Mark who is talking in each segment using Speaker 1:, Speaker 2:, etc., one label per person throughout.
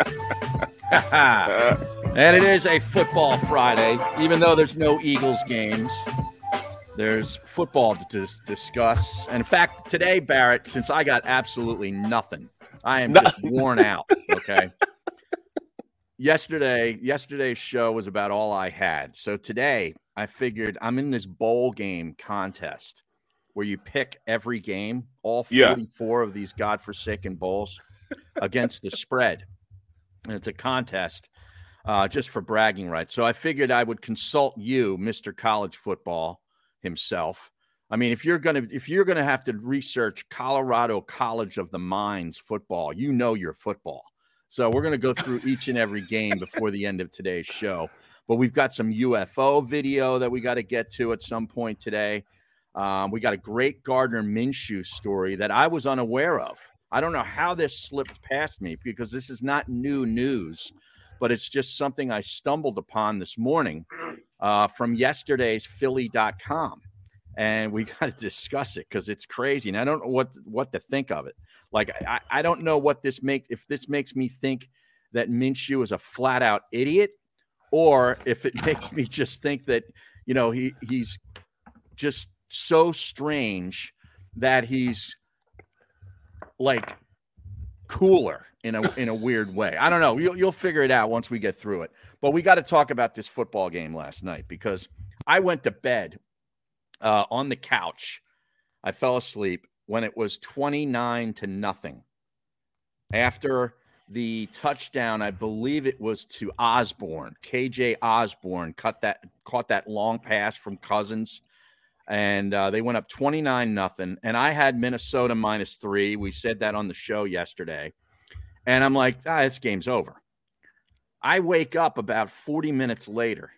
Speaker 1: and it is a football Friday, even though there's no Eagles games. There's football to dis- discuss. And in fact, today, Barrett, since I got absolutely nothing, I am just worn out. Okay. yesterday, yesterday's show was about all I had. So today, I figured I'm in this bowl game contest where you pick every game, all
Speaker 2: Yeah.
Speaker 1: 44 of these godforsaken bowls against the spread. And it's a contest uh, just for bragging rights. So I figured I would consult you, Mr. College Football himself. I mean, if you're gonna if you're gonna have to research Colorado College of the Mines football, you know your football. So we're gonna go through each and every game before the end of today's show. But we've got some UFO video that we got to get to at some point today. Um, we got a great Gardner Minshew story that I was unaware of. I don't know how this slipped past me because this is not new news but it's just something I stumbled upon this morning uh, from yesterday's Philly.com. And we got to discuss it because it's crazy. And I don't know what, what to think of it. Like, I, I don't know what this makes, if this makes me think that Minshew is a flat out idiot, or if it makes me just think that, you know, he, he's just so strange that he's like cooler in a in a weird way. I don't know. You'll you'll figure it out once we get through it. But we got to talk about this football game last night because I went to bed uh, on the couch. I fell asleep when it was 29 to nothing. After the touchdown, I believe it was to Osborne. KJ Osborne cut that caught that long pass from Cousins and uh, they went up 29 nothing and i had minnesota minus three we said that on the show yesterday and i'm like ah, this game's over i wake up about 40 minutes later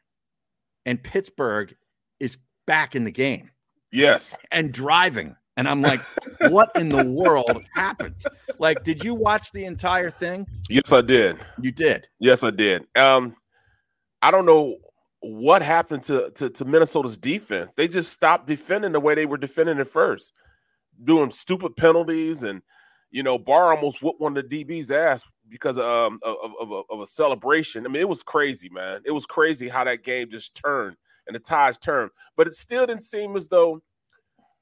Speaker 1: and pittsburgh is back in the game
Speaker 2: Yes.
Speaker 1: and driving and i'm like what in the world happened like did you watch the entire thing
Speaker 2: Yes, I did.
Speaker 1: you did
Speaker 2: Yes, I did. Um, I don't know what happened to, to to Minnesota's defense. They just stopped defending the way they were defending at first, doing stupid penalties, and you know, Barr almost whooped one of the DB's ass because um, of of, of, of a celebration. I mean, it was crazy, man. It was crazy how that game just turned and the ties turned. But it still didn't seem as though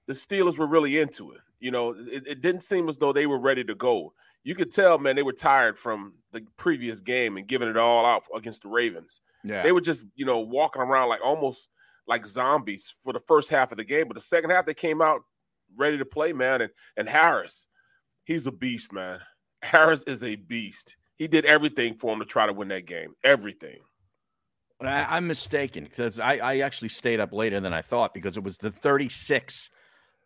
Speaker 2: the Steelers were really into it. You know, it, it didn't seem as though they were ready to go. You could tell, man, they were tired from the previous game and giving it all out against the Ravens.
Speaker 1: yeah
Speaker 2: They were just, you know, walking around like almost like zombies for the first half of the game. But the second half, they came out ready to play, man. And and Harris, he's a beast, man. Harris is a beast. He did everything for him to try to win that game. Everything.
Speaker 1: But I, I'm mistaken because I, I actually stayed up later than I thought because it was the 36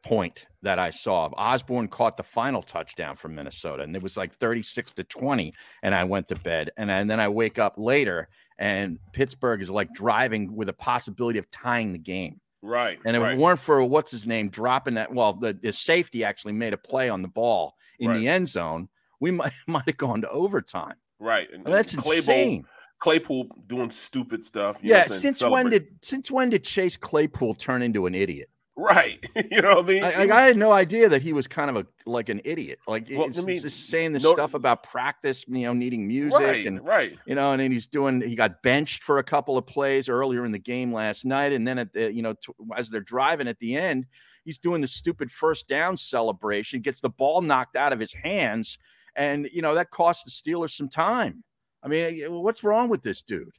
Speaker 1: point that I saw. Osborne caught the final touchdown from Minnesota, and it was like 36 to 20. And I went to bed, and, I- and then I wake up later, and Pittsburgh is like driving with a possibility of tying the game.
Speaker 2: Right.
Speaker 1: And if
Speaker 2: right.
Speaker 1: it weren't for what's his name dropping that, well, the, the safety actually made a play on the ball in the end zone, we might might have gone to overtime.
Speaker 2: right. And,
Speaker 1: I mean, that's
Speaker 2: Claypool,
Speaker 1: insane.
Speaker 2: Claypool doing stupid stuff. you know
Speaker 1: Yeah,
Speaker 2: what I'm saying,
Speaker 1: since when
Speaker 2: celebrating.
Speaker 1: did since when did Chase Claypool turn into an idiot?
Speaker 2: Right. you know what I mean?
Speaker 1: I, I, I had no idea that he was kind of a like an idiot. Like
Speaker 2: Well,
Speaker 1: it's,
Speaker 2: I mean,
Speaker 1: it's just saying this
Speaker 2: no-
Speaker 1: stuff about practice, you know, needing music
Speaker 2: right,
Speaker 1: and
Speaker 2: right.
Speaker 1: you know, and then he's doing. He got benched for a couple of plays earlier in the game last night, and then at the you know, t- as they're driving at the end, he's doing the stupid first down celebration, gets the ball knocked out of his hands, and you know that cost the Steelers some time. I mean, eh, what's wrong with this dude?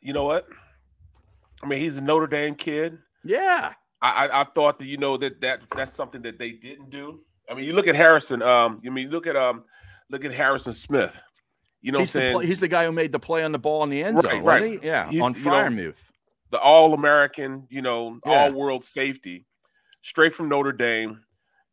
Speaker 2: You know what? I mean, he's a Notre Dame kid.
Speaker 1: Yeah.
Speaker 2: I, I, I thought that you know that that that's something that they didn't do. I mean, you look at Harrison. Um, you mean look at um, look at Harrison Smith. You know,
Speaker 1: he's,
Speaker 2: what I'm
Speaker 1: the,
Speaker 2: saying
Speaker 1: pl- he's the guy who made the play on the ball in the end
Speaker 2: Right,
Speaker 1: zone, wasn't
Speaker 2: right.
Speaker 1: he? Yeah,
Speaker 2: He's-
Speaker 1: on
Speaker 2: you know,
Speaker 1: Fryermuth.
Speaker 2: the All American, you know,
Speaker 1: Yeah.
Speaker 2: All World safety, straight from Notre Dame,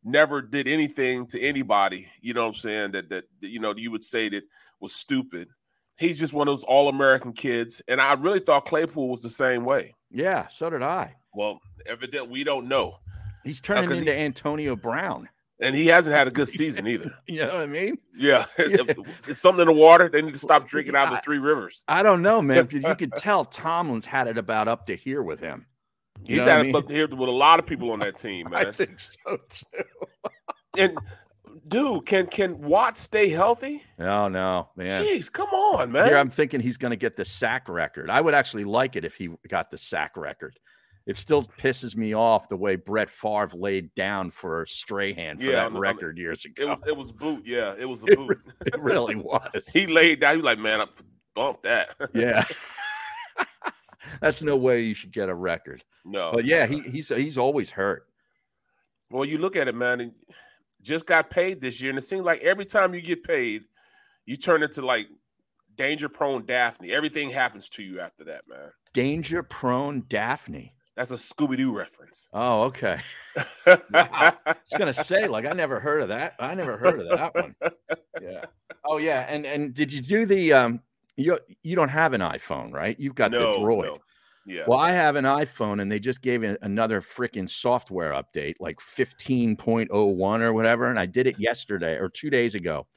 Speaker 2: never did anything to anybody. You know what I'm saying? That that that, you know you would say that was stupid. He's just one of those All American kids, and I really thought Claypool was the same way.
Speaker 1: Yeah, so did I.
Speaker 2: Well, evidently we don't know,
Speaker 1: He's turning
Speaker 2: 'cause he-
Speaker 1: into Antonio Brown.
Speaker 2: and he hasn't had a good season either.
Speaker 1: You know what I mean?
Speaker 2: Yeah, It's something in the water. They need to stop drinking out of the
Speaker 1: I-
Speaker 2: three rivers.
Speaker 1: I don't know, man. 'cause you could tell Tomlin's had it about up to here with him. You
Speaker 2: He's
Speaker 1: know what I
Speaker 2: had
Speaker 1: mean?
Speaker 2: it up here with a lot of people on that team, man.
Speaker 1: I think so too.
Speaker 2: and dude, can can Watt stay healthy?
Speaker 1: No, Oh, no, man.
Speaker 2: Jeez, come on, man.
Speaker 1: Here I'm thinking he's going to get the sack record. I would actually like it if he got the sack record. It still pisses me off the way Brett Favre laid down for Strahan for
Speaker 2: Yeah,
Speaker 1: that
Speaker 2: on the- on the-
Speaker 1: record years ago.
Speaker 2: It was it was boot, yeah. It was a
Speaker 1: It
Speaker 2: boot.
Speaker 1: It really was.
Speaker 2: he laid down. He was like, man, I bump that.
Speaker 1: yeah. That's no way you should get a record.
Speaker 2: no,
Speaker 1: But yeah, he, he's he's always hurt.
Speaker 2: Well, you look at it, man. And just got paid this year, and it seems like every time you get paid, you turn into like danger prone Daphne. Everything happens to you after that, man.
Speaker 1: Danger prone Daphne.
Speaker 2: That's a Scooby Doo reference.
Speaker 1: Oh, okay. I was gonna say, like, I never heard of that. I never heard of that one. Yeah. Oh yeah. And and did you do the um you you don't have an iPhone, right? You've got the droid.
Speaker 2: no. Yeah.
Speaker 1: Well, I have an iPhone and they just gave it another freaking software update, like 15.01 or whatever. And I did it yesterday or two days ago.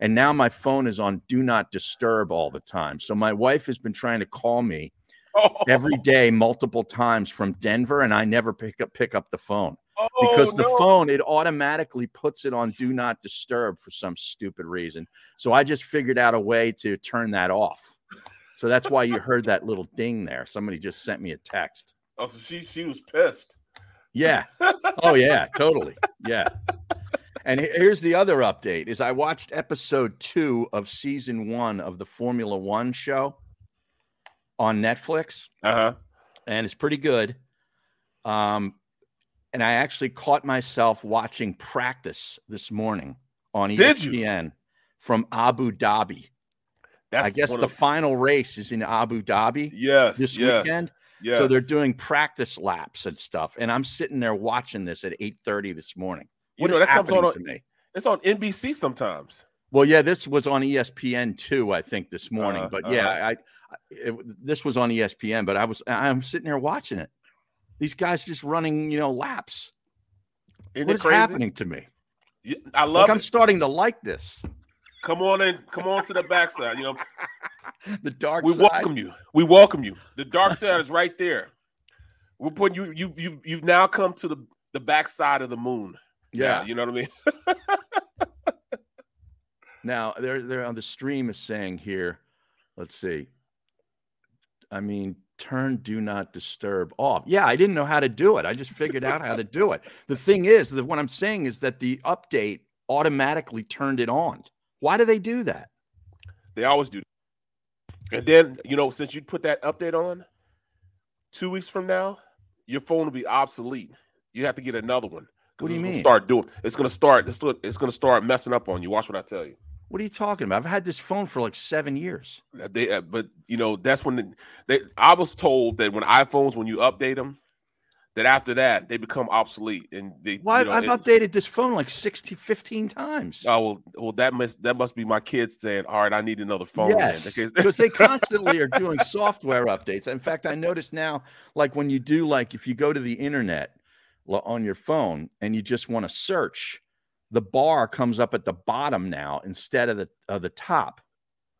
Speaker 1: And now my phone is on do not disturb all the time. So my wife has been trying to call me
Speaker 2: Oh,
Speaker 1: every day, multiple times from Denver, and I never pick up pick up the phone
Speaker 2: oh,
Speaker 1: because the
Speaker 2: no.
Speaker 1: phone it automatically puts it on do not disturb for some stupid reason. So I just figured out a way to turn that off. So that's why you heard that little ding there. Somebody just sent me a text.
Speaker 2: Oh, so she she was pissed.
Speaker 1: Yeah. Oh yeah, totally. Yeah. And he- here's the other update is I watched episode 2 of season 1 of the Formula 1 show on Netflix
Speaker 2: Uh huh.
Speaker 1: and it's pretty good. Um, and I actually caught myself watching practice this morning on E
Speaker 2: Did you?
Speaker 1: ESPN from Abu Dhabi.
Speaker 2: That's
Speaker 1: I guess
Speaker 2: one
Speaker 1: the
Speaker 2: of-
Speaker 1: final race is in Abu Dhabi
Speaker 2: yes
Speaker 1: this
Speaker 2: yes,
Speaker 1: weekend,
Speaker 2: Yes.
Speaker 1: so they're doing practice laps and stuff. And I'm sitting there watching this at 8:30 this morning.
Speaker 2: you
Speaker 1: What
Speaker 2: know
Speaker 1: is
Speaker 2: that comes
Speaker 1: happening
Speaker 2: on,
Speaker 1: to me?
Speaker 2: it's on NBC sometimes.
Speaker 1: Well, yeah, this was on E ESPN too, I think, this morning.
Speaker 2: Uh,
Speaker 1: but
Speaker 2: uh.
Speaker 1: yeah, I, I it, this was on E ESPN. But I was, I'm sitting there watching it. These guys just running, you know, laps.
Speaker 2: Isn't
Speaker 1: What
Speaker 2: it
Speaker 1: is
Speaker 2: crazy?
Speaker 1: happening to me?
Speaker 2: Yeah, I love
Speaker 1: Like I'm
Speaker 2: it.
Speaker 1: starting to like this.
Speaker 2: Come on in. Come on to the backside. You know,
Speaker 1: The dark
Speaker 2: we
Speaker 1: side.
Speaker 2: welcome you. We welcome you. The dark side is right there. We're putting you. You. You. You've now come to the the backside of the moon.
Speaker 1: Yeah.
Speaker 2: Now, you know what I mean.
Speaker 1: Now they're they're on the stream is saying here. Let's see. I mean, turn do not disturb off. Yeah, I didn't know how to do it. I just figured out how to do it. The thing is that what I'm saying is that the update automatically turned it on. Why do they do that?
Speaker 2: They always do. And then you know, since you put that update on, two weeks from now, your phone will be obsolete. You have to get another one. 'cause
Speaker 1: What do you
Speaker 2: it's
Speaker 1: mean?
Speaker 2: Gonna start doing. It's gonna start. It's, gonna- it's gonna start messing up on you. Watch what I tell you.
Speaker 1: What are you talking about? I've had this phone for like seven years.
Speaker 2: Uh, They, uh, but you know, that's when the, they. I was told that when iPhones, when you update them, that after that they become obsolete and they.
Speaker 1: Why
Speaker 2: you know,
Speaker 1: I've
Speaker 2: it-
Speaker 1: updated this phone like 60, 15 times.
Speaker 2: Oh well, well that must that must be my kids saying, "All right, I need another phone." then,"
Speaker 1: Yes,
Speaker 2: because-
Speaker 1: because they constantly are doing software updates. In fact, I noticed now, like when you do, like if you go to the internet lo- on your phone and you just want to search, the bar comes up at the bottom now instead of the of the top.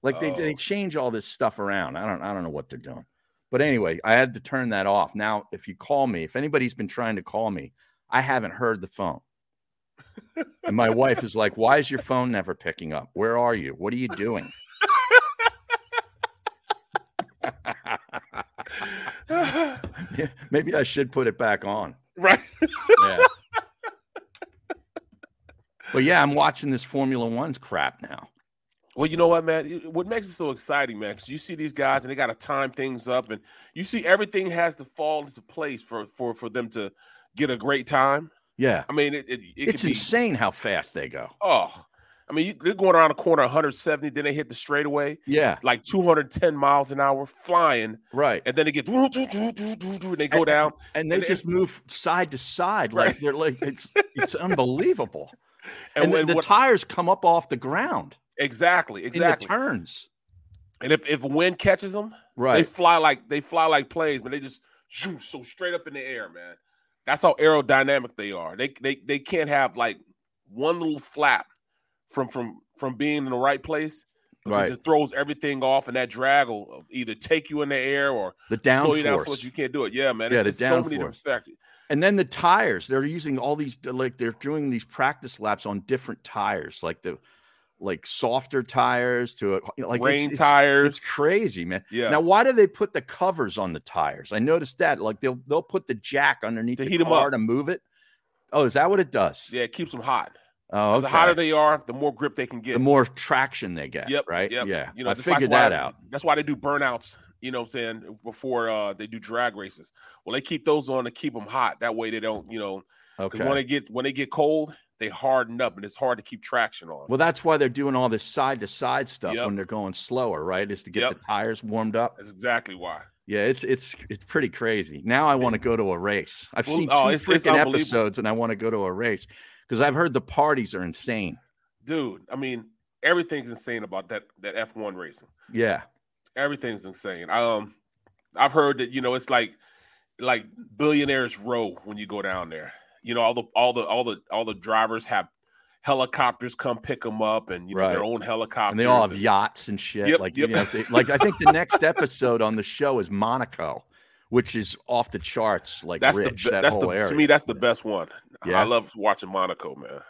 Speaker 1: Like they, they
Speaker 2: Oh.
Speaker 1: change all this stuff around. I don't I don't know what they're doing. But anyway, I had to turn that off. Now, if you call me, if anybody's been trying to call me, I haven't heard the phone. And my wife is like, "Why is your phone never picking up? Where are you? What are you doing?" Yeah, Maybe I should put it back on.
Speaker 2: right.
Speaker 1: Yeah. but yeah, I'm watching this Formula One crap now.
Speaker 2: Well, you know what, man? What makes it so exciting, man? Because you see these guys and they got to time things up, and you see everything has to fall into place for for for them to get a great time.
Speaker 1: Yeah.
Speaker 2: I mean, it, it, it could
Speaker 1: It's
Speaker 2: be-
Speaker 1: insane how fast they go.
Speaker 2: Oh, I mean, you, they're going around a corner 170, then they hit the straightaway
Speaker 1: Yeah.
Speaker 2: like 210 miles an hour, flying,
Speaker 1: Right.
Speaker 2: and then they get doo, doo, doo, doo, doo, doo, and they go down.
Speaker 1: And they
Speaker 2: and-
Speaker 1: just move side to side. Like
Speaker 2: Right.
Speaker 1: they're like, it's, it's unbelievable.
Speaker 2: And,
Speaker 1: And, the-
Speaker 2: when-
Speaker 1: the
Speaker 2: what-
Speaker 1: tires come up off the ground
Speaker 2: exactly, exactly.
Speaker 1: in the turns.
Speaker 2: and if if wind catches them, They
Speaker 1: Right.
Speaker 2: fly like they fly like planes, but they just shoot so straight up in the air, man. That's how aerodynamic they are. They they they can't have like one little flap from from from being in the right place because
Speaker 1: Right.
Speaker 2: it throws everything off, and that drag will either take you in the air or
Speaker 1: The down
Speaker 2: slow you down so
Speaker 1: force.
Speaker 2: that you can't do it. Yeah, man.
Speaker 1: Yeah,
Speaker 2: Yeah,
Speaker 1: the
Speaker 2: there's so many
Speaker 1: downforce.
Speaker 2: different factors.
Speaker 1: And then the tires, they're using all these like they're doing these practice laps on different tires, like the like softer tires to you know, like it's-
Speaker 2: Rain
Speaker 1: it's-
Speaker 2: tires.
Speaker 1: It's crazy, man.
Speaker 2: yeah,
Speaker 1: Now, why do they put the covers on the tires? I noticed that. Like they'll they'll put the jack underneath
Speaker 2: To
Speaker 1: the
Speaker 2: heat 'em
Speaker 1: car
Speaker 2: up.
Speaker 1: to move it. Oh, is that what it does?
Speaker 2: yeah, it keeps them hot.
Speaker 1: Oh,
Speaker 2: 'Cause
Speaker 1: okay.
Speaker 2: The hotter they are, the more grip they can get.
Speaker 1: the more traction they get.
Speaker 2: Yep,
Speaker 1: Right.
Speaker 2: yep.
Speaker 1: Yeah.
Speaker 2: You know,
Speaker 1: I
Speaker 2: just like
Speaker 1: figured
Speaker 2: why-
Speaker 1: that out.
Speaker 2: That's why they do burnouts, you know what I'm saying, before uh, they do drag races. Well, they keep those on to keep them hot. That way they don't, you know, because
Speaker 1: Okay.
Speaker 2: when they get when they get cold, they harden up and it's hard to keep traction on.
Speaker 1: well, that's why they're doing all this side to side stuff
Speaker 2: Yep.
Speaker 1: when they're going slower, right? Is to get
Speaker 2: Yep.
Speaker 1: the tires warmed up.
Speaker 2: That's exactly why.
Speaker 1: Yeah, it's it's it's pretty crazy. Now I want to go to a race. I've
Speaker 2: Well,
Speaker 1: seen two
Speaker 2: oh, it's- it's
Speaker 1: freaking
Speaker 2: unbelievable.
Speaker 1: episodes, and I want to go to a race because I've heard the parties are insane.
Speaker 2: Dude, I mean, everything's insane about that that F1 racing.
Speaker 1: Yeah,
Speaker 2: Everything's insane. Um I've heard that, you know, it's like like billionaires row when you go down there. You know, all the all the all the all the drivers have helicopters come pick them up and you know their
Speaker 1: Right.
Speaker 2: own helicopters.
Speaker 1: and they all have
Speaker 2: and-
Speaker 1: yachts and shit.
Speaker 2: Yep,
Speaker 1: like
Speaker 2: yep.
Speaker 1: yeah, they- like I think the next episode on the show is Monaco, which is off the charts. Like
Speaker 2: that's
Speaker 1: rich,
Speaker 2: the be-
Speaker 1: that
Speaker 2: that's
Speaker 1: whole
Speaker 2: the
Speaker 1: area.
Speaker 2: to me that's the best one.
Speaker 1: Yeah.
Speaker 2: I love watching Monaco, man.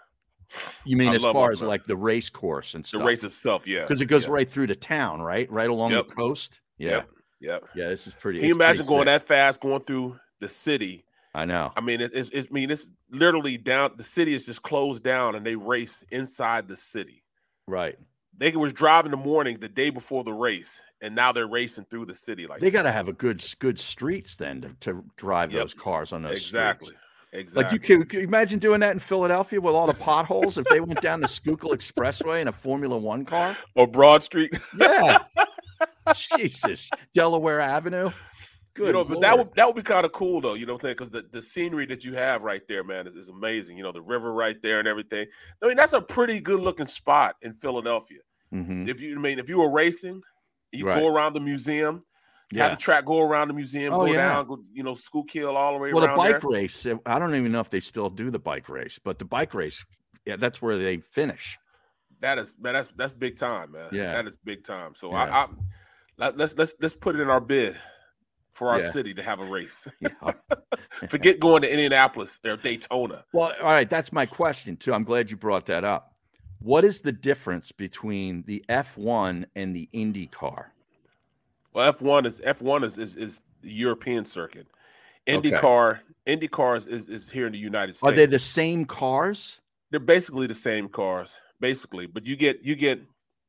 Speaker 1: you mean
Speaker 2: I
Speaker 1: as
Speaker 2: love
Speaker 1: far
Speaker 2: it,
Speaker 1: as
Speaker 2: man.
Speaker 1: like the race course and
Speaker 2: The
Speaker 1: stuff?
Speaker 2: race itself, yeah.
Speaker 1: because it goes
Speaker 2: yeah.
Speaker 1: right through to town, right? Right along
Speaker 2: Yep.
Speaker 1: the coast. Yeah,
Speaker 2: Yep, Yep.
Speaker 1: yeah. This is pretty.
Speaker 2: Can you
Speaker 1: it's pretty
Speaker 2: imagine going
Speaker 1: sick.
Speaker 2: that fast going through the city?
Speaker 1: I know.
Speaker 2: I mean, it- it's, it's I mean it's literally down. The city is just closed down, and they race inside the city.
Speaker 1: Right.
Speaker 2: They was driving the morning the day before the race, and now they're racing through the city like
Speaker 1: They got to have a good s- good streets then to, to drive
Speaker 2: Yep.
Speaker 1: those cars on those
Speaker 2: exactly,
Speaker 1: streets.
Speaker 2: exactly.
Speaker 1: Like you could, could you imagine doing that in Philadelphia with all the potholes. if they went down the Schuylkill Expressway in a Formula One car,
Speaker 2: or Broad Street.
Speaker 1: yeah, Jesus, Delaware Avenue. Good,
Speaker 2: you know, but that
Speaker 1: Lord.
Speaker 2: would that would be kind of cool though. You know what I'm saying? Because the, the scenery that you have right there, man, is, is amazing. You know, the river right there and everything. I mean, that's a pretty good looking spot in Philadelphia.
Speaker 1: Mhm.
Speaker 2: If you I mean, if you were racing, you
Speaker 1: Right.
Speaker 2: go around the museum,
Speaker 1: yeah.
Speaker 2: have the track go around the museum,
Speaker 1: Oh,
Speaker 2: go
Speaker 1: yeah.
Speaker 2: down, go, you know, Schuylkill all the way
Speaker 1: well, the
Speaker 2: around.
Speaker 1: bike
Speaker 2: there.
Speaker 1: race. uh, I don't even know if they still do the bike race, but the bike race, yeah, that's where they finish.
Speaker 2: That is man, that's that's big time, man.
Speaker 1: Yeah.
Speaker 2: that is big time. So
Speaker 1: Yeah.
Speaker 2: I, I let, let's let's let's put it in our bid for our
Speaker 1: Yeah.
Speaker 2: city to have a race.
Speaker 1: Yeah.
Speaker 2: Forget going to Indianapolis or Daytona.
Speaker 1: Well, all right, that's my question too. I'm glad you brought that up. What is the difference between the F1 and the Indy car?
Speaker 2: Well, F one is F one is, is is the European circuit.
Speaker 1: Okay.
Speaker 2: IndyCar, IndyCar is, is is here in the United
Speaker 1: Are
Speaker 2: States.
Speaker 1: they the same cars?
Speaker 2: They're basically the same cars, basically. But you get you get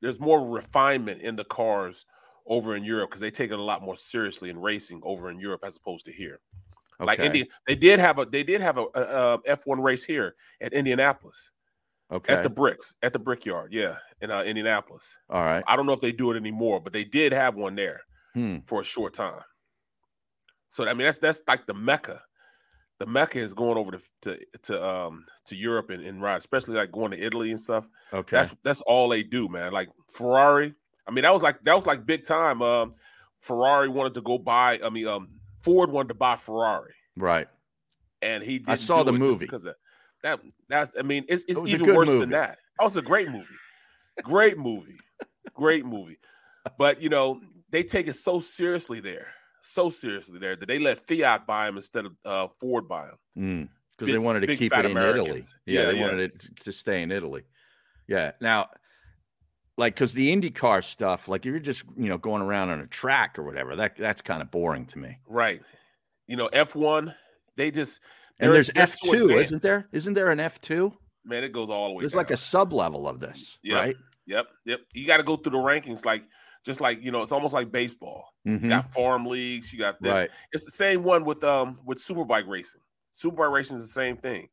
Speaker 2: there's more refinement in the cars over in Europe because they take it a lot more seriously in racing over in Europe as opposed to here. Like
Speaker 1: Okay,
Speaker 2: Indy, they did have a they did have a, a, F one race here at Indianapolis
Speaker 1: Okay.
Speaker 2: at the bricks at the brickyard, yeah, in uh, Indianapolis.
Speaker 1: all right.
Speaker 2: I don't know if they do it anymore, but they did have one there.
Speaker 1: Hmm.
Speaker 2: for a short time. So I mean that's that's like the mecca. The mecca is going over to to to um to Europe and, and ride, especially like going to Italy and stuff.
Speaker 1: Okay.
Speaker 2: That's that's all they do, man. Like Ferrari. I mean that was like that was like big time. Um, Ferrari wanted to go buy. I mean, um, Ford wanted to buy Ferrari,
Speaker 1: right.
Speaker 2: and he. Didn't
Speaker 1: saw
Speaker 2: do
Speaker 1: the
Speaker 2: it just
Speaker 1: movie.
Speaker 2: because of that. That's I mean it's it's
Speaker 1: was a
Speaker 2: even
Speaker 1: good
Speaker 2: worse
Speaker 1: movie.
Speaker 2: than that. That was a great movie, great movie, great movie. But you know they take it so seriously there, so seriously there that they let Fiat buy him instead of uh, Ford buy him.
Speaker 1: Because Mm, they
Speaker 2: Big-
Speaker 1: wanted to
Speaker 2: big
Speaker 1: keep
Speaker 2: fat
Speaker 1: it in Italy.
Speaker 2: Americans.
Speaker 1: Yeah,
Speaker 2: Yeah,
Speaker 1: they
Speaker 2: yeah.
Speaker 1: wanted it t- to stay in Italy. Yeah. Now, like, because the Indy car stuff, like, if you're just you know going around on a track or whatever, that that's kind of boring to me.
Speaker 2: Right. You know F one. They just
Speaker 1: And
Speaker 2: they're-
Speaker 1: there's
Speaker 2: they're
Speaker 1: F
Speaker 2: so
Speaker 1: two, isn't
Speaker 2: advanced.
Speaker 1: there? Isn't there an F two?
Speaker 2: Man, it goes all the way.
Speaker 1: There's like a
Speaker 2: down.
Speaker 1: sub level of this,
Speaker 2: Yeah.
Speaker 1: right?
Speaker 2: Yep, yep. You got to go through the rankings, like just like you know, it's almost like baseball. You
Speaker 1: Mhm.
Speaker 2: got farm leagues. You got this.
Speaker 1: Right.
Speaker 2: It's the same one with um with superbike racing. Superbike racing is the same thing.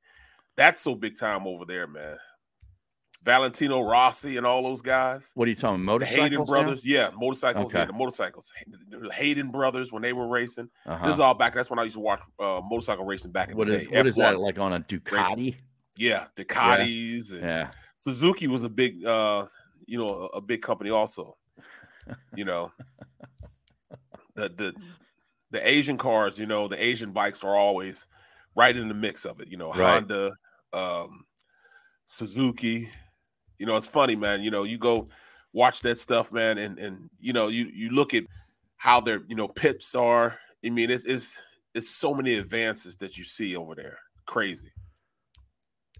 Speaker 2: That's so big time over there, man. Valentino Rossi and all those guys.
Speaker 1: What are you talking?
Speaker 2: The
Speaker 1: Motorcycles.
Speaker 2: Hayden brothers, yeah, motorcycles, yeah,
Speaker 1: Okay.
Speaker 2: the motorcycles. The Hayden brothers when they were racing.
Speaker 1: Uh
Speaker 2: This is
Speaker 1: huh.
Speaker 2: all back. That's when I used to watch uh, motorcycle racing back in
Speaker 1: What
Speaker 2: the
Speaker 1: is
Speaker 2: day.
Speaker 1: what is
Speaker 2: F1.
Speaker 1: that like on a Ducati?
Speaker 2: Yeah, Ducatis and
Speaker 1: Yeah.
Speaker 2: Suzuki was a big, uh, you know, a, a big company also. You know, the the the Asian cars, you know, the Asian bikes are always right in the mix of it. You know,
Speaker 1: Right.
Speaker 2: Honda, um, Suzuki. You know, it's funny, man. You know, you go watch that stuff, man, and and you know, you you look at how their you know pits are. I mean, it's it's it's so many advances that you see over there. Crazy.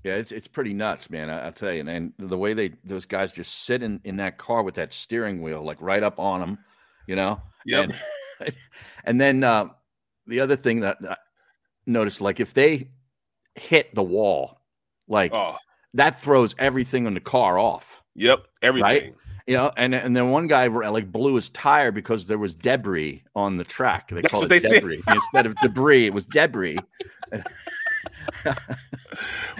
Speaker 1: Yeah, it's it's pretty nuts, man. I, I'll tell you. And, and the way they those guys just sit in, in that car with that steering wheel like right up on them, you know.
Speaker 2: Yep.
Speaker 1: And, and then uh, the other thing that I noticed, like if they hit the wall, like
Speaker 2: Oh,
Speaker 1: that throws everything in the car off,
Speaker 2: yep. Everything.
Speaker 1: you know. And and then one guy like blew his tire because there was debris on the track. They
Speaker 2: That's
Speaker 1: called
Speaker 2: what
Speaker 1: it
Speaker 2: they say.
Speaker 1: debris instead of debris. It was debris.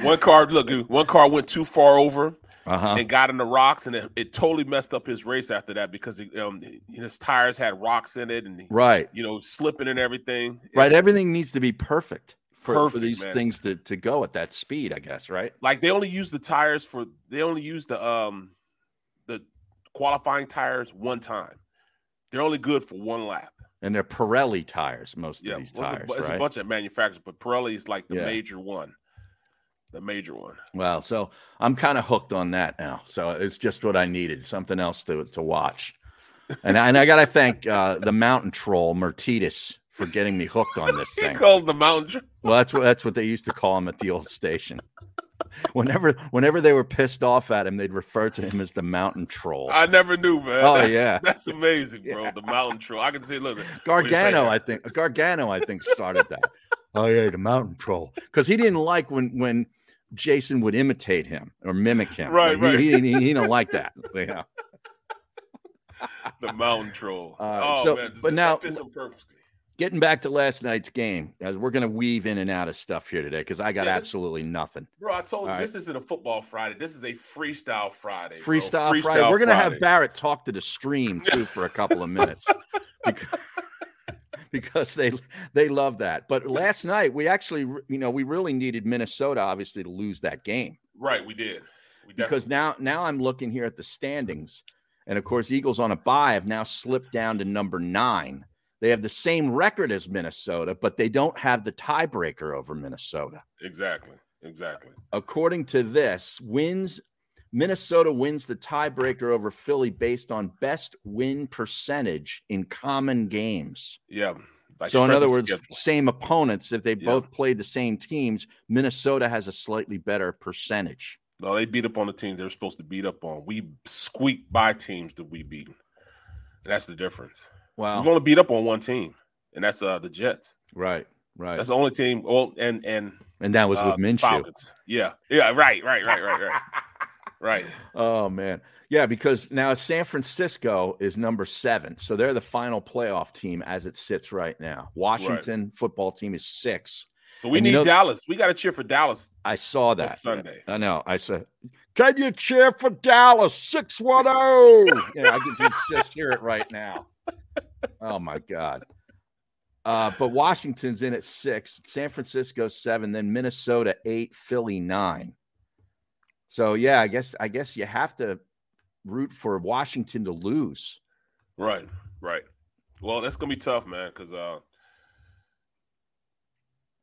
Speaker 2: one car, look, one car went too far over
Speaker 1: Uh huh.
Speaker 2: and got in the rocks, and it, it totally messed up his race after that because he, um, his tires had rocks in it, and he,
Speaker 1: Right.
Speaker 2: you know, slipping and everything.
Speaker 1: right everything needs to be perfect for, for
Speaker 2: Perfect,
Speaker 1: these
Speaker 2: man.
Speaker 1: things to, to go at that speed i guess right
Speaker 2: Like they only use the tires for they only use the um the qualifying tires one time. They're only good for one lap.
Speaker 1: and they're pirelli tires most
Speaker 2: Yeah,
Speaker 1: of these
Speaker 2: well, it's,
Speaker 1: tires
Speaker 2: a, bu- it's a
Speaker 1: right
Speaker 2: bunch of manufacturers, but Pirelli is like the
Speaker 1: Yeah.
Speaker 2: major one, the major one.
Speaker 1: wow so i'm kind of hooked on that now so it's just what i needed something else to, to watch and, I- and i gotta thank uh, the mountain troll mertitus for getting me hooked on this
Speaker 2: He
Speaker 1: thing
Speaker 2: called the mountain.
Speaker 1: well that's what that's what they used to call him at the old station whenever whenever they were pissed off at him they'd refer to him as the mountain troll
Speaker 2: I never knew, man.
Speaker 1: oh yeah
Speaker 2: That's amazing, bro. The mountain troll. I can see. Look, What do you say
Speaker 1: Gargano,
Speaker 2: there?
Speaker 1: I think Gargano, I think started that. oh yeah, the mountain troll, because he didn't like when when Jason would imitate him or mimic him.
Speaker 2: Right,
Speaker 1: Like, He, he, he don't like that. you know.
Speaker 2: the mountain troll.
Speaker 1: All right,
Speaker 2: oh
Speaker 1: Uh, so-
Speaker 2: man,
Speaker 1: but
Speaker 2: that
Speaker 1: now-
Speaker 2: fits him perfectly.
Speaker 1: Getting back to last night's game, as we're gonna weave in and out of stuff here today, because I got
Speaker 2: Yeah, this-
Speaker 1: absolutely nothing.
Speaker 2: Bro, I told you
Speaker 1: All
Speaker 2: this isn't a football Friday. This is a freestyle Friday. bro.
Speaker 1: Freestyle, Friday. We're gonna have
Speaker 2: Friday.
Speaker 1: Barrett talk to the stream too for a couple of minutes. because, because they they love that. But last night we actually, re- you know, we really needed Minnesota obviously to lose that game.
Speaker 2: right. We did. We
Speaker 1: because
Speaker 2: definitely
Speaker 1: now now I'm looking here at the standings, and of course Eagles on a bye have now slipped down to number nine. They have the same record as Minnesota, but they don't have the tiebreaker over Minnesota.
Speaker 2: exactly, exactly.
Speaker 1: According to this, wins Minnesota wins the tiebreaker over Philly based on best win percentage in common games.
Speaker 2: Yeah. Like
Speaker 1: so in
Speaker 2: strength
Speaker 1: other
Speaker 2: of
Speaker 1: words,
Speaker 2: schedule.
Speaker 1: same opponents. If they
Speaker 2: Yeah.
Speaker 1: both played the same teams, Minnesota has a slightly better percentage.
Speaker 2: no, they beat up on the teams they were supposed to beat up on. We squeaked by teams that we beat. And that's the difference.
Speaker 1: Wow.
Speaker 2: We've only beat up on one team, and that's uh the Jets.
Speaker 1: Right. Right.
Speaker 2: That's the only team. Well, and and
Speaker 1: and that was
Speaker 2: uh,
Speaker 1: with Minshew.
Speaker 2: Falcons. Yeah, yeah. Right, right, right, right, right, right.
Speaker 1: Oh man, yeah, because now San Francisco is number seven, so they're the final playoff team as it sits right now. Washington football team is six.
Speaker 2: So we
Speaker 1: And
Speaker 2: need
Speaker 1: you know-
Speaker 2: Dallas. We got to cheer for Dallas
Speaker 1: I saw that
Speaker 2: on Sunday.
Speaker 1: I know. I said, "Can you cheer for Dallas six one zero?" Yeah, I can just, just hear it right now. Oh my god! Uh, but Washington's in at six, San Francisco seven, then Minnesota eight, Philly nine. So yeah, I guess I guess you have to root for Washington to lose.
Speaker 2: Right, right. Well, that's gonna be tough, man, because uh,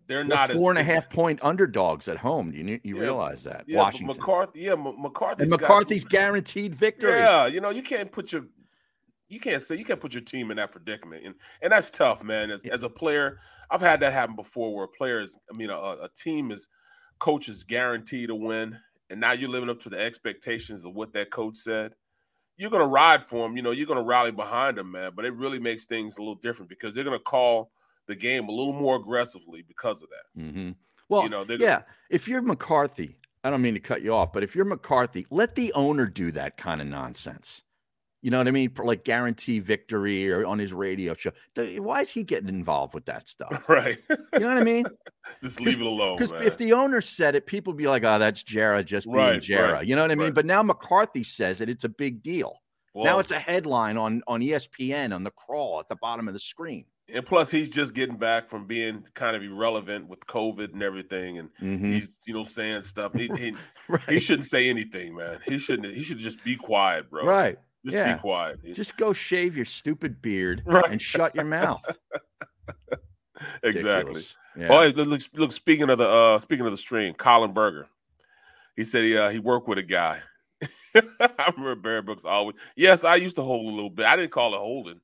Speaker 2: they're
Speaker 1: They're
Speaker 2: not
Speaker 1: four and a
Speaker 2: as,
Speaker 1: half point underdogs at home. You knew- you
Speaker 2: Yeah,
Speaker 1: realize that
Speaker 2: Yeah, but
Speaker 1: Washington
Speaker 2: McCarthy. Yeah, M- McCarthy's
Speaker 1: and
Speaker 2: got-
Speaker 1: McCarthy's guaranteed victory.
Speaker 2: Yeah, you know you can't put your you can't say you can't put your team in that predicament, and and that's tough, man. As,
Speaker 1: Yeah.
Speaker 2: as a player, I've had that happen before, where players, I mean, a, a team is coach is guaranteed to win, and now you're living up to the expectations of what that coach said. You're gonna ride for him, you know. You're gonna rally behind him, man. But it really makes things a little different because they're gonna call the game a little more aggressively because of that.
Speaker 1: hmm Well,
Speaker 2: know, they're-
Speaker 1: yeah. If you're McCarthy, I don't mean to cut you off, but if you're McCarthy, let the owner do that kind of nonsense. You know what I mean? For, Like guarantee victory or on his radio show. D- Why is he getting involved with that stuff?
Speaker 2: Right.
Speaker 1: You know what I mean?
Speaker 2: just leave it alone.
Speaker 1: Because
Speaker 2: man.
Speaker 1: if the owner said it, people be like, "Oh, that's Jarrah just being
Speaker 2: Right,
Speaker 1: Jarrah."
Speaker 2: right,
Speaker 1: you know what I mean?
Speaker 2: right.
Speaker 1: But now McCarthy says it; it's a big deal. now
Speaker 2: Well,
Speaker 1: it's a headline on on E ESPN on the crawl at the bottom of the screen.
Speaker 2: and plus he's just getting back from being kind of irrelevant with COVID and everything, and he's you know saying stuff. He, he, he
Speaker 1: Mm-hmm. Right,
Speaker 2: shouldn't say anything, man. He shouldn't. He should just be quiet, bro.
Speaker 1: right.
Speaker 2: Just
Speaker 1: yeah.
Speaker 2: be quiet. He-
Speaker 1: Just go shave your stupid beard
Speaker 2: Right.
Speaker 1: and shut your mouth.
Speaker 2: exactly.
Speaker 1: Ridiculous. Yeah.
Speaker 2: Oh, hey, look, look, look, Speaking of the uh, speaking of the stream, Colin Berger, he said he uh, he worked with a guy. I remember Barry Brooks always. Yes, I used to hold a little bit. I didn't call it holding.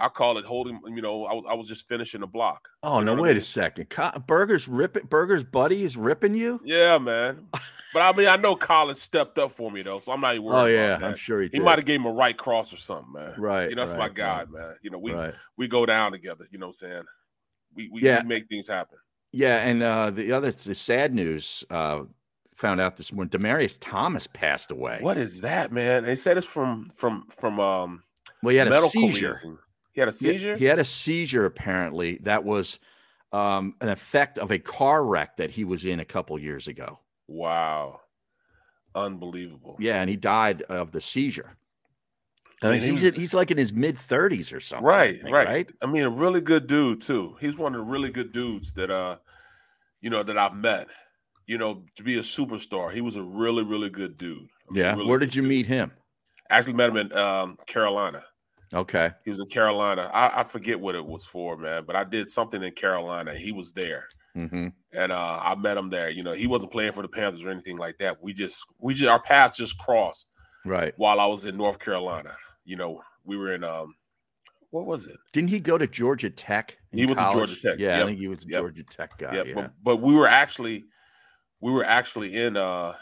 Speaker 2: I call it holding. You know, I was I was just finishing the block.
Speaker 1: Oh
Speaker 2: You know
Speaker 1: no!
Speaker 2: what I
Speaker 1: Wait a
Speaker 2: mean?
Speaker 1: second. Co- Burger's ripping. Burger's buddy is ripping you.
Speaker 2: Yeah, man. But I mean, I know Colin stepped up for me though, so I'm not even worried.
Speaker 1: Oh yeah,
Speaker 2: about
Speaker 1: I'm
Speaker 2: that.
Speaker 1: sure he.
Speaker 2: he
Speaker 1: did.
Speaker 2: might have gave him a right cross or something, man.
Speaker 1: Right.
Speaker 2: You know, that's
Speaker 1: right,
Speaker 2: my guy,
Speaker 1: right,
Speaker 2: man. You know, we
Speaker 1: right.
Speaker 2: we go down together. You know, what I'm saying we we,
Speaker 1: Yeah.
Speaker 2: we make things happen.
Speaker 1: Yeah, and uh, the other the sad news uh, found out this morning: Demarius Thomas passed away.
Speaker 2: What is that, man? They said it's from from from um
Speaker 1: Well, he had a
Speaker 2: medical
Speaker 1: seizure.
Speaker 2: reason. He had a
Speaker 1: He-
Speaker 2: seizure.
Speaker 1: He, had a seizure apparently that was um, an effect of a car wreck that he was in a couple years ago.
Speaker 2: Wow, unbelievable.
Speaker 1: Yeah, and he died of the seizure. I
Speaker 2: Man,
Speaker 1: mean,
Speaker 2: he
Speaker 1: he's
Speaker 2: was-
Speaker 1: he's like in his mid thirties or something. I
Speaker 2: Right,
Speaker 1: think,
Speaker 2: right, I mean, a really good dude too. He's one of the really good dudes that uh, you know, that I've met. You know, to be a superstar, he was a really, really good dude. I mean,
Speaker 1: Yeah.
Speaker 2: really
Speaker 1: Where
Speaker 2: good
Speaker 1: did you
Speaker 2: dude.
Speaker 1: meet him?
Speaker 2: Actually, met him in um, Carolina.
Speaker 1: Okay.
Speaker 2: He was in Carolina. I, I forget what it was for, man, but I did something in Carolina. He was there.
Speaker 1: hmm
Speaker 2: and uh, I met him there. You know, he wasn't playing for the Panthers or anything like that. We just, we just, our paths just crossed
Speaker 1: Right.
Speaker 2: while I was in North Carolina. You know, we were in, um, what was it?
Speaker 1: Didn't he go to Georgia Tech? in
Speaker 2: He went to Georgia
Speaker 1: college?
Speaker 2: Tech,
Speaker 1: Yeah, I
Speaker 2: yep,
Speaker 1: think he was a
Speaker 2: yep.
Speaker 1: Georgia Tech guy.
Speaker 2: yeah,
Speaker 1: yeah.
Speaker 2: But, but we were actually, we were actually in, uh,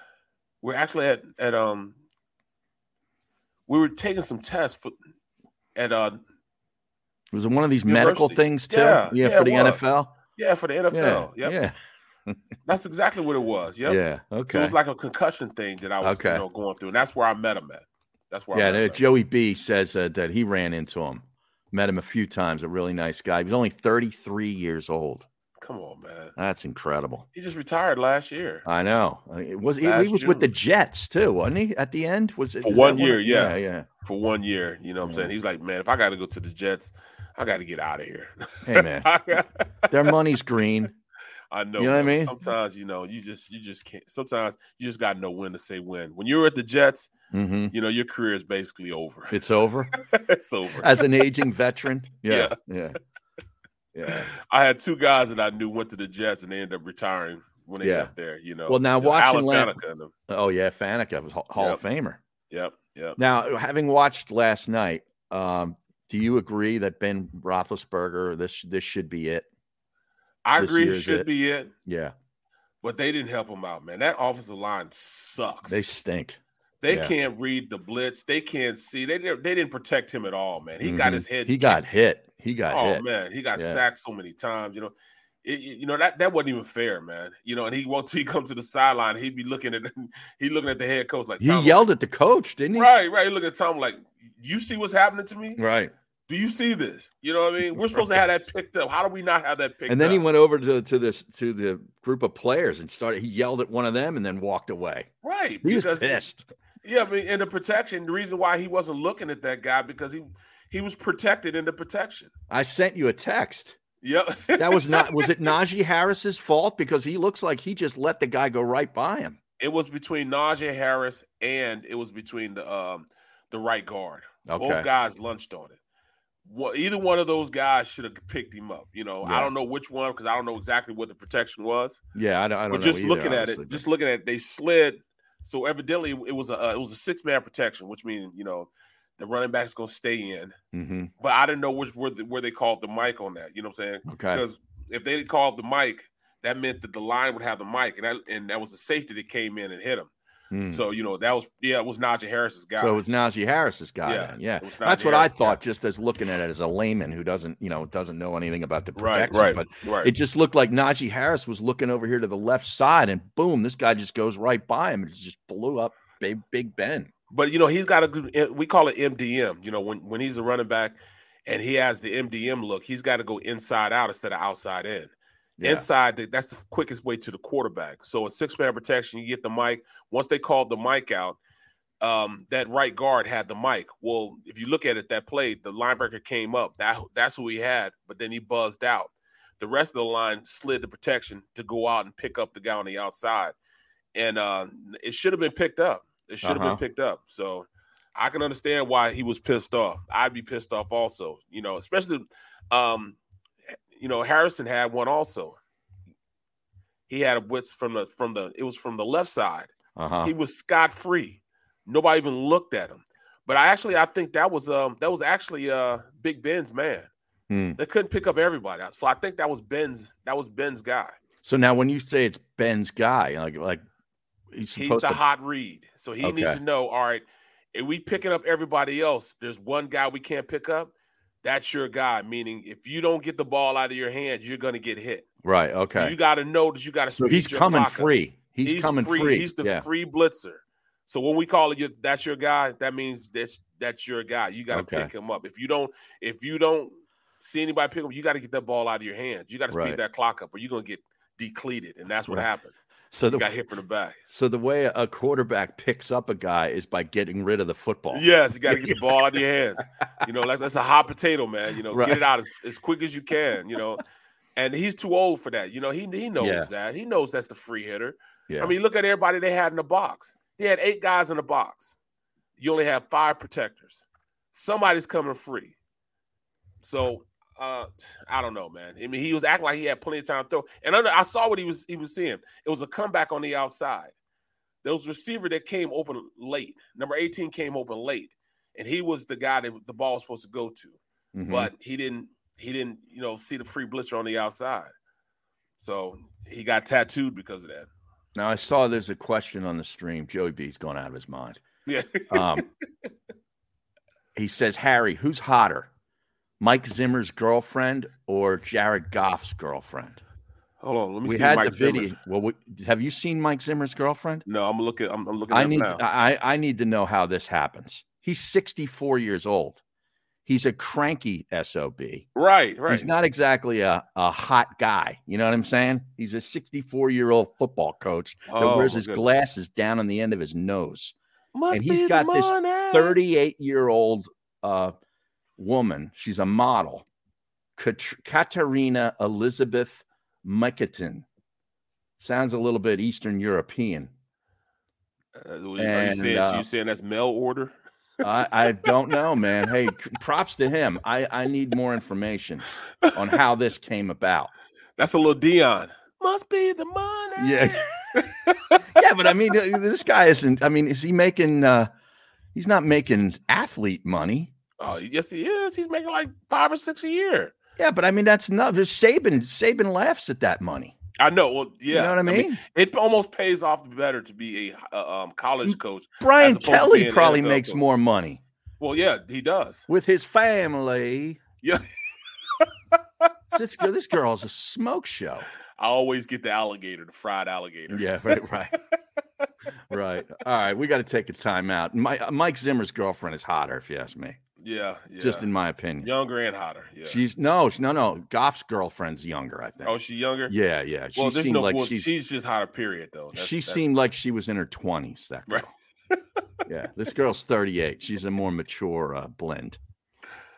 Speaker 2: we we're actually at, at, um, we were taking some tests for, at, uh,
Speaker 1: Was it one of these medical
Speaker 2: University.
Speaker 1: things too?
Speaker 2: Yeah, yeah,
Speaker 1: for
Speaker 2: it
Speaker 1: the
Speaker 2: was.
Speaker 1: NFL.
Speaker 2: yeah, for the NFL.
Speaker 1: Yeah,
Speaker 2: Yep. That's exactly what it was.
Speaker 1: yeah,
Speaker 2: Yep.
Speaker 1: yeah.
Speaker 2: So it
Speaker 1: Okay.
Speaker 2: was like a concussion thing that I was,
Speaker 1: Okay.
Speaker 2: you know, going through. And that's where I met him at. That's where I
Speaker 1: yeah,
Speaker 2: met
Speaker 1: no,
Speaker 2: him at.
Speaker 1: Joey B says uh, that he ran into him, met him a few times. A really nice guy. He was only 33 years old.
Speaker 2: Come on, man.
Speaker 1: That's incredible.
Speaker 2: He just retired last year.
Speaker 1: I know. I mean, Uh, It was he, he
Speaker 2: Last
Speaker 1: was with the
Speaker 2: June.
Speaker 1: Jets too, wasn't he? At the end, was it
Speaker 2: For
Speaker 1: is
Speaker 2: one
Speaker 1: that of-
Speaker 2: year, yeah.
Speaker 1: yeah,
Speaker 2: for one year. You know what I'm saying? He's like, man, if I got to go to the Jets, I got to get out of here.
Speaker 1: yeah. Hey man, their money's green.
Speaker 2: I know.
Speaker 1: You know what I
Speaker 2: man.
Speaker 1: mean?
Speaker 2: Sometimes you know you just you just can't. Sometimes you just got to know when to say when. When you're at the Jets,
Speaker 1: hmm
Speaker 2: you know your career is basically over.
Speaker 1: It's over
Speaker 2: it's over.
Speaker 1: as an aging veteran. Yeah, yeah, yeah.
Speaker 2: I had two guys that I knew went to the Jets and they ended up retiring when they
Speaker 1: Yeah.
Speaker 2: got there. You know.
Speaker 1: Well, now
Speaker 2: You know,
Speaker 1: watching
Speaker 2: Alan
Speaker 1: Lam-
Speaker 2: Faneca and them.
Speaker 1: Oh yeah, Faneca was Hall Hall of Famer.
Speaker 2: Yep. Yep.
Speaker 1: Now, having watched last night, um, do you agree that Ben Roethlisberger this this should be it?
Speaker 2: I
Speaker 1: This
Speaker 2: agree. It
Speaker 1: year's
Speaker 2: should
Speaker 1: it.
Speaker 2: be it.
Speaker 1: Yeah,
Speaker 2: But they didn't help him out, man. That offensive line sucks.
Speaker 1: they stink.
Speaker 2: They
Speaker 1: Yeah.
Speaker 2: can't read the blitz. They can't see. They didn't, they didn't protect him at all, man. He got
Speaker 1: Mhm.
Speaker 2: his head.
Speaker 1: He got
Speaker 2: kicked.
Speaker 1: hit. He got
Speaker 2: Oh
Speaker 1: hit.
Speaker 2: man, he got
Speaker 1: Yeah.
Speaker 2: sacked so many times. You know, It- you know that that wasn't even fair, man. You know, and he won't he come to the sideline. He'd be looking at he looking at the head coach like
Speaker 1: He
Speaker 2: Tom,
Speaker 1: yelled at the coach, didn't he?
Speaker 2: Right, right. He looked at Tom like, you see what's happening to me?
Speaker 1: Right.
Speaker 2: Do you see this? You know what I mean? We're supposed to have that picked up. How do we not have that picked up?
Speaker 1: And then he went over to to this to the group of players and started. He yelled at one of them and then walked away.
Speaker 2: right
Speaker 1: He was pissed.
Speaker 2: Yeah, I mean, in the protection, the reason why he wasn't looking at that guy because he he was protected in the protection.
Speaker 1: I sent you a text.
Speaker 2: Yep.
Speaker 1: That was not was it Najee Harris's fault because he looks like he just let the guy go right by him.
Speaker 2: It was between Najee Harris and it was between the um the right guard.
Speaker 1: Okay.
Speaker 2: Both guys lunched on it. Wha- either one of those guys should have picked him up. You know,
Speaker 1: Yeah.
Speaker 2: I don't know which one because I don't know exactly what the protection was.
Speaker 1: Yeah, I don't. I don't
Speaker 2: But
Speaker 1: know
Speaker 2: just
Speaker 1: either,
Speaker 2: looking at
Speaker 1: honestly,
Speaker 2: it,
Speaker 1: but-
Speaker 2: just looking at it, they slid. So evidently, it was a uh, it was a six man protection, which means you know the running back's gonna stay in.
Speaker 1: Mhm.
Speaker 2: But I didn't know which where, the, where they called the mic on that. You know what I'm saying?
Speaker 1: okay.
Speaker 2: because if they called the mic, that meant that the line would have the mic, and that and that was the safety that came in and hit him.
Speaker 1: Hmm.
Speaker 2: So you know that was yeah, it was Najee Harris's guy.
Speaker 1: So it was Najee Harris's guy.
Speaker 2: Yeah,
Speaker 1: then. yeah.
Speaker 2: it was
Speaker 1: That's
Speaker 2: Najee
Speaker 1: what
Speaker 2: Harris'
Speaker 1: I
Speaker 2: guy.
Speaker 1: thought, just as looking at it as a layman who doesn't, you know, doesn't know anything about the
Speaker 2: right, right,
Speaker 1: protection. But
Speaker 2: right.
Speaker 1: it just looked like Najee Harris was looking over here to the left side, and boom, this guy just goes right by him and just blew up Big, Big Ben.
Speaker 2: But you know, he's got a good. eh, We call it MDM. You know, when when he's a running back, and he has the MDM look, he's got to go inside out instead of outside in.
Speaker 1: Yeah.
Speaker 2: Inside, the, that's the quickest way to the quarterback. So in six man protection, you get the mic. Once they called the mic out, um, that right guard had the mic. Well, if you look at it, that play, the linebacker came up. That that's who he had, but then he buzzed out. The rest of the line slid the protection to go out and pick up the guy on the outside, and uh, it should have been picked up. It should have
Speaker 1: Uh-huh.
Speaker 2: been picked up. So I can understand why he was pissed off. I'd be pissed off also. You know, especially um, you know, Harrison had one also. He had a blitz from the from the it was from the left side.
Speaker 1: Uh-huh.
Speaker 2: He was scot free. Nobody even looked at him. But I actually I think that was um that was actually uh Big Ben's man.
Speaker 1: Hmm.
Speaker 2: They couldn't pick up everybody. So I think that was Ben's that was Ben's guy.
Speaker 1: So now, when you say it's Ben's guy, like like he's
Speaker 2: He's
Speaker 1: supposed
Speaker 2: the
Speaker 1: to
Speaker 2: hot read. So he needs
Speaker 1: Okay.
Speaker 2: to know, all right, if we picking up everybody else, there's one guy we can't pick up. That's your guy. Meaning if you don't get the ball out of your hands, you're gonna get hit.
Speaker 1: right.
Speaker 2: So
Speaker 1: Okay,
Speaker 2: You got to know that you got to.
Speaker 1: so he's coming free. He's, coming free.
Speaker 2: He's the
Speaker 1: yeah.
Speaker 2: free blitzer. So when we call it, you- that's your guy. That means that's that's your guy. You got to
Speaker 1: Okay.
Speaker 2: pick him up. If you don't, if you don't see anybody pick him, you got to get that ball out of your hands. You got to speed
Speaker 1: Right.
Speaker 2: that clock up, or you're gonna get depleted, and that's what
Speaker 1: Right.
Speaker 2: happened.
Speaker 1: So
Speaker 2: You got
Speaker 1: the
Speaker 2: hit from the back.
Speaker 1: so the way a quarterback picks up a guy is by getting rid of the football.
Speaker 2: Yes, you got to get the ball out of your hands. You know, like that's a hot potato, man. You know,
Speaker 1: Right.
Speaker 2: get it out as, as quick as you can. You know, and he's too old for that. You know, he he knows
Speaker 1: Yeah.
Speaker 2: that. He knows that's the free hitter.
Speaker 1: Yeah.
Speaker 2: I mean, look at everybody they had in the box. They had eight guys in the box. You only have five protectors. Somebody's coming free. So uh I don't know, man. I mean, he was acting like he had plenty of time to throw. And I, I saw what he was he was seeing. It was a comeback on the outside. There was a receiver that came open late. Number 18 came open late. And he was the guy that the ball was supposed to go to
Speaker 1: Mhm.
Speaker 2: but he didn't he didn't you know see the free blitzer on the outside so he got tattooed because of that
Speaker 1: now I saw there's a question on the stream. Joey B's gone out of his mind.
Speaker 2: yeah
Speaker 1: Um, he says, Harry, who's hotter, Mike Zimmer's girlfriend or Jared Goff's girlfriend?
Speaker 2: hold on Oh, let me
Speaker 1: we
Speaker 2: see
Speaker 1: had
Speaker 2: Mike
Speaker 1: the video.
Speaker 2: Zimmer's-
Speaker 1: Well, we, have you seen Mike Zimmer's girlfriend?
Speaker 2: no i'm looking i'm, I'm looking
Speaker 1: I
Speaker 2: at
Speaker 1: need
Speaker 2: now.
Speaker 1: I, I need to know how this happens. He's 64 years old. He's a cranky sob.
Speaker 2: right right
Speaker 1: He's not exactly a, a hot guy. You know what I'm saying? He's a 64 year old football coach that
Speaker 2: Oh,
Speaker 1: wears
Speaker 2: my
Speaker 1: his
Speaker 2: goodness.
Speaker 1: glasses down on the end of his nose.
Speaker 2: Must
Speaker 1: and
Speaker 2: be
Speaker 1: he's
Speaker 2: the
Speaker 1: got this
Speaker 2: money.
Speaker 1: 38 year old uh, woman. She's a model, Kat- Katerina Elizabeth Miketin. Sounds a little bit Eastern European.
Speaker 2: Uh, are you
Speaker 1: Mm-hmm. and,
Speaker 2: saying so
Speaker 1: uh,
Speaker 2: you saying that's mail order
Speaker 1: I, I don't know, man. Hey, c- props to him. I, I need more information on how this came about.
Speaker 2: that's a little dion must be the money
Speaker 1: Yeah. Yeah, but I mean, th- this guy isn't. I mean, is he making? uh He's not making athlete money.
Speaker 2: oh yes he is he's making like five or six a year
Speaker 1: Yeah, but I mean, that's not. Just Saban. Saban laughs at that money.
Speaker 2: i know well yeah
Speaker 1: you know what I mean.
Speaker 2: it almost pays off better to be a uh, um, college coach
Speaker 1: Brian
Speaker 2: opposed to being
Speaker 1: Kelly
Speaker 2: an
Speaker 1: probably
Speaker 2: NFL
Speaker 1: makes
Speaker 2: coach.
Speaker 1: more money
Speaker 2: well yeah he does
Speaker 1: with his family.
Speaker 2: Yeah.
Speaker 1: this, girl- this girl's a smoke show.
Speaker 2: I always get the alligator, the fried alligator.
Speaker 1: Yeah, right, right. right. All right, we got to take a timeout. My, uh, Mike Zimmer's girlfriend is hotter, if you ask me.
Speaker 2: yeah, yeah.
Speaker 1: Just in my opinion.
Speaker 2: younger and hotter. Yeah.
Speaker 1: She's no, she- no, no. Goff's girlfriend's younger, I think.
Speaker 2: oh, she younger.
Speaker 1: yeah, yeah. She
Speaker 2: well, there's
Speaker 1: seemed
Speaker 2: no.
Speaker 1: like
Speaker 2: well,
Speaker 1: she's,
Speaker 2: she's, just hotter. Period, though. That's-
Speaker 1: she
Speaker 2: that's-
Speaker 1: seemed like she was in her twenties. That girl.
Speaker 2: Right.
Speaker 1: yeah, this girl's 38. She's a more mature uh, blend.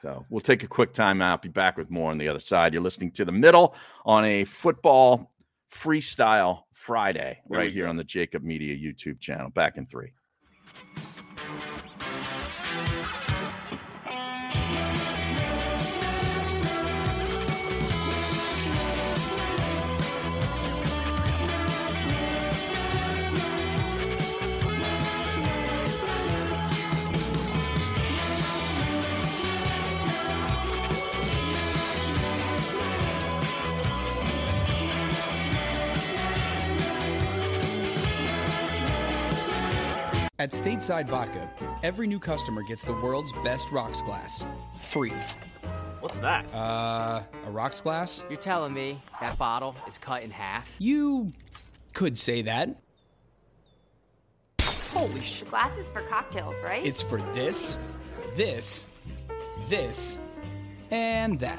Speaker 1: So we'll take a quick timeout. Be back with more on the other side. You're listening to the middle on a football freestyle Friday
Speaker 2: There
Speaker 1: right
Speaker 2: we
Speaker 1: here
Speaker 2: go.
Speaker 1: on the Jacob Media YouTube channel. Back in three.
Speaker 3: At Stateside Vodka, every new customer gets the world's best rocks glass, free.
Speaker 4: What's that?
Speaker 3: Uh, a rocks glass?
Speaker 5: You're telling me that bottle is cut in half?
Speaker 3: You could say that.
Speaker 6: Holy shit. Glasses for cocktails, right?
Speaker 3: It's for this, this, this, and that.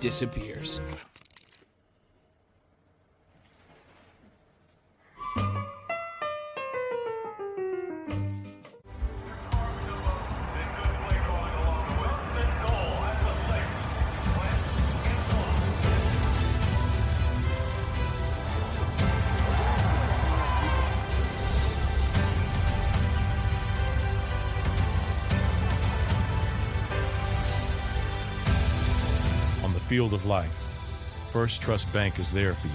Speaker 3: disappears.
Speaker 7: on the field of life, First Trust Bank is there for you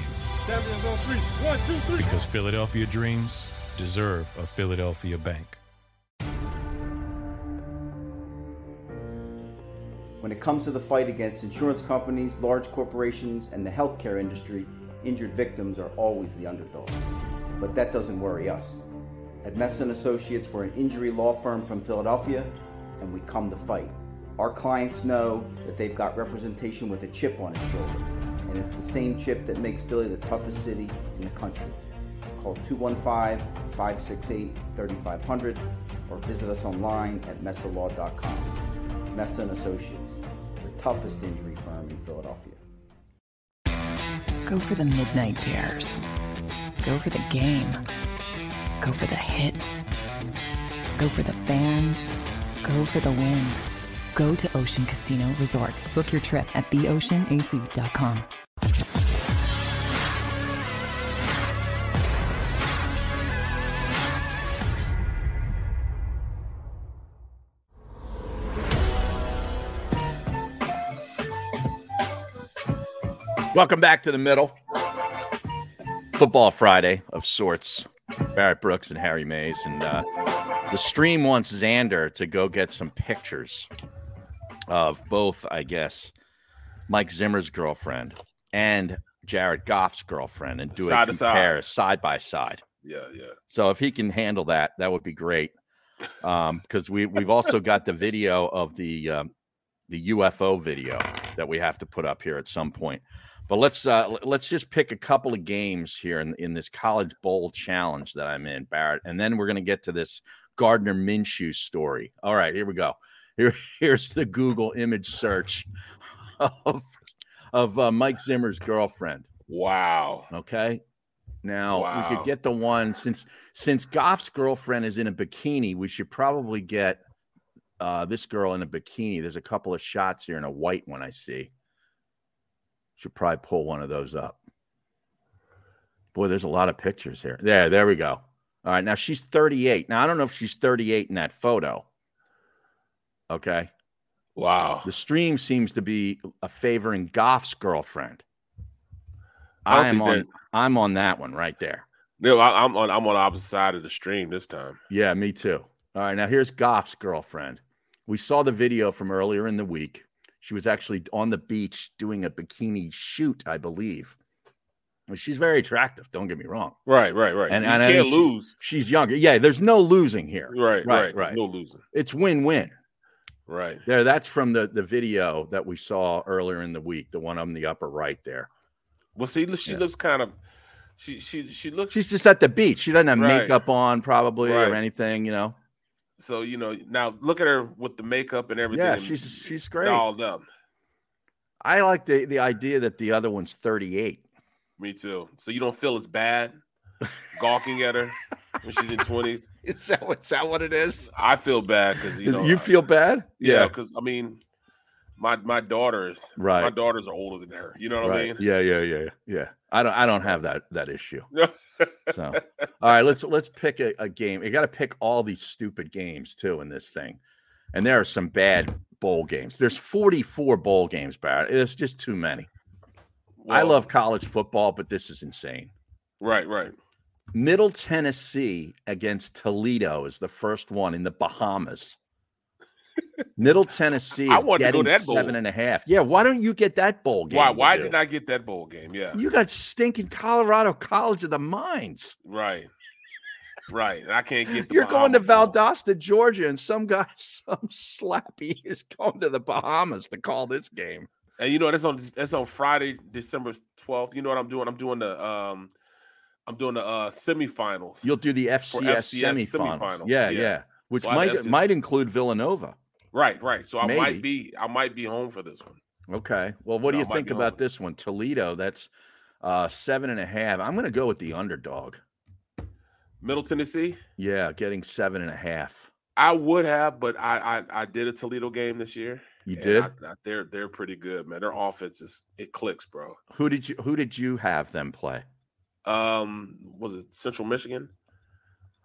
Speaker 7: because Philadelphia dreams deserve a Philadelphia bank.
Speaker 8: When it comes to the fight against insurance companies, large corporations, and the healthcare industry, injured victims are always the underdog. But that doesn't worry us. At Messon Associates, we're an injury law firm from Philadelphia, and we come to fight. Our clients know that they've got representation with a chip on its shoulder, and it's the same chip that makes Philly the toughest city in the country. Call 215-568-3500 or visit us online at messalaw.com. Messa and Associates, the toughest injury firm in Philadelphia.
Speaker 9: Go for the midnight dares. Go for the game. Go for the hits. Go for the fans. Go for the win. Go to Ocean Casino Resort. Book your trip at theoceanac.com.
Speaker 1: Welcome back to the middle. Football Friday of sorts. Barrett Brooks and Harry Mays. And uh, the stream wants Xander to go get some pictures of both, I guess, Mike Zimmer's girlfriend and Jared Goff's girlfriend and do
Speaker 2: Side
Speaker 1: a
Speaker 2: to side.
Speaker 1: compare side by side.
Speaker 2: Yeah, yeah.
Speaker 1: So if he can handle that, that would be great. Um, because we we've also got the video of the um, the UFO video that we have to put up here at some point. But let's uh, l- let's just pick a couple of games here in in this college bowl challenge that I'm in, Barrett, and then we're gonna get to this Gardner Minshew story. All right, here we go. Here here's the Google image search of of uh, Mike Zimmer's girlfriend.
Speaker 2: Wow.
Speaker 1: Okay. Now we
Speaker 2: Wow.
Speaker 1: could get the one since since Goff's girlfriend is in a bikini, we should probably get uh, this girl in a bikini. There's a couple of shots here in a white one I see. Should probably pull one of those up. Boy, there's a lot of pictures here. There, there we go. All right, now she's 38. Now I don't know if she's 38 in that photo. Okay.
Speaker 2: Wow.
Speaker 1: The stream seems to be a favoring Goff's girlfriend.
Speaker 2: I don't
Speaker 1: I'm
Speaker 2: think
Speaker 1: on
Speaker 2: that-
Speaker 1: I'm on that one right there.
Speaker 2: No, I, I'm on I'm on the opposite side of the stream this time.
Speaker 1: Yeah, me too. All right, now here's Goff's girlfriend. We saw the video from earlier in the week. She was actually on the beach doing a bikini shoot, I believe. Well, She's very attractive, don't get me wrong.
Speaker 2: Right, right, right.
Speaker 1: And-
Speaker 2: you
Speaker 1: and I
Speaker 2: can't
Speaker 1: think she-
Speaker 2: lose.
Speaker 1: She's younger. Yeah, there's no losing here.
Speaker 2: Right,
Speaker 1: right,
Speaker 2: right, right.
Speaker 1: right.
Speaker 2: No losing.
Speaker 1: It's win-win.
Speaker 2: Right.
Speaker 1: There, that's from the the video that we saw earlier in the week, the one on the upper right there.
Speaker 2: Well, see, she
Speaker 1: Yeah.
Speaker 2: looks kind of. She she she looks.
Speaker 1: She's just at the beach. She doesn't have
Speaker 2: Right.
Speaker 1: makeup on, probably,
Speaker 2: Right.
Speaker 1: or anything, you know.
Speaker 2: so you know now look at her with the makeup and everything.
Speaker 1: Yeah, she's she's great.
Speaker 2: dolled up.
Speaker 1: I like the the idea that the other one's 38.
Speaker 2: Me too. So you don't feel as bad gawking at her when she's in twenties.
Speaker 1: Is that, what- is that what it is?
Speaker 2: I feel bad because you know
Speaker 1: you
Speaker 2: I-
Speaker 1: feel bad?
Speaker 2: yeah because I mean my my daughters,
Speaker 1: Right.
Speaker 2: my daughters are older than her. You know what I
Speaker 1: Right.
Speaker 2: mean?
Speaker 1: Yeah, yeah, yeah, yeah, yeah. I don't, I don't have that that issue. so, all right, let's let's pick a, a game. You got to pick all these stupid games too in this thing, and there are some bad bowl games. There's 44 bowl games, Barrett. It's just too many. I
Speaker 2: Well-
Speaker 1: love college football, but this is insane.
Speaker 2: Right, right.
Speaker 1: Middle Tennessee against Toledo is the first one in the Bahamas. Middle Tennessee
Speaker 2: I
Speaker 1: is
Speaker 2: wanted to go
Speaker 1: getting
Speaker 2: to that bowl.
Speaker 1: seven and a half. Yeah, why don't you get that bowl game?
Speaker 2: Why?
Speaker 1: you
Speaker 2: Why
Speaker 1: do?
Speaker 2: did I get that bowl game? Yeah.
Speaker 1: You got stinking Colorado College of the Mines.
Speaker 2: Right. Right. And I can't get the
Speaker 1: You're going to
Speaker 2: Bahamas.
Speaker 1: Valdosta, Georgia, and some guy, some slappy, is going to the Bahamas to call this game.
Speaker 2: and you know that's on that's on Friday, December 12th. You know what I'm doing? I'm doing the um I'm doing the uh semifinals.
Speaker 1: You'll do the FCS,
Speaker 2: FCS
Speaker 1: semifinals.
Speaker 2: semifinal,
Speaker 1: Yeah,
Speaker 2: yeah.
Speaker 1: yeah, which
Speaker 2: So I-
Speaker 1: might
Speaker 2: that's-
Speaker 1: might include Villanova.
Speaker 2: Right, right. So I might
Speaker 1: Maybe.
Speaker 2: be I might be home for this one.
Speaker 1: Okay. Well, what
Speaker 2: No,
Speaker 1: do
Speaker 2: Oh, it
Speaker 1: you
Speaker 2: might
Speaker 1: think
Speaker 2: be
Speaker 1: about this one? Toledo, that's uh seven and a half. I'm gonna go with the underdog.
Speaker 2: Middle Tennessee.
Speaker 1: Yeah, getting seven and a half.
Speaker 2: I would have, but I I, I did a Toledo game this year.
Speaker 1: You
Speaker 2: and
Speaker 1: did?
Speaker 2: I- I- they're they're pretty good, man. Their offense is it clicks, bro.
Speaker 1: Who did you who did you have them play?
Speaker 2: Um, was it Central Michigan?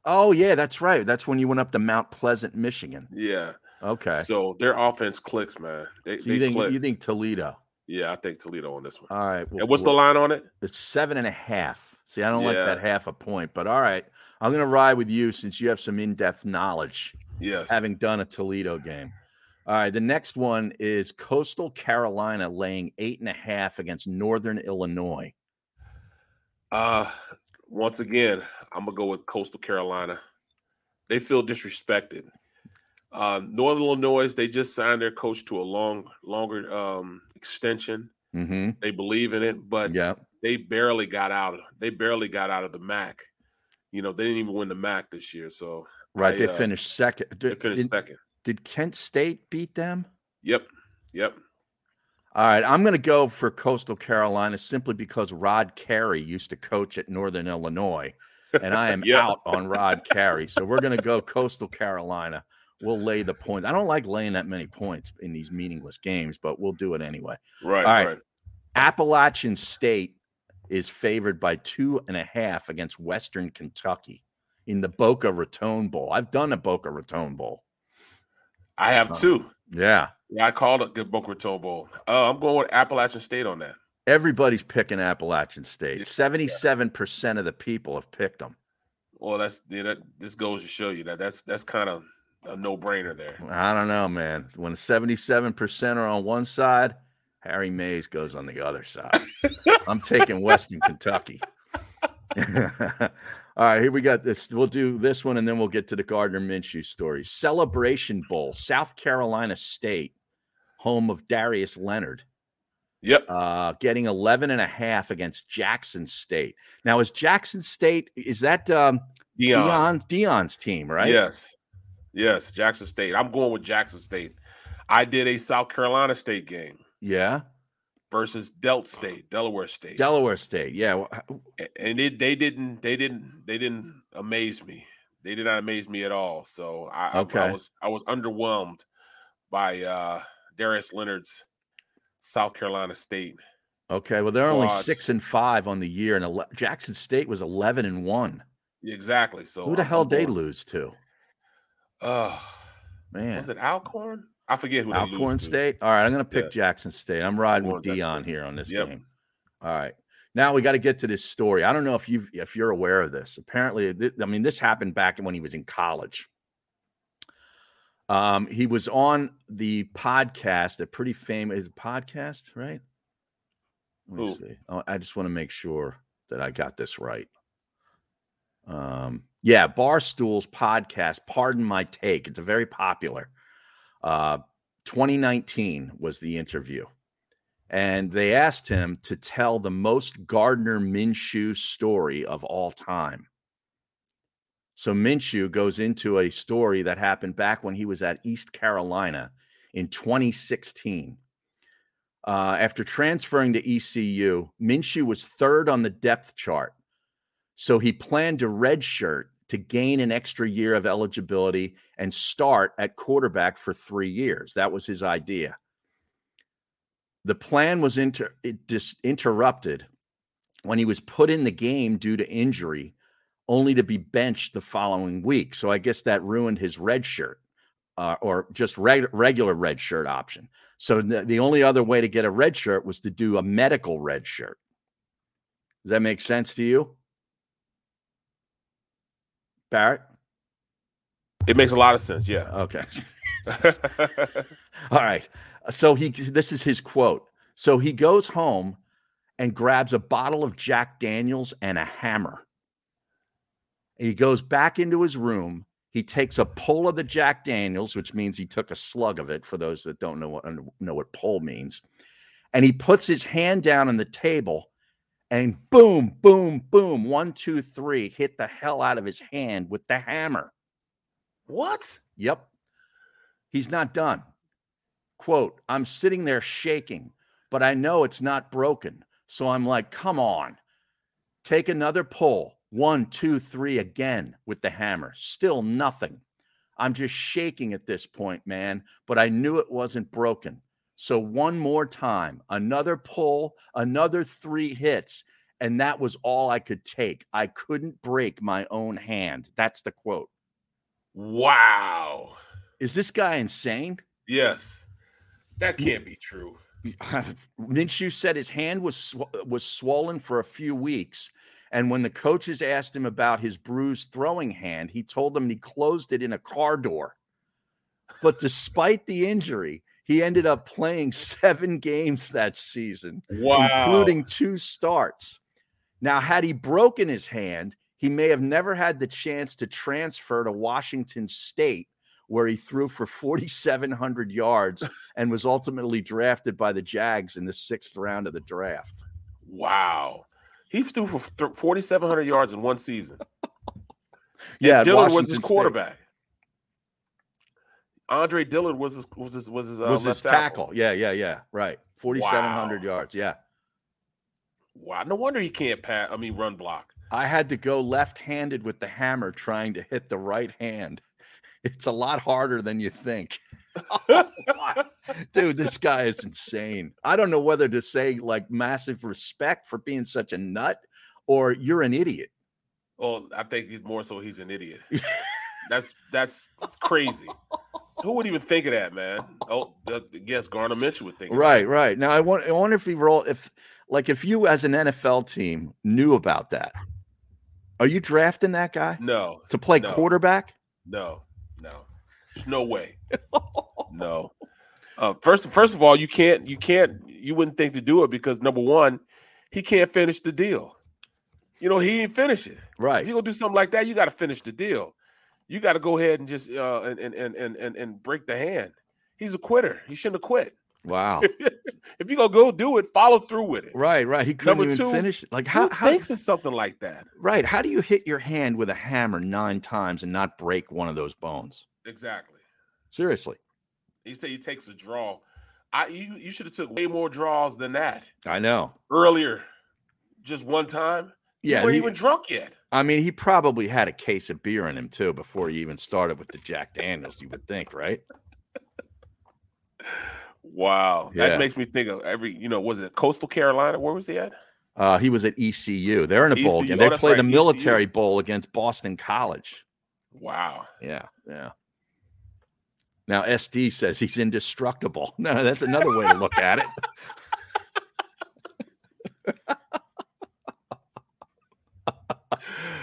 Speaker 1: Oh yeah, that's right. That's when you went up to Mount Pleasant, Michigan.
Speaker 2: Yeah.
Speaker 1: Okay.
Speaker 2: So their offense clicks, man. They,
Speaker 1: So
Speaker 2: they
Speaker 1: you think
Speaker 2: click.
Speaker 1: you think Toledo?
Speaker 2: yeah, I think Toledo on this one.
Speaker 1: All right. well-
Speaker 2: and what's the
Speaker 1: well,
Speaker 2: line on it?
Speaker 1: It's seven and a half. See, I don't like
Speaker 2: Yeah.
Speaker 1: that half a point, but all right. I'm gonna ride with you since you have some in-depth knowledge.
Speaker 2: Yes.
Speaker 1: having done a Toledo game. All right, the next one is Coastal Carolina laying eight and a half against Northern Illinois.
Speaker 2: Uh once again, I'm gonna go with Coastal Carolina. They feel disrespected. Uh, Northern Illinois, they just signed their coach to a long, longer um, extension.
Speaker 1: Mm-hmm.
Speaker 2: They believe in it, but
Speaker 1: Yeah.
Speaker 2: they barely got out. Of, they barely got out of the MAC. You know, they didn't even win the MAC this year. So
Speaker 1: Right.
Speaker 2: I,
Speaker 1: they
Speaker 2: uh,
Speaker 1: finished second.
Speaker 2: They finished
Speaker 1: did,
Speaker 2: second.
Speaker 1: Did Kent State beat them?
Speaker 2: Yep. Yep.
Speaker 1: All right. I'm going to go for Coastal Carolina simply because Rod Carey used to coach at Northern Illinois, and I am
Speaker 2: Yeah.
Speaker 1: out on Rod Carey. So we're going to go Coastal Carolina. We'll lay the points. I don't like laying that many points in these meaningless games, but we'll do it anyway.
Speaker 2: Right.
Speaker 1: All right.
Speaker 2: Right.
Speaker 1: Appalachian State is favored by two and a half against Western Kentucky in the Boca Raton Bowl. I've done a Boca Raton Bowl.
Speaker 2: I have
Speaker 1: Uh,
Speaker 2: two.
Speaker 1: Yeah.
Speaker 2: Yeah, I called it good Boca Raton Bowl. Uh, I'm going with Appalachian State on that.
Speaker 1: Everybody's picking Appalachian State. 77% of the people have picked them.
Speaker 2: Well, that's yeah, that. This goes to show you that that's that's kind of a no brainer there.
Speaker 1: I don't know, man. When 77% are on one side, Harry Mays goes on the other side. I'm taking Western Kentucky. All right, here we got this. We'll do this one and then we'll get to the Gardner Minshew story. Celebration Bowl, South Carolina State, home of Darius Leonard.
Speaker 2: Yep.
Speaker 1: Uh, getting 11 and a half against Jackson State. Now, is Jackson State, is that um,
Speaker 2: Deion.
Speaker 1: Deion- Deion's team, right?
Speaker 2: Yes. Yes, Jackson State. I'm going with Jackson State. I did a South Carolina State game
Speaker 1: Yeah.
Speaker 2: versus Delt State, Delaware State,
Speaker 1: Delaware State. Yeah. wh-
Speaker 2: A- and it, they didn't, they didn't, they didn't amaze me. They did not amaze me at all. So I, I- I
Speaker 1: Okay.
Speaker 2: was, I was underwhelmed by uh Darius Leonard's South Carolina State.
Speaker 1: Okay, well they're only
Speaker 2: squads.
Speaker 1: six and five on the year, and ele- Jackson State was eleven and one.
Speaker 2: Exactly. So
Speaker 1: Who the
Speaker 2: I'm-
Speaker 1: hell
Speaker 2: I'm
Speaker 1: they
Speaker 2: going-
Speaker 1: lose to?
Speaker 2: Uh,
Speaker 1: Man,
Speaker 2: was it Alcorn? I forget who they
Speaker 1: Alcorn
Speaker 2: lose to.
Speaker 1: State. All right, I'm going to pick
Speaker 2: Yeah.
Speaker 1: Jackson State. I'm riding with
Speaker 2: Alcorn, Jackson
Speaker 1: Dion here on this
Speaker 2: Yep.
Speaker 1: game. All right, now we got to get to this story. I don't know if you if you're aware of this. Apparently, th- I mean this happened back when he was in college. Um, he was on the podcast, a pretty famous is it podcast, right? Let me
Speaker 2: Who?
Speaker 1: see. Oh, I just want to make sure that I got this right. Um, yeah, Barstool's podcast, Pardon My Take. It's a very popular. Uh, 2019 was the interview. And they asked him to tell the most Gardner Minshew story of all time. So Minshew goes into a story that happened back when he was at East Carolina in 2016. Uh, after transferring to ECU, Minshew was third on the depth chart. So he planned to redshirt to gain an extra year of eligibility and start at quarterback for three years. That was his idea. The plan was inter- it dis- interrupted when he was put in the game due to injury, only to be benched the following week. So I guess that ruined his red shirt uh, or just reg- regular red shirt option. So the, the only other way to get a red shirt was to do a medical red shirt. Does that make sense to you, Barrett?
Speaker 2: It makes a lot of sense. Yeah.
Speaker 1: Okay. Uh, All right. So he this is his quote. So he goes home and grabs a bottle of Jack Daniels and a hammer. And he goes back into his room. He takes a pull of the Jack Daniels, which means he took a slug of it for those that don't know what know what pull means. And he puts his hand down on the table and boom, boom, boom, one, two, three, hit the hell out of his hand with the hammer.
Speaker 4: What?
Speaker 1: Yep. He's not done. Quote, I'm sitting there shaking, but I know it's not broken. So I'm like, come on, take another pull. One, two, three again with the hammer. Still nothing. I'm just shaking at this point, man, but I knew it wasn't broken. So one more time, another pull, another three hits. And that was all I could take. I couldn't break my own hand. That's the quote.
Speaker 2: Wow.
Speaker 1: Is this guy insane?
Speaker 2: Yes. That can't be true.
Speaker 1: Minshew said his hand was sw- was swollen for a few weeks, and when the coaches asked him about his bruised throwing hand, he told them he closed it in a car door. But despite the injury, he ended up playing seven games that season,
Speaker 2: wow.
Speaker 1: including two starts. Now, had he broken his hand, he may have never had the chance to transfer to Washington State, where he threw for 4,700 yards and was ultimately drafted by the Jags in the sixth round of the draft.
Speaker 2: Wow. He threw for 4,700 yards in one season.
Speaker 1: yeah.
Speaker 2: Dillard was his quarterback. State. Andre Dillard was his was his was his, uh,
Speaker 1: was his tackle. tackle. Yeah, yeah, yeah. Right, forty seven hundred wow. yards. Yeah.
Speaker 2: Wow. No wonder he can't pass. I mean, run block.
Speaker 1: I had to go left handed with the hammer, trying to hit the right hand. It's a lot harder than you think. Oh Dude, this guy is insane. I don't know whether to say like massive respect for being such a nut or you're an idiot.
Speaker 2: Oh, I think he's more so he's an idiot. that's that's crazy. Who would even think of that, man? Oh, I guess Garner Mitchell would think.
Speaker 1: Right, right. Now I want I wonder if we roll if like if you as an NFL team knew about that. Are you drafting that guy?
Speaker 2: No.
Speaker 1: To play
Speaker 2: no,
Speaker 1: quarterback?
Speaker 2: No. No. There's no way. no. Uh, first first of all, you can't you can't you wouldn't think to do it because number one, he can't finish the deal. You know, he didn't finish it.
Speaker 1: Right.
Speaker 2: If you gonna do something like that, you gotta finish the deal you got to go ahead and just uh, and, and and and and break the hand. He's a quitter. He shouldn't have quit.
Speaker 1: Wow.
Speaker 2: if you gonna go do it, follow through with it.
Speaker 1: Right, right. He couldn't Number even two, finish. It. Like how
Speaker 2: who how thinks of something like that?
Speaker 1: Right. How do you hit your hand with a hammer nine times and not break one of those bones?
Speaker 2: Exactly.
Speaker 1: Seriously.
Speaker 2: He said he takes a draw. I you you should have took way more draws than that.
Speaker 1: I know.
Speaker 2: Earlier, just one time. Yeah, you weren't he, even drunk yet.
Speaker 1: I mean, he probably had a case of beer in him too before he even started with the Jack Daniels. you would think, right?
Speaker 2: Wow, yeah. that makes me think of every. You know, was it Coastal Carolina? Where was he at?
Speaker 1: Uh, he was at ECU. They're in a ECU. bowl game. They oh, play right. the military ECU. bowl against Boston College.
Speaker 2: Wow.
Speaker 1: Yeah. Yeah. Now SD says he's indestructible. No, that's another way to look at it. that's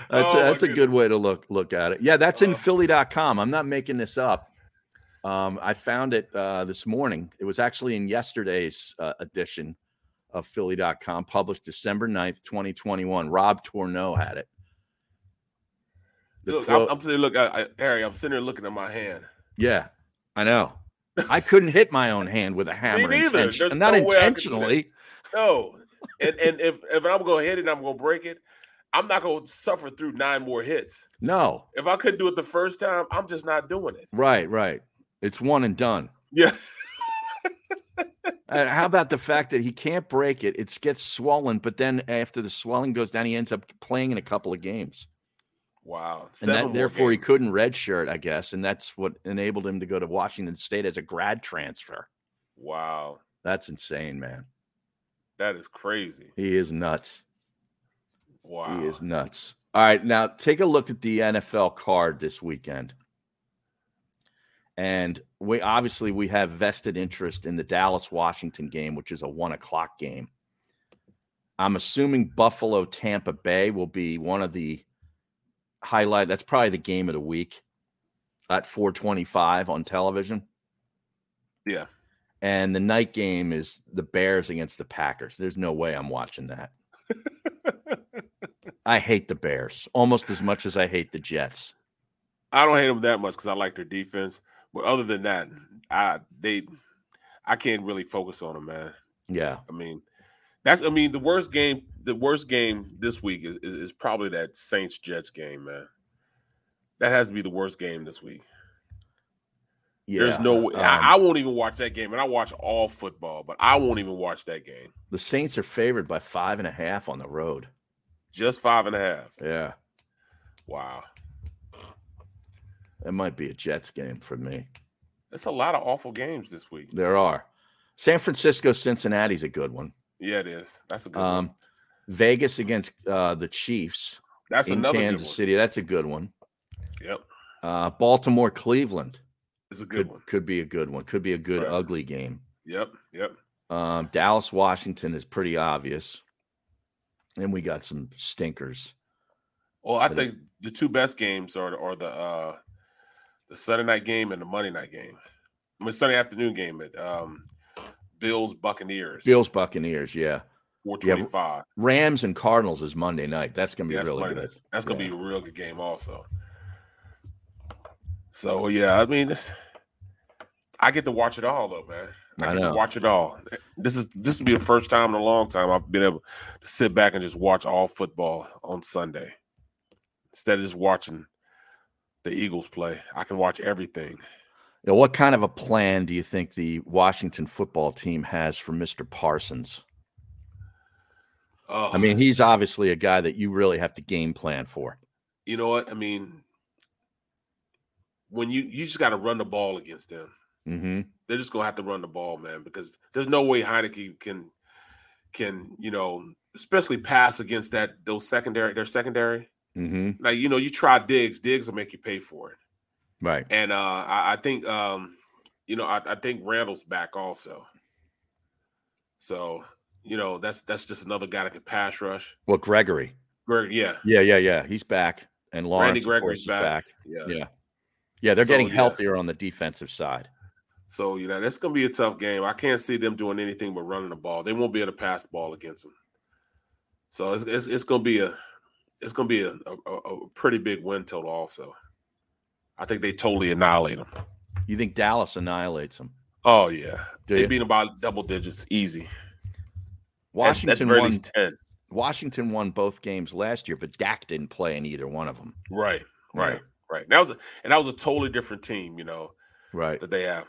Speaker 1: oh, a, that's a good way to look look at it. Yeah,
Speaker 2: Oh.
Speaker 1: that's in uh, Philly.com. I'm not making this up. Um, I found it uh, this morning. It was actually in yesterday's uh, edition of Philly.com, published December 9th, 2021. Rob Tourneau had it.
Speaker 2: The look, quote, I'm, I'm, sitting. Look, I, I, Harry, I'm sitting there looking at my hand.
Speaker 1: Yeah, I know. I couldn't hit my own hand with a hammer.
Speaker 2: Me neither. Intention-
Speaker 1: not
Speaker 2: no
Speaker 1: intentionally.
Speaker 2: No. And and if if I'm gonna hit it, I'm gonna break it. I'm not going to suffer through nine more hits.
Speaker 1: No.
Speaker 2: If I couldn't do it the first time, I'm just not doing it.
Speaker 1: Right, right. It's one and done.
Speaker 2: Yeah.
Speaker 1: uh, how about the fact that he can't break it? It gets swollen, but then after the swelling goes down, he ends up playing in a couple of games.
Speaker 2: Wow.
Speaker 1: Seven and that, therefore, games. he couldn't redshirt, I guess. And that's what enabled him to go to Washington State as a grad transfer.
Speaker 2: Wow.
Speaker 1: That's insane, man.
Speaker 2: That is crazy.
Speaker 1: He is nuts.
Speaker 2: Wow.
Speaker 1: He is nuts. All right, now take a look at the NFL card this weekend. And we obviously we have vested interest in the Dallas Washington game, which is a one o'clock game. I'm assuming Buffalo Tampa Bay will be one of the highlight. That's probably the game of the week at 425 on television.
Speaker 2: Yeah.
Speaker 1: And the night game is the Bears against the Packers. There's no way I'm watching that. I hate the Bears almost as much as I hate the Jets.
Speaker 2: I don't hate them that much because I like their defense. But other than that, I they I can't really focus on them, man.
Speaker 1: Yeah.
Speaker 2: I mean, that's I mean the worst game. The worst game this week is is, is probably that Saints Jets game, man. That has to be the worst game this week. There's no way.
Speaker 1: um,
Speaker 2: I, I won't even watch that game, and I watch all football, but I won't even watch that game.
Speaker 1: the Saints are favored by five and a half on the road.
Speaker 2: Just five and a half.
Speaker 1: Yeah.
Speaker 2: Wow,
Speaker 1: That might be a Jets game for me.
Speaker 2: that's a lot of awful games this week.
Speaker 1: There are. San Francisco Cincinnati's a good one.
Speaker 2: Yeah, it is. That's a good one.
Speaker 1: Um, Vegas against uh, the Chiefs.
Speaker 2: That's
Speaker 1: in
Speaker 2: another good
Speaker 1: Kansas
Speaker 2: one.
Speaker 1: City. That's a good one.
Speaker 2: Yep,
Speaker 1: Uh, Baltimore Cleveland
Speaker 2: it's a good
Speaker 1: could,
Speaker 2: one.
Speaker 1: could be a good one. Could be a good ugly game.
Speaker 2: Yep, yep.
Speaker 1: Um, Dallas Washington is pretty obvious. And we got some stinkers.
Speaker 2: Well, I
Speaker 1: But it-
Speaker 2: think the two best games are are the uh the Sunday night game and the Monday night game. I mean Sunday afternoon game at um Bills Buccaneers.
Speaker 1: Bills Buccaneers, yeah.
Speaker 2: four
Speaker 1: Yeah,
Speaker 2: twenty five.
Speaker 1: Rams and Cardinals is Monday night. That's gonna be
Speaker 2: that's
Speaker 1: really
Speaker 2: Monday
Speaker 1: good.
Speaker 2: night. That's gonna be a real good game also. So yeah, I mean this I get to watch it all though, man. I,
Speaker 1: I
Speaker 2: get
Speaker 1: know.
Speaker 2: to watch it all. This is this will be the first time in a long time I've been able to sit back and just watch all football on Sunday. Instead of just watching the Eagles play, I can watch everything.
Speaker 1: Now, what kind of a plan do you think the Washington football team has for Mr. Parsons?
Speaker 2: Oh,
Speaker 1: I mean, he's obviously a guy that you really have to game plan for.
Speaker 2: you know what? I mean, when you you just got to run the ball against them.
Speaker 1: Mm-hmm.
Speaker 2: They're just gonna have to run the ball, man, because there's no way Heineke can can you know, especially pass against that those secondary their secondary.
Speaker 1: Mm-hmm.
Speaker 2: Like you know, you try Diggs, Diggs will make you pay for it.
Speaker 1: Right.
Speaker 2: And uh, I, I think um, you know, I, I think Randall's back also. So you know, that's that's just another guy that can pass rush.
Speaker 1: Well, Gregory.
Speaker 2: Greg, yeah,
Speaker 1: Yeah, yeah, yeah. He's back. And Lawrence
Speaker 2: Randy
Speaker 1: of
Speaker 2: Gregory's
Speaker 1: course, is
Speaker 2: back.
Speaker 1: Yeah.
Speaker 2: Yeah.
Speaker 1: yeah. they're
Speaker 2: So,
Speaker 1: getting
Speaker 2: yeah.
Speaker 1: healthier on the defensive side.
Speaker 2: So you know that's going to be a tough game. I can't see them doing anything but running the ball. They won't be able to pass the ball against them. So it's it's, it's going to be a it's going to be a, a, a pretty big win total. Also, I think they totally annihilate them.
Speaker 1: You think Dallas annihilates them?
Speaker 2: Oh yeah,
Speaker 1: Do
Speaker 2: they
Speaker 1: you?
Speaker 2: beat them by double digits, easy. at the
Speaker 1: Washington
Speaker 2: very
Speaker 1: won.
Speaker 2: least ten.
Speaker 1: Washington won both games last year, but Dak didn't play in either one of them.
Speaker 2: Right,
Speaker 1: Yeah.
Speaker 2: right, right. That was a, and that was a totally different team. You know
Speaker 1: Right.
Speaker 2: that they have.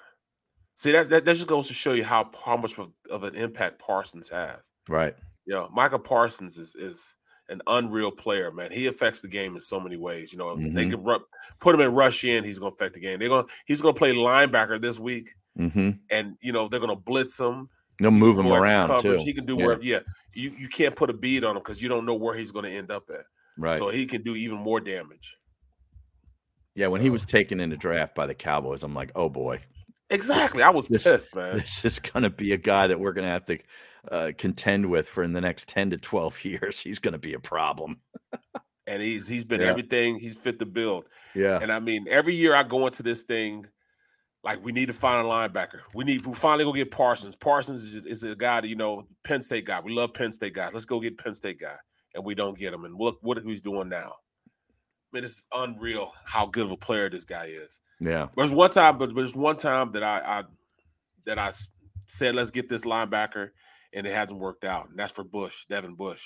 Speaker 2: See that that, that just goes to show you how how much of, of an impact Parsons has.
Speaker 1: Right.
Speaker 2: you know, Michael Parsons is is an unreal player, man. He affects the game in so many ways. You know, they
Speaker 1: Mhm.
Speaker 2: can run, put him in rush in, he's gonna affect the game. They're gonna he's gonna play linebacker this week,
Speaker 1: Mm-hmm.
Speaker 2: and you know they're gonna blitz him.
Speaker 1: They'll move him
Speaker 2: correct
Speaker 1: around too.
Speaker 2: coverage. He can do
Speaker 1: Yeah.
Speaker 2: where, yeah. You you can't put a bead on him because you don't know where he's gonna end up at.
Speaker 1: Right.
Speaker 2: So he can do even more damage.
Speaker 1: yeah, when he was taken in the draft by the Cowboys, I'm like, oh boy,
Speaker 2: Exactly. I was
Speaker 1: This-
Speaker 2: pissed, man.
Speaker 1: this is going to be a guy that we're going to have to uh, contend with for in the next 10 to 12 years. He's going to be a problem.
Speaker 2: and he's he's been
Speaker 1: Yeah.
Speaker 2: everything he's fit the build.
Speaker 1: Yeah.
Speaker 2: And I mean, every year I go into this thing like we need to find a linebacker. We need we finally go get Parsons. Parsons is, is a guy that you know Penn State guy. We love Penn State guys. Let's go get Penn State guy, and we don't get him. And look what he's doing now. Man, it's unreal how good of a player this guy is.
Speaker 1: Yeah.
Speaker 2: There's one time, but there's one time that I, I that I s- said let's get this linebacker, and it hasn't worked out. And that's for Bush, Devin Bush,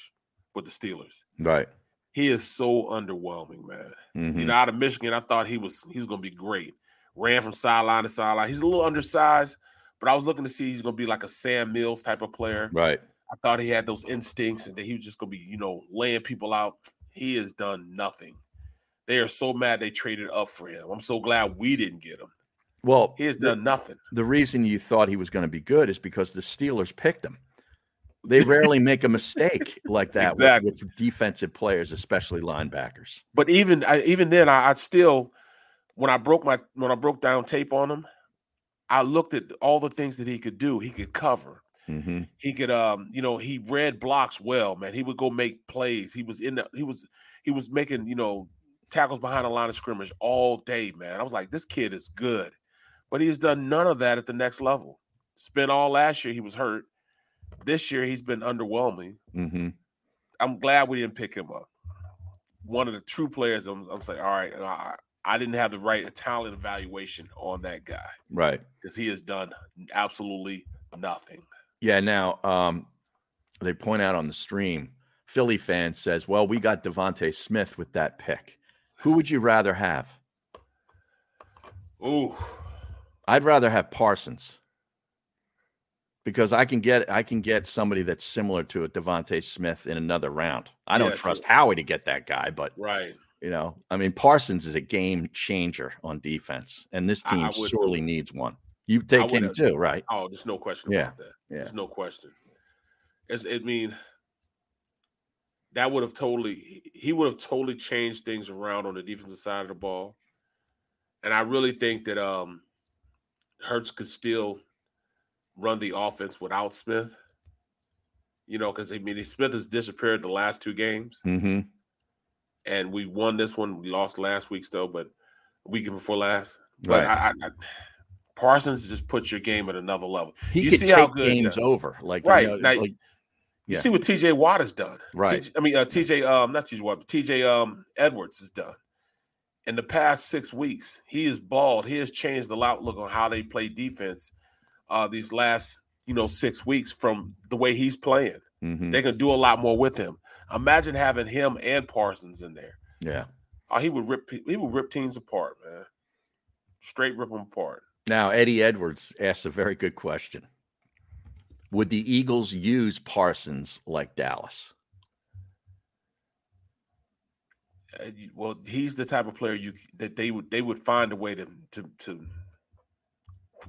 Speaker 2: with the Steelers
Speaker 1: Right.
Speaker 2: he is so underwhelming, man.
Speaker 1: Mhm.
Speaker 2: You know, out of Michigan, I thought he was he's gonna be great. Ran from sideline to sideline. He's a little undersized, but I was looking to see he's gonna be like a Sam Mills type of player.
Speaker 1: Right.
Speaker 2: I thought he had those instincts and that he was just gonna be, you know, laying people out. He has done nothing. They are so mad they traded up for him. I'm so glad we didn't get him.
Speaker 1: Well,
Speaker 2: he has done nothing.
Speaker 1: The reason you thought he was going to be good is because the Steelers picked him. They rarely make a mistake like that with-
Speaker 2: Exactly.
Speaker 1: with, defensive players, especially linebackers.
Speaker 2: But even I, even then, I, I still when I broke my when I broke down tape on him, I looked at all the things that he could do. He could cover.
Speaker 1: Mm-hmm.
Speaker 2: He could um you know he read blocks well, man. He would go make plays. He was in the he was he was making you know tackles behind the line of scrimmage all day, man. I was like, this kid is good, but he's done none of that at the next level. Spent all last year he was hurt. This year he's been underwhelming.
Speaker 1: Mm-hmm.
Speaker 2: I'm glad we didn't pick him up. One of the true players, I'm, I'm saying, all right, I, I didn't have the right talent evaluation on that guy
Speaker 1: Right.
Speaker 2: because he has done absolutely nothing.
Speaker 1: Yeah. Now, um, they point out on the stream, Philly fan says, "Well, we got Devonte Smith with that pick. Who would you rather have?"
Speaker 2: Ooh,
Speaker 1: I'd rather have Parsons because I can get I can get somebody that's similar to a Devonte Smith in another round. I don't
Speaker 2: Yeah,
Speaker 1: trust Howie to get that guy, but
Speaker 2: right.
Speaker 1: you know, I mean, Parsons is a game changer on defense, and this
Speaker 2: I-
Speaker 1: team
Speaker 2: I would-
Speaker 1: sorely needs one. You
Speaker 2: I
Speaker 1: take
Speaker 2: would
Speaker 1: him
Speaker 2: have-
Speaker 1: too, right?
Speaker 2: Oh, there's no question
Speaker 1: Yeah,
Speaker 2: about that.
Speaker 1: yeah.
Speaker 2: There's no question. It's, it mean that would have totally he- he would have totally changed things around on the defensive side of the ball. And I really think that um Hertz could still run the offense without Smith. You know, because I mean Smith has disappeared the last two games
Speaker 1: Mm-hmm.
Speaker 2: and we won this one. We lost last week still, but weekend before last. But
Speaker 1: Right.
Speaker 2: I, I, I, Parsons just puts your game at another level.
Speaker 1: He
Speaker 2: you
Speaker 1: could
Speaker 2: see
Speaker 1: take
Speaker 2: how good
Speaker 1: games over, like you
Speaker 2: right.
Speaker 1: know,
Speaker 2: Now,
Speaker 1: like-
Speaker 2: you
Speaker 1: yeah.
Speaker 2: see what TJ Watt has done.
Speaker 1: Right.
Speaker 2: TJ I mean, uh, TJ, um, not TJ Watt, but TJ um, Edwards has done. In the past six weeks, he is balled. He has changed the outlook on how they play defense uh, these last, you know, six weeks from the way he's playing.
Speaker 1: Mhm.
Speaker 2: They can do a lot more with him. Imagine having him and Parsons in there.
Speaker 1: yeah.
Speaker 2: Oh, he would rip. pe- He would rip teams apart, man. Straight rip them apart.
Speaker 1: Now, Eddie Edwards asks a very good question. Would the Eagles use Parsons like Dallas?
Speaker 2: Uh, you- Well, he's the type of player you that they would they would find a way to to to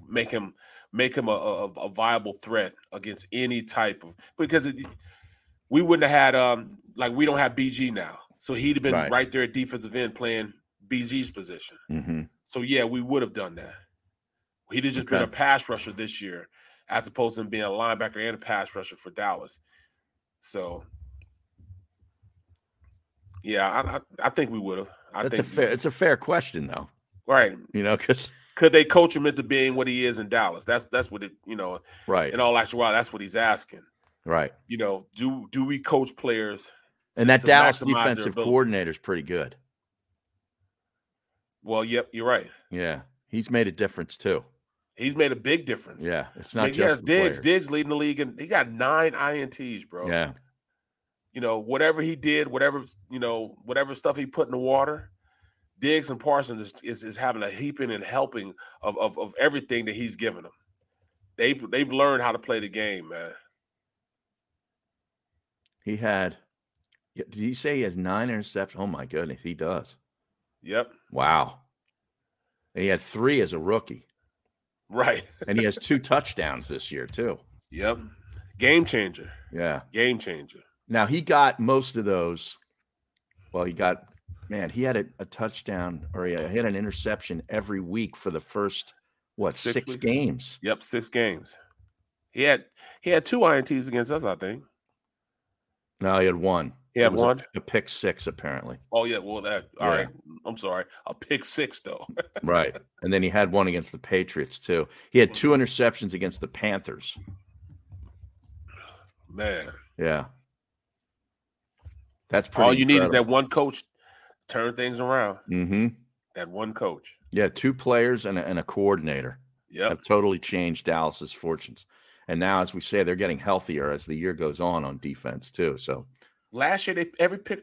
Speaker 2: make him make him a, a, a viable threat against any type of because it, we wouldn't have had um like we don't have BG now, so he'd have been
Speaker 1: Right.
Speaker 2: right, there at defensive end playing BG's position.
Speaker 1: Mm-hmm.
Speaker 2: So yeah, we would have done that. He'd have just been
Speaker 1: Okay.
Speaker 2: a pass rusher this year, as opposed to being a linebacker and a pass rusher for Dallas. So, yeah, I I, I think we would have. I
Speaker 1: That's a
Speaker 2: think
Speaker 1: fair. It's a fair question, though.
Speaker 2: right.
Speaker 1: You know, because
Speaker 2: Could they coach him into being what he is in Dallas? That's that's what it. You know,
Speaker 1: right,
Speaker 2: in all actuality, that's what he's asking.
Speaker 1: right,
Speaker 2: You know, do do we coach players?
Speaker 1: and
Speaker 2: to-
Speaker 1: that
Speaker 2: to
Speaker 1: Dallas
Speaker 2: maximize their
Speaker 1: defensive
Speaker 2: ability?
Speaker 1: coordinator is pretty good.
Speaker 2: Well, yep, you're right.
Speaker 1: Yeah, he's made a difference too.
Speaker 2: He's made a big difference.
Speaker 1: Yeah, it's
Speaker 2: I
Speaker 1: not
Speaker 2: mean, yes,
Speaker 1: just the
Speaker 2: Diggs.
Speaker 1: players.
Speaker 2: Diggs leading the league, and he got nine ints, bro.
Speaker 1: Yeah,
Speaker 2: you know, whatever he did, whatever you know, whatever stuff he put in the water, Diggs and Parsons is, is, is having a heaping and helping of, of of everything that he's given them. They've they've learned how to play the game, man.
Speaker 1: he had. yeah, Did you say he has nine interceptions? Oh my goodness, he does.
Speaker 2: Yep,
Speaker 1: Wow. And he had three as a rookie,
Speaker 2: right.
Speaker 1: and he has two touchdowns this year too.
Speaker 2: Yep, game changer,
Speaker 1: Yeah.
Speaker 2: game changer.
Speaker 1: Now he got most of those. Well, he got man, he had a, a touchdown or he had an interception every week for the first what
Speaker 2: Six
Speaker 1: six,
Speaker 2: weeks?
Speaker 1: games.
Speaker 2: Yep, six games. He had he had two ints against us, I think.
Speaker 1: No, he had one.
Speaker 2: He had
Speaker 1: It was a-
Speaker 2: one?
Speaker 1: a, pick six apparently,
Speaker 2: Oh yeah, well that all
Speaker 1: Yeah.
Speaker 2: right. I'm sorry, a pick six though.
Speaker 1: right? And then he had one against the Patriots too. He had two interceptions against the Panthers.
Speaker 2: man,
Speaker 1: Yeah, that's pretty.
Speaker 2: all you needed that one coach turn things around.
Speaker 1: Mm-hmm.
Speaker 2: That one coach.
Speaker 1: Yeah, two players and a, and a coordinator
Speaker 2: Yep.
Speaker 1: have totally changed Dallas's fortunes. And now, as we say, they're getting healthier as the year goes on on defense too. So
Speaker 2: Last year, they every pick,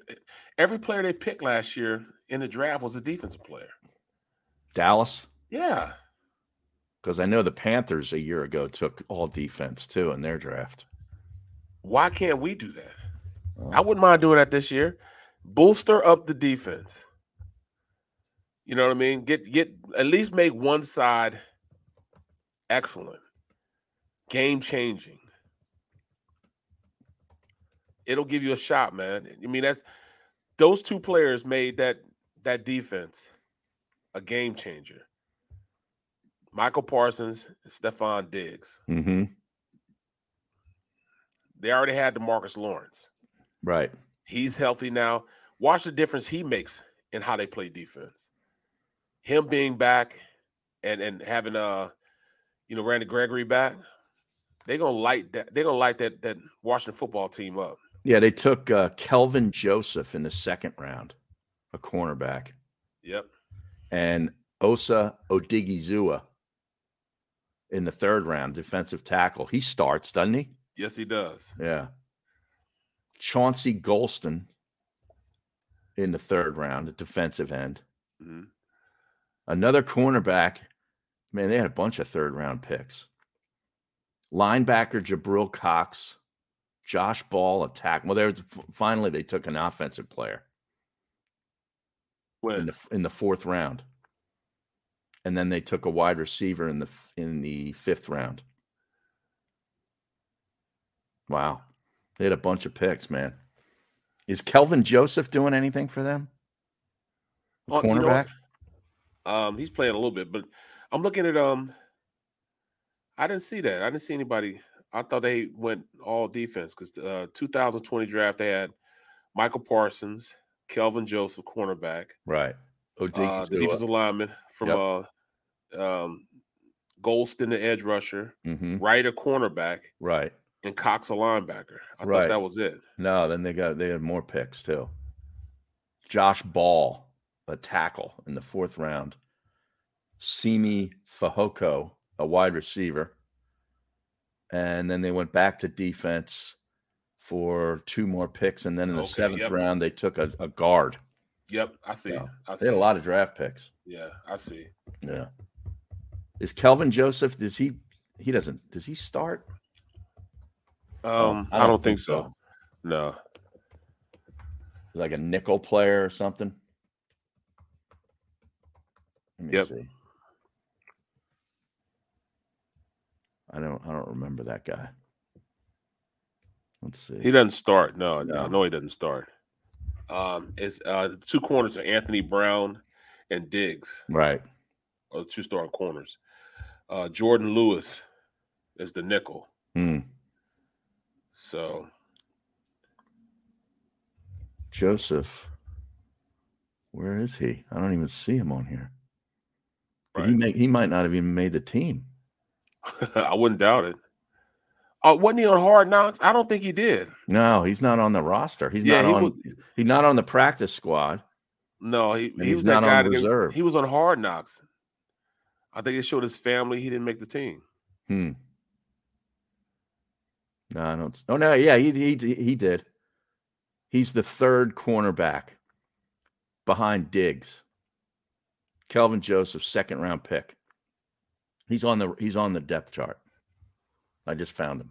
Speaker 2: every player they picked last year in the draft was a defensive player.
Speaker 1: Dallas,
Speaker 2: Yeah,
Speaker 1: because I know the Panthers a year ago took all defense too in their draft.
Speaker 2: why can't we do that? I wouldn't mind doing that this year. Bolster up the defense. You know what I mean? Get get at least make one side excellent, game changing. It'll give you a shot, man. I mean, that's those two players made that that defense a game changer. Michael Parsons, Stefan Diggs.
Speaker 1: Mm-hmm.
Speaker 2: They already had Demarcus Lawrence.
Speaker 1: Right.
Speaker 2: He's healthy now. Watch the difference he makes in how they play defense. Him being back and and having uh you know Randy Gregory back, they're gonna light that they're gonna light that that Washington football team up.
Speaker 1: Yeah, they took uh, Kelvin Joseph in the second round, a cornerback,
Speaker 2: Yep.
Speaker 1: and Osa Odigizua in the third round, defensive tackle. He starts, doesn't he?
Speaker 2: Yes, he does.
Speaker 1: Yeah. Chauncey Golston in the third round, a defensive end.
Speaker 2: Mhm.
Speaker 1: Another cornerback. Man, they had a bunch of third round picks. Linebacker Jabril Cox, Josh Ball, attack. Well, there's finally they took an offensive player in the in the fourth round, and then they took a wide receiver in the f- in the fifth round. Wow, they had a bunch of picks, man. Is Kelvin Joseph doing anything for them? The
Speaker 2: Oh, you know
Speaker 1: cornerback.
Speaker 2: what? um, he's playing a little bit, but I'm looking at um. I didn't see that. I didn't see anybody. I thought they went all defense because uh, 2020 draft they had Michael Parsons, Kelvin Joseph, cornerback,
Speaker 1: Right.
Speaker 2: uh, the defensive lineman from uh, um, Goldston, the edge rusher,
Speaker 1: hmm
Speaker 2: Wright, a cornerback,
Speaker 1: Right.
Speaker 2: and Cox, a linebacker. I
Speaker 1: Right.
Speaker 2: thought that was it.
Speaker 1: No, then they got they had more picks too. Josh Ball, a tackle in the fourth round. Simi Fahoko, a wide receiver. And then they went back to defense for two more picks. And then in the
Speaker 2: Okay,
Speaker 1: seventh
Speaker 2: yep.
Speaker 1: round, they took a, a guard.
Speaker 2: Yep, I see.
Speaker 1: Yeah.
Speaker 2: I see.
Speaker 1: They had a lot of draft picks.
Speaker 2: Yeah, I see.
Speaker 1: Yeah. Is Kelvin Joseph, does he he doesn't does he start? Oh,
Speaker 2: Um, I, don't think so. No.
Speaker 1: Like a nickel player or something. Let me
Speaker 2: Yep.
Speaker 1: see. I don't I don't remember that guy. Let's see.
Speaker 2: He doesn't start. No, no,
Speaker 1: No.
Speaker 2: no, he doesn't start. Um, it's uh the two corners are Anthony Brown and Diggs
Speaker 1: Right.
Speaker 2: are the two starting corners. Uh Jordan Lewis is the nickel.
Speaker 1: Hmm.
Speaker 2: So
Speaker 1: Joseph. Where is he? I don't even see him on here. Did He make he might not have even made the team.
Speaker 2: I wouldn't doubt it. Uh, wasn't he on hard knocks? I don't think he did.
Speaker 1: No, he's not on the roster. He's
Speaker 2: Yeah,
Speaker 1: not
Speaker 2: he
Speaker 1: on
Speaker 2: was-
Speaker 1: he's not on the practice squad.
Speaker 2: No, he,
Speaker 1: And
Speaker 2: he
Speaker 1: he's
Speaker 2: was
Speaker 1: not
Speaker 2: that
Speaker 1: on
Speaker 2: guy. that-
Speaker 1: reserve.
Speaker 2: He was on hard knocks. I think it showed his family. He didn't make the team.
Speaker 1: Hmm. No, I don't. Oh no, yeah, he he he did. He's the third cornerback behind Diggs. Kelvin Joseph, second round pick. He's on the he's on the depth chart. I just found him.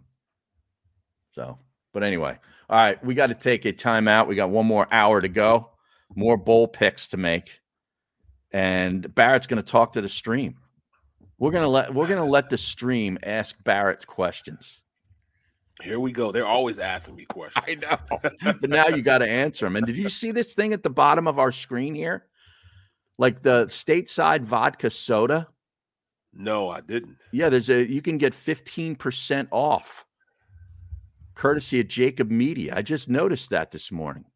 Speaker 1: So, but anyway, all right, we got to take a timeout. We got one more hour to go. More bowl picks to make, and Barrett's going to talk to the stream. We're gonna let we're gonna let the stream ask Barrett questions.
Speaker 2: Here we go. They're always asking me questions. I
Speaker 1: know. But now you got to answer them. And did you see this thing at the bottom of our screen here? Like the stateside vodka soda.
Speaker 2: No, I didn't.
Speaker 1: Yeah, there's a you can get 15% off courtesy of Jacob Media. I just noticed that this morning.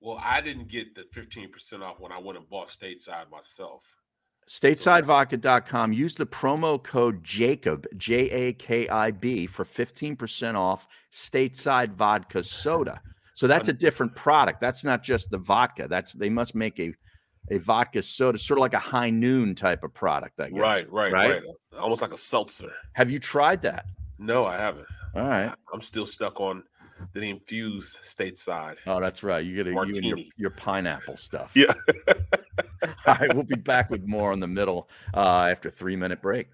Speaker 2: Well, I didn't get the 15% off when I went and bought stateside myself.
Speaker 1: StatesideVodka.com. Use the promo code Jacob, J A K I B, for 15% off stateside vodka soda. So that's a different product. That's not just the vodka. That's they must make a, a vodka soda, sort of like a high noon type of product, I guess.
Speaker 2: Right, right, right, Almost like a seltzer.
Speaker 1: Have you tried that?
Speaker 2: No, I haven't.
Speaker 1: All right.
Speaker 2: I'm still stuck on the infused stateside.
Speaker 1: Oh, that's right. You get a, you and your,
Speaker 2: Martini.
Speaker 1: your pineapple stuff.
Speaker 2: Yeah.
Speaker 1: All right. We'll be back with more in the middle uh, after a three minute break.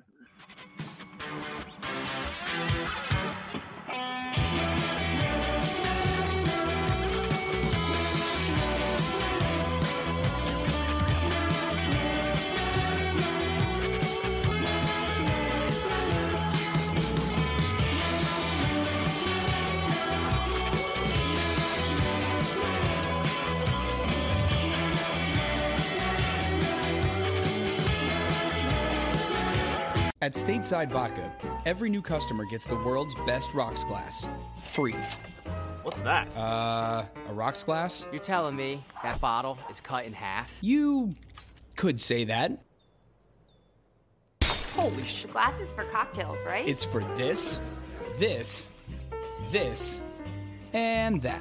Speaker 3: At Stateside Vodka, every new customer gets the world's best rocks glass, free.
Speaker 5: What's that?
Speaker 3: Uh, a rocks glass?
Speaker 5: You're telling me that bottle is cut in half?
Speaker 3: You could say that. Holy sh!
Speaker 6: Glasses for cocktails, right?
Speaker 3: It's for this, this, this, and that.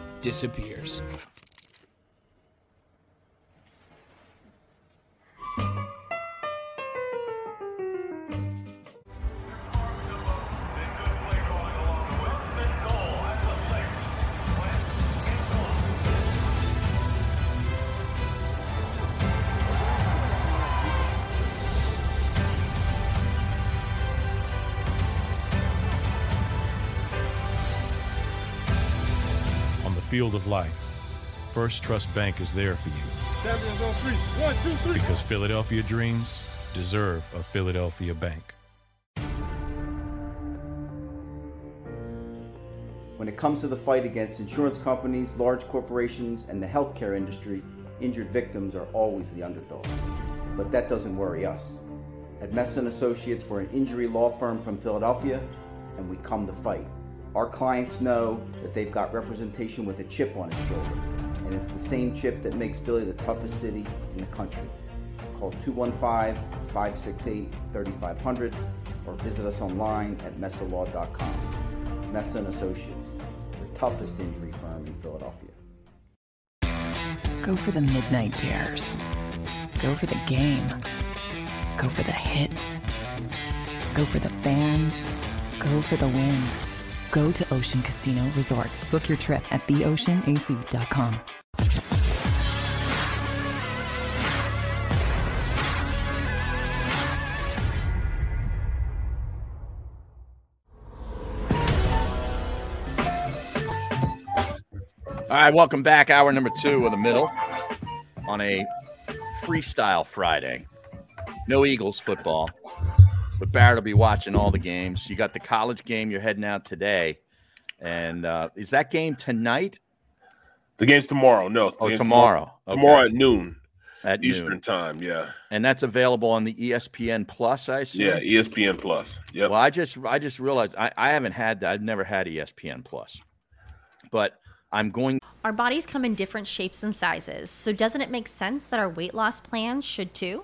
Speaker 3: disappears.
Speaker 7: on the field of life, First Trust Bank is there for you. Because Philadelphia dreams deserve a Philadelphia bank.
Speaker 8: When it comes to the fight against insurance companies, large corporations, and the healthcare industry, injured victims are always the underdog. But that doesn't worry us. At Messon Associates, we're an injury law firm from Philadelphia, and we come to fight. Our clients know that they've got representation with a chip on its shoulder, and it's the same chip that makes Philly the toughest city in the country. Call 215-568-3500 or visit us online at messalaw.com. Messa and Associates, the toughest injury firm in Philadelphia.
Speaker 9: Go for the midnight dares. Go for the game. Go for the hits. Go for the fans. Go for the win. Go to Ocean Casino Resort. Book your trip at theoceanac.com.
Speaker 1: All right, welcome back. Hour number two of the middle on a freestyle Friday. No Eagles football, but Barrett will be watching all the games. You got the college game you're heading out today, and uh, is that game tonight?
Speaker 2: The game's tomorrow. No, it's the
Speaker 1: Oh,
Speaker 2: game's
Speaker 1: tomorrow.
Speaker 2: Tomorrow, tomorrow at
Speaker 1: Okay.
Speaker 2: noon
Speaker 1: At
Speaker 2: Eastern
Speaker 1: noon.
Speaker 2: time. Yeah,
Speaker 1: and that's available on the E ESPN Plus. I see.
Speaker 2: yeah. E ESPN Plus. Yep.
Speaker 1: Well, I just I just realized I, I haven't had that. I've never had E ESPN Plus, but I'm going.
Speaker 4: Our bodies come in different shapes and sizes, so doesn't it make sense that our weight loss plans should too?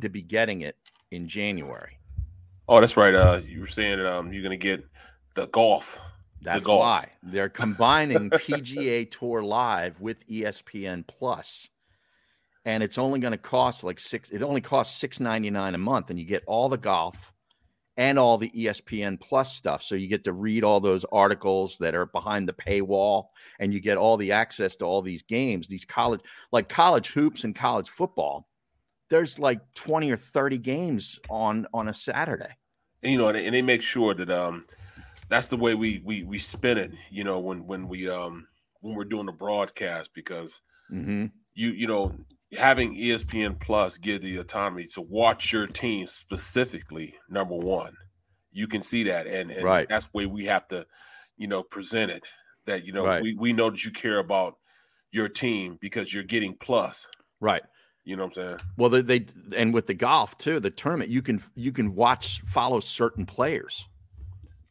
Speaker 1: to be getting it in January.
Speaker 2: Oh, that's right. Uh, you were saying um, you're gonna get the golf.
Speaker 1: That's
Speaker 2: the golf.
Speaker 1: why they're combining PGA Tour Live with E ESPN Plus, and it's only going to cost like six. It only costs six ninety nine a month, and you get all the golf and all the E ESPN Plus stuff. So you get to read all those articles that are behind the paywall and you get all the access to all these games, these college, like college hoops and college football. There's like 20 or 30 games on on a Saturday.
Speaker 2: And, you know, and, they- and they make sure that um, that's the way we we we spin it. You know, when when we um when we're doing the broadcast because
Speaker 1: Mm-hmm.
Speaker 2: you you know having E ESPN Plus give the autonomy to watch your team specifically. Number one, you can see that, and, and
Speaker 1: Right.
Speaker 2: that's where we have to, you know, present it that you know
Speaker 1: Right.
Speaker 2: we we know that you care about your team because you're getting plus.
Speaker 1: Right.
Speaker 2: You know what I'm saying?
Speaker 1: Well, they, they and with the golf too, the tournament you can you can watch follow certain players.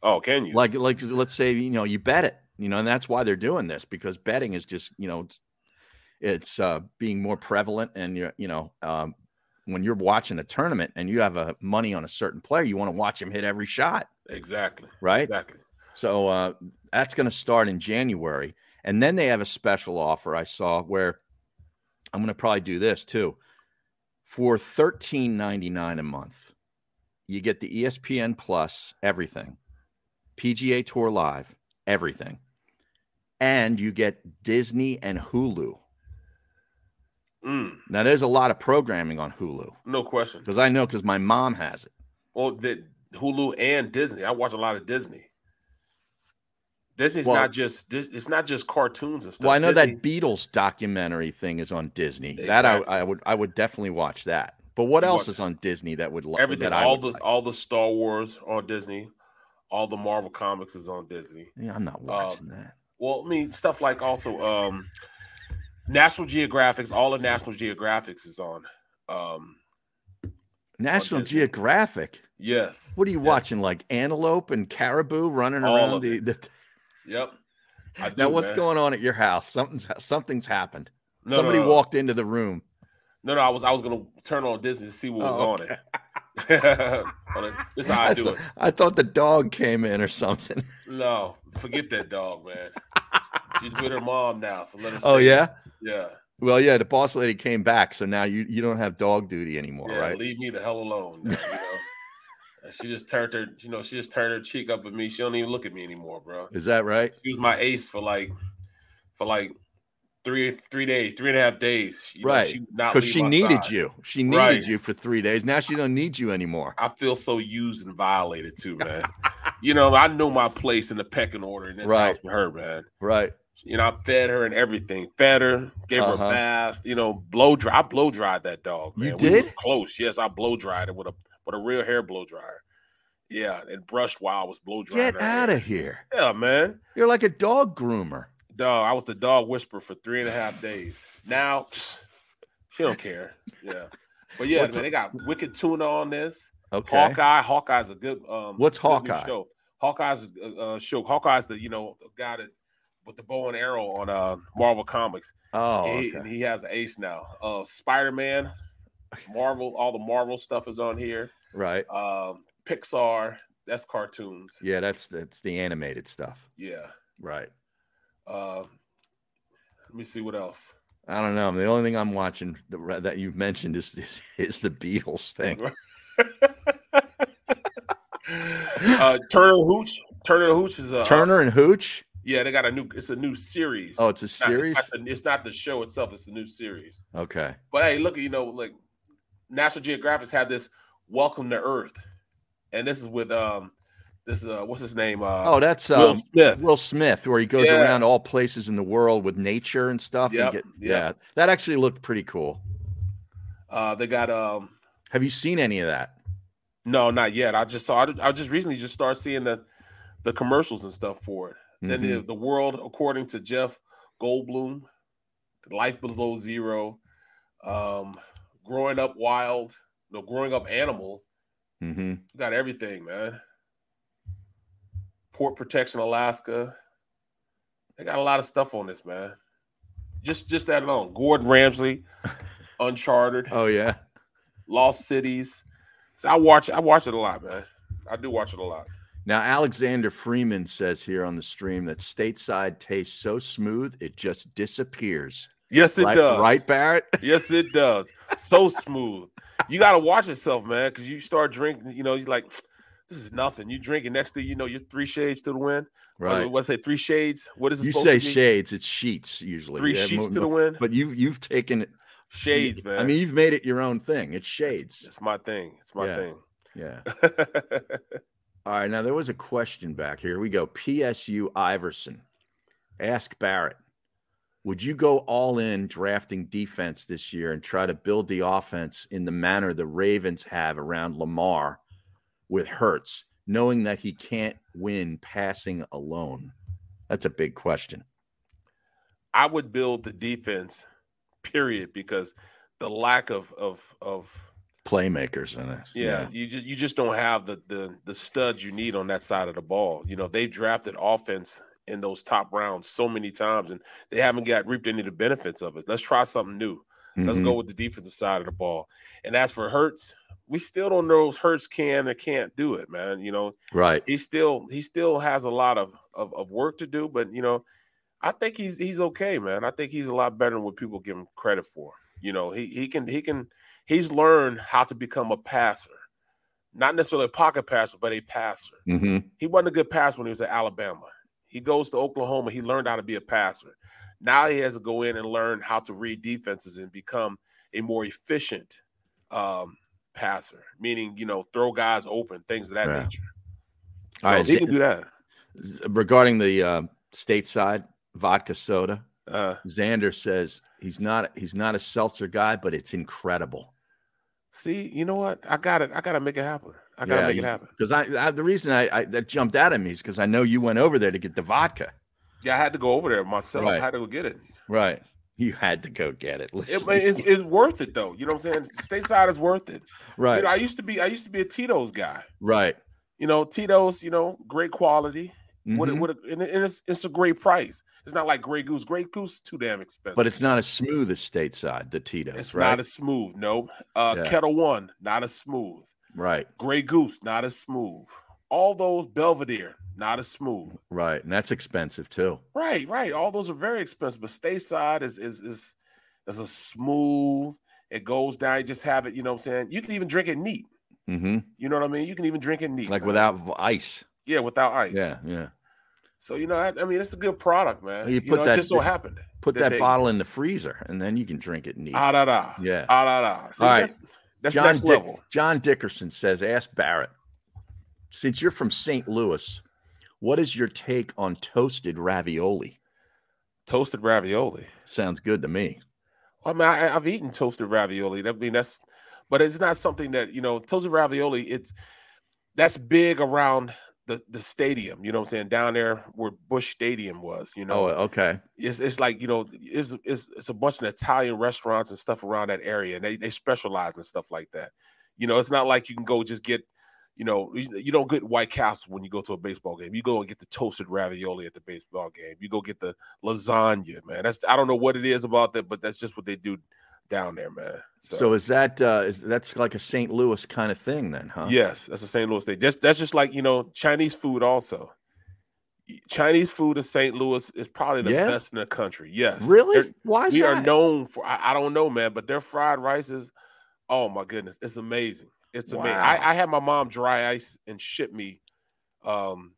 Speaker 2: Oh, can you?
Speaker 1: Like like let's say you know you bet it, you know, and that's why they're doing this because betting is just you know it's it's uh, being more prevalent, and you're you know um, when you're watching a tournament and you have a money on a certain player, you want to watch him hit every shot
Speaker 2: Exactly.
Speaker 1: right?
Speaker 2: Exactly.
Speaker 1: So uh, that's going to start in January, and then they have a special offer I saw where I'm going to probably do this too. For $13.99 a month, you get the E ESPN Plus everything, PGA Tour Live everything, and you get Disney and Hulu.
Speaker 2: Mm,
Speaker 1: Now there's a lot of programming on Hulu
Speaker 2: no question.
Speaker 1: because I know because my mom has it.
Speaker 2: Well, the Hulu and Disney. I watch a lot of Disney. Disney's
Speaker 1: Well-
Speaker 2: not just Dis- it's not just cartoons and stuff.
Speaker 1: Well, I know
Speaker 2: Disney-
Speaker 1: that Beatles documentary thing is on Disney. That I, I would I would definitely watch that. But what
Speaker 2: You
Speaker 1: else
Speaker 2: watch
Speaker 1: is on Disney that would lo-
Speaker 2: everything
Speaker 1: That I
Speaker 2: all
Speaker 1: would
Speaker 2: the
Speaker 1: like?
Speaker 2: all the Star Wars on Disney, all the Marvel comics is uh, on Disney.
Speaker 1: Yeah, I'm not watching that.
Speaker 2: Well, I mean stuff like also um National Geographics, all the National Geographics is on. Um
Speaker 1: National Geographic.
Speaker 2: Yes.
Speaker 1: What are you watching? Like antelope and caribou running
Speaker 2: All
Speaker 1: around
Speaker 2: of
Speaker 1: the, the
Speaker 2: Yep. I do,
Speaker 1: Now what's
Speaker 2: man.
Speaker 1: going on at your house? Something's something's happened.
Speaker 2: No,
Speaker 1: Somebody
Speaker 2: no, no.
Speaker 1: walked into the room.
Speaker 2: No, no, I was I was gonna turn on Disney to see what was
Speaker 1: Oh,
Speaker 2: on it. On it. This is how I do
Speaker 1: thought,
Speaker 2: it.
Speaker 1: I thought the dog came in or something.
Speaker 2: No, forget that dog, man. She's with her mom now, so let her.
Speaker 1: Oh
Speaker 2: stay.
Speaker 1: yeah?
Speaker 2: yeah,
Speaker 1: Well, yeah, the boss lady came back, so now you, you don't have dog duty anymore,
Speaker 2: yeah.
Speaker 1: right?
Speaker 2: Leave me the hell alone. now, you know? And she just turned her, you know, she just turned her cheek up at me. She don't even look at me anymore, bro.
Speaker 1: Is that right?
Speaker 2: She was my ace for like, for like three three days, three and a half days. You know,
Speaker 1: right.
Speaker 2: she would not
Speaker 1: Because
Speaker 2: leave
Speaker 1: she
Speaker 2: my
Speaker 1: needed
Speaker 2: side.
Speaker 1: you. She needed
Speaker 2: Right.
Speaker 1: you for three days. Now she don't need you anymore.
Speaker 2: I feel so used and violated too, man. you know, I know my place in the pecking order in this
Speaker 1: Right.
Speaker 2: house for her, man.
Speaker 1: Right.
Speaker 2: You know, I fed her and everything. Fed her, gave her
Speaker 1: Uh-huh.
Speaker 2: a bath. You know, blow dry. I blow dried that dog.
Speaker 1: You
Speaker 2: Man. We were
Speaker 1: did?
Speaker 2: close. Yes, I blow dried it with a with a real hair blow dryer. Yeah, and brushed while I was blow drying.
Speaker 1: Get
Speaker 2: her
Speaker 1: out
Speaker 2: hair.
Speaker 1: of here.
Speaker 2: Yeah, man.
Speaker 1: You're like a dog groomer.
Speaker 2: Dog, I was the dog whisperer for three and a half days. Now she don't care. Yeah, but yeah,
Speaker 1: What's
Speaker 2: man,
Speaker 1: a-
Speaker 2: they got Wicked Tuna on this.
Speaker 1: Okay.
Speaker 2: Hawkeye. Hawkeye's a good. Um,
Speaker 1: What's
Speaker 2: good new
Speaker 1: Hawkeye?
Speaker 2: Show. Hawkeye's a uh, show. Hawkeye's the you know guy that with the bow and arrow on uh, Marvel Comics.
Speaker 1: Oh,
Speaker 2: And he,
Speaker 1: okay.
Speaker 2: and he has an ace now. Uh, Spider Man, Marvel, all the Marvel stuff is on here.
Speaker 1: Right.
Speaker 2: Um, Pixar, that's cartoons.
Speaker 1: Yeah, that's that's the animated stuff.
Speaker 2: Yeah.
Speaker 1: Right.
Speaker 2: Uh, let me see what else.
Speaker 1: I don't know. The only thing I'm watching the, re- that you've mentioned is, is is the Beatles thing.
Speaker 2: Uh, Turner Hooch. Turner Hooch is uh, a
Speaker 1: Turner and Hooch.
Speaker 2: Yeah, they got a new. It's a new series.
Speaker 1: Oh, it's a
Speaker 2: not-
Speaker 1: series?
Speaker 2: It's not, the, it's not the show itself. It's the new series.
Speaker 1: Okay.
Speaker 2: But hey, look, you know, like National Geographic's had this "Welcome to Earth," and this is with um, this is uh, what's his name? Uh,
Speaker 1: Oh, that's um,
Speaker 2: Will Smith.
Speaker 1: Will Smith, where he goes
Speaker 2: Yeah.
Speaker 1: around all places in the world with nature and stuff. and
Speaker 2: Yep,
Speaker 1: get-
Speaker 2: yep.
Speaker 1: Yeah, that actually looked pretty cool.
Speaker 2: Uh, they got um,
Speaker 1: Have you seen any of that?
Speaker 2: no, not yet. I just saw. I, I just recently just started seeing the the commercials and stuff for it. Then the,
Speaker 1: Mhm.
Speaker 2: the world, according to Jeff Goldblum, Life Below Zero, um, Growing Up Wild, no, Growing Up Animal.
Speaker 1: Mm-hmm.
Speaker 2: We got everything, man. Port Protection Alaska. They got a lot of stuff on this, man. Just just that alone. Gordon Ramsay, Uncharted.
Speaker 1: Oh yeah.
Speaker 2: Lost Cities. So I watch I watch it a lot, man. I do watch it a lot.
Speaker 1: Now, Alexander Freeman says here on the stream that stateside tastes so smooth it just disappears.
Speaker 2: Yes, it
Speaker 1: Right-
Speaker 2: does.
Speaker 1: Right, Barrett?
Speaker 2: Yes, it does. So smooth. You gotta watch yourself, man, because you start drinking, you know, you're like, This is nothing. You drinking next thing you know, you're three shades to the wind.
Speaker 1: Right.
Speaker 2: What- What's it? Three shades. What is it?
Speaker 1: You
Speaker 2: supposed
Speaker 1: say
Speaker 2: to be?
Speaker 1: shades, it's sheets usually.
Speaker 2: Three
Speaker 1: Yeah,
Speaker 2: sheets
Speaker 1: mo-
Speaker 2: to the
Speaker 1: mo-
Speaker 2: wind?
Speaker 1: But you you've taken it-
Speaker 2: Shades,
Speaker 1: you- I
Speaker 2: man.
Speaker 1: mean, you've made it your own thing. It's shades. It's,
Speaker 2: my thing. It's my thing.
Speaker 1: Yeah. All right. Now there was a question back here. Here we go. PSU Iverson. Ask Barrett. Would you go all in drafting defense this year and try to build the offense in the manner the Ravens have around Lamar with Hertz, knowing that he can't win passing alone? That's a big question.
Speaker 2: I would build the defense, period, because the lack of of of
Speaker 1: Playmakers in it.
Speaker 2: yeah, you just you just don't have the the the studs you need on that side of the ball. You know, they've drafted offense in those top rounds so many times and they haven't got reaped any of the benefits of it. Let's try something new. Let's go
Speaker 1: Mhm.
Speaker 2: with the defensive side of the ball. And as for Hertz, we still don't know if Hertz can or can't do it, man. You know,
Speaker 1: Right.
Speaker 2: he still he still has a lot of, of of work to do, but you know, I think he's he's okay, man. I think he's a lot better than what people give him credit for. You know, he he can he can he's learned how to become a passer, not necessarily a pocket passer, but a passer.
Speaker 1: Mm-hmm.
Speaker 2: He wasn't a good passer when he was at Alabama. He goes to Oklahoma. He learned how to be a passer. Now he has to go in and learn how to read defenses and become a more efficient um, passer, meaning you know throw guys open, things of that
Speaker 1: Yeah.
Speaker 2: nature. So
Speaker 1: All right,
Speaker 2: he
Speaker 1: Z-
Speaker 2: can do that.
Speaker 1: Z- Regarding the uh, stateside vodka soda,
Speaker 2: uh,
Speaker 1: Xander says he's not he's not a seltzer guy, but it's incredible.
Speaker 2: See, you know what? I got it. I gotta make it happen. I gotta make it happen.
Speaker 1: because I, I the reason I, I that jumped out at me is because I know you went over there to get the vodka.
Speaker 2: Yeah, I had to go over there myself. I
Speaker 1: Right.
Speaker 2: had to go get it.
Speaker 1: Right, you had to go get it.
Speaker 2: It-
Speaker 1: Listen.
Speaker 2: it's, it's worth it though. You know what I'm saying? Stateside is worth it.
Speaker 1: Right.
Speaker 2: You know, I used to be I used to be a Tito's guy.
Speaker 1: right,
Speaker 2: You know, Tito's, you know, great quality. What, it-
Speaker 1: Mhm.
Speaker 2: what it- and, it- and it's, it's a great price. It's not like Grey Goose. Grey Goose is too damn expensive.
Speaker 1: but it's not as smooth as stateside. The Tito's,
Speaker 2: It's
Speaker 1: right?
Speaker 2: not as smooth. No. Uh,
Speaker 1: Yeah.
Speaker 2: Kettle One, not as smooth.
Speaker 1: right,
Speaker 2: Grey Goose, not as smooth. All those Belvedere, not as smooth.
Speaker 1: right, and that's expensive too.
Speaker 2: Right, right. All those are very expensive, but Stateside is is is is a smooth. It goes down. You just have it. You know what I'm saying? You can even drink it neat.
Speaker 1: Mm-hmm.
Speaker 2: You know what I mean? You can even drink it neat,
Speaker 1: Like
Speaker 2: man.
Speaker 1: without v- ice.
Speaker 2: yeah, without ice.
Speaker 1: Yeah, yeah.
Speaker 2: So you know, I, I mean, it's a good product, man.
Speaker 1: You
Speaker 2: You,
Speaker 1: put
Speaker 2: know,
Speaker 1: that
Speaker 2: it just so happened.
Speaker 1: Put
Speaker 2: that
Speaker 1: that
Speaker 2: they-
Speaker 1: bottle in the freezer, and then you can drink it neat.
Speaker 2: Ah da da.
Speaker 1: Yeah.
Speaker 2: Ah da da. See,
Speaker 1: All right.
Speaker 2: that's, that's
Speaker 1: John,
Speaker 2: next
Speaker 1: Dick-
Speaker 2: level.
Speaker 1: John Dickerson says, ask Barrett, since you're from St. Louis, what is your take on toasted ravioli?
Speaker 2: Toasted ravioli.
Speaker 1: Sounds good to me.
Speaker 2: I mean, I, I've eaten toasted ravioli. That- I mean, that's, but it's not something that you know. Toasted ravioli, it's that's big around the the stadium. You know what I'm saying? Down there where Bush Stadium was. You know,
Speaker 1: Oh, okay.
Speaker 2: it's it's like you know, it's it's it's a bunch of Italian restaurants and stuff around that area, and they they specialize in stuff like that. You know, it's not like you can go just get. You know, you you don't get White Castle when you go to a baseball game. You go and get the toasted ravioli at the baseball game. You go get the lasagna, man. That's I don't know what it is about that, but that's just what they do down there, man.
Speaker 1: So, is that uh, is that's like a St. Louis kind of thing then, huh?
Speaker 2: Yes, that's the St. Louis thing. That's that's just like you know Chinese food. Also, Chinese food in St. Louis is probably the
Speaker 1: Yeah?
Speaker 2: best in the country. Yes,
Speaker 1: Really?
Speaker 2: They're-
Speaker 1: Why is
Speaker 2: we are
Speaker 1: that?
Speaker 2: known for? I, I don't know, man, but their fried rice is, oh my goodness, it's amazing. It's amazing.
Speaker 1: Wow.
Speaker 2: I, I had my mom dry ice and ship me, um,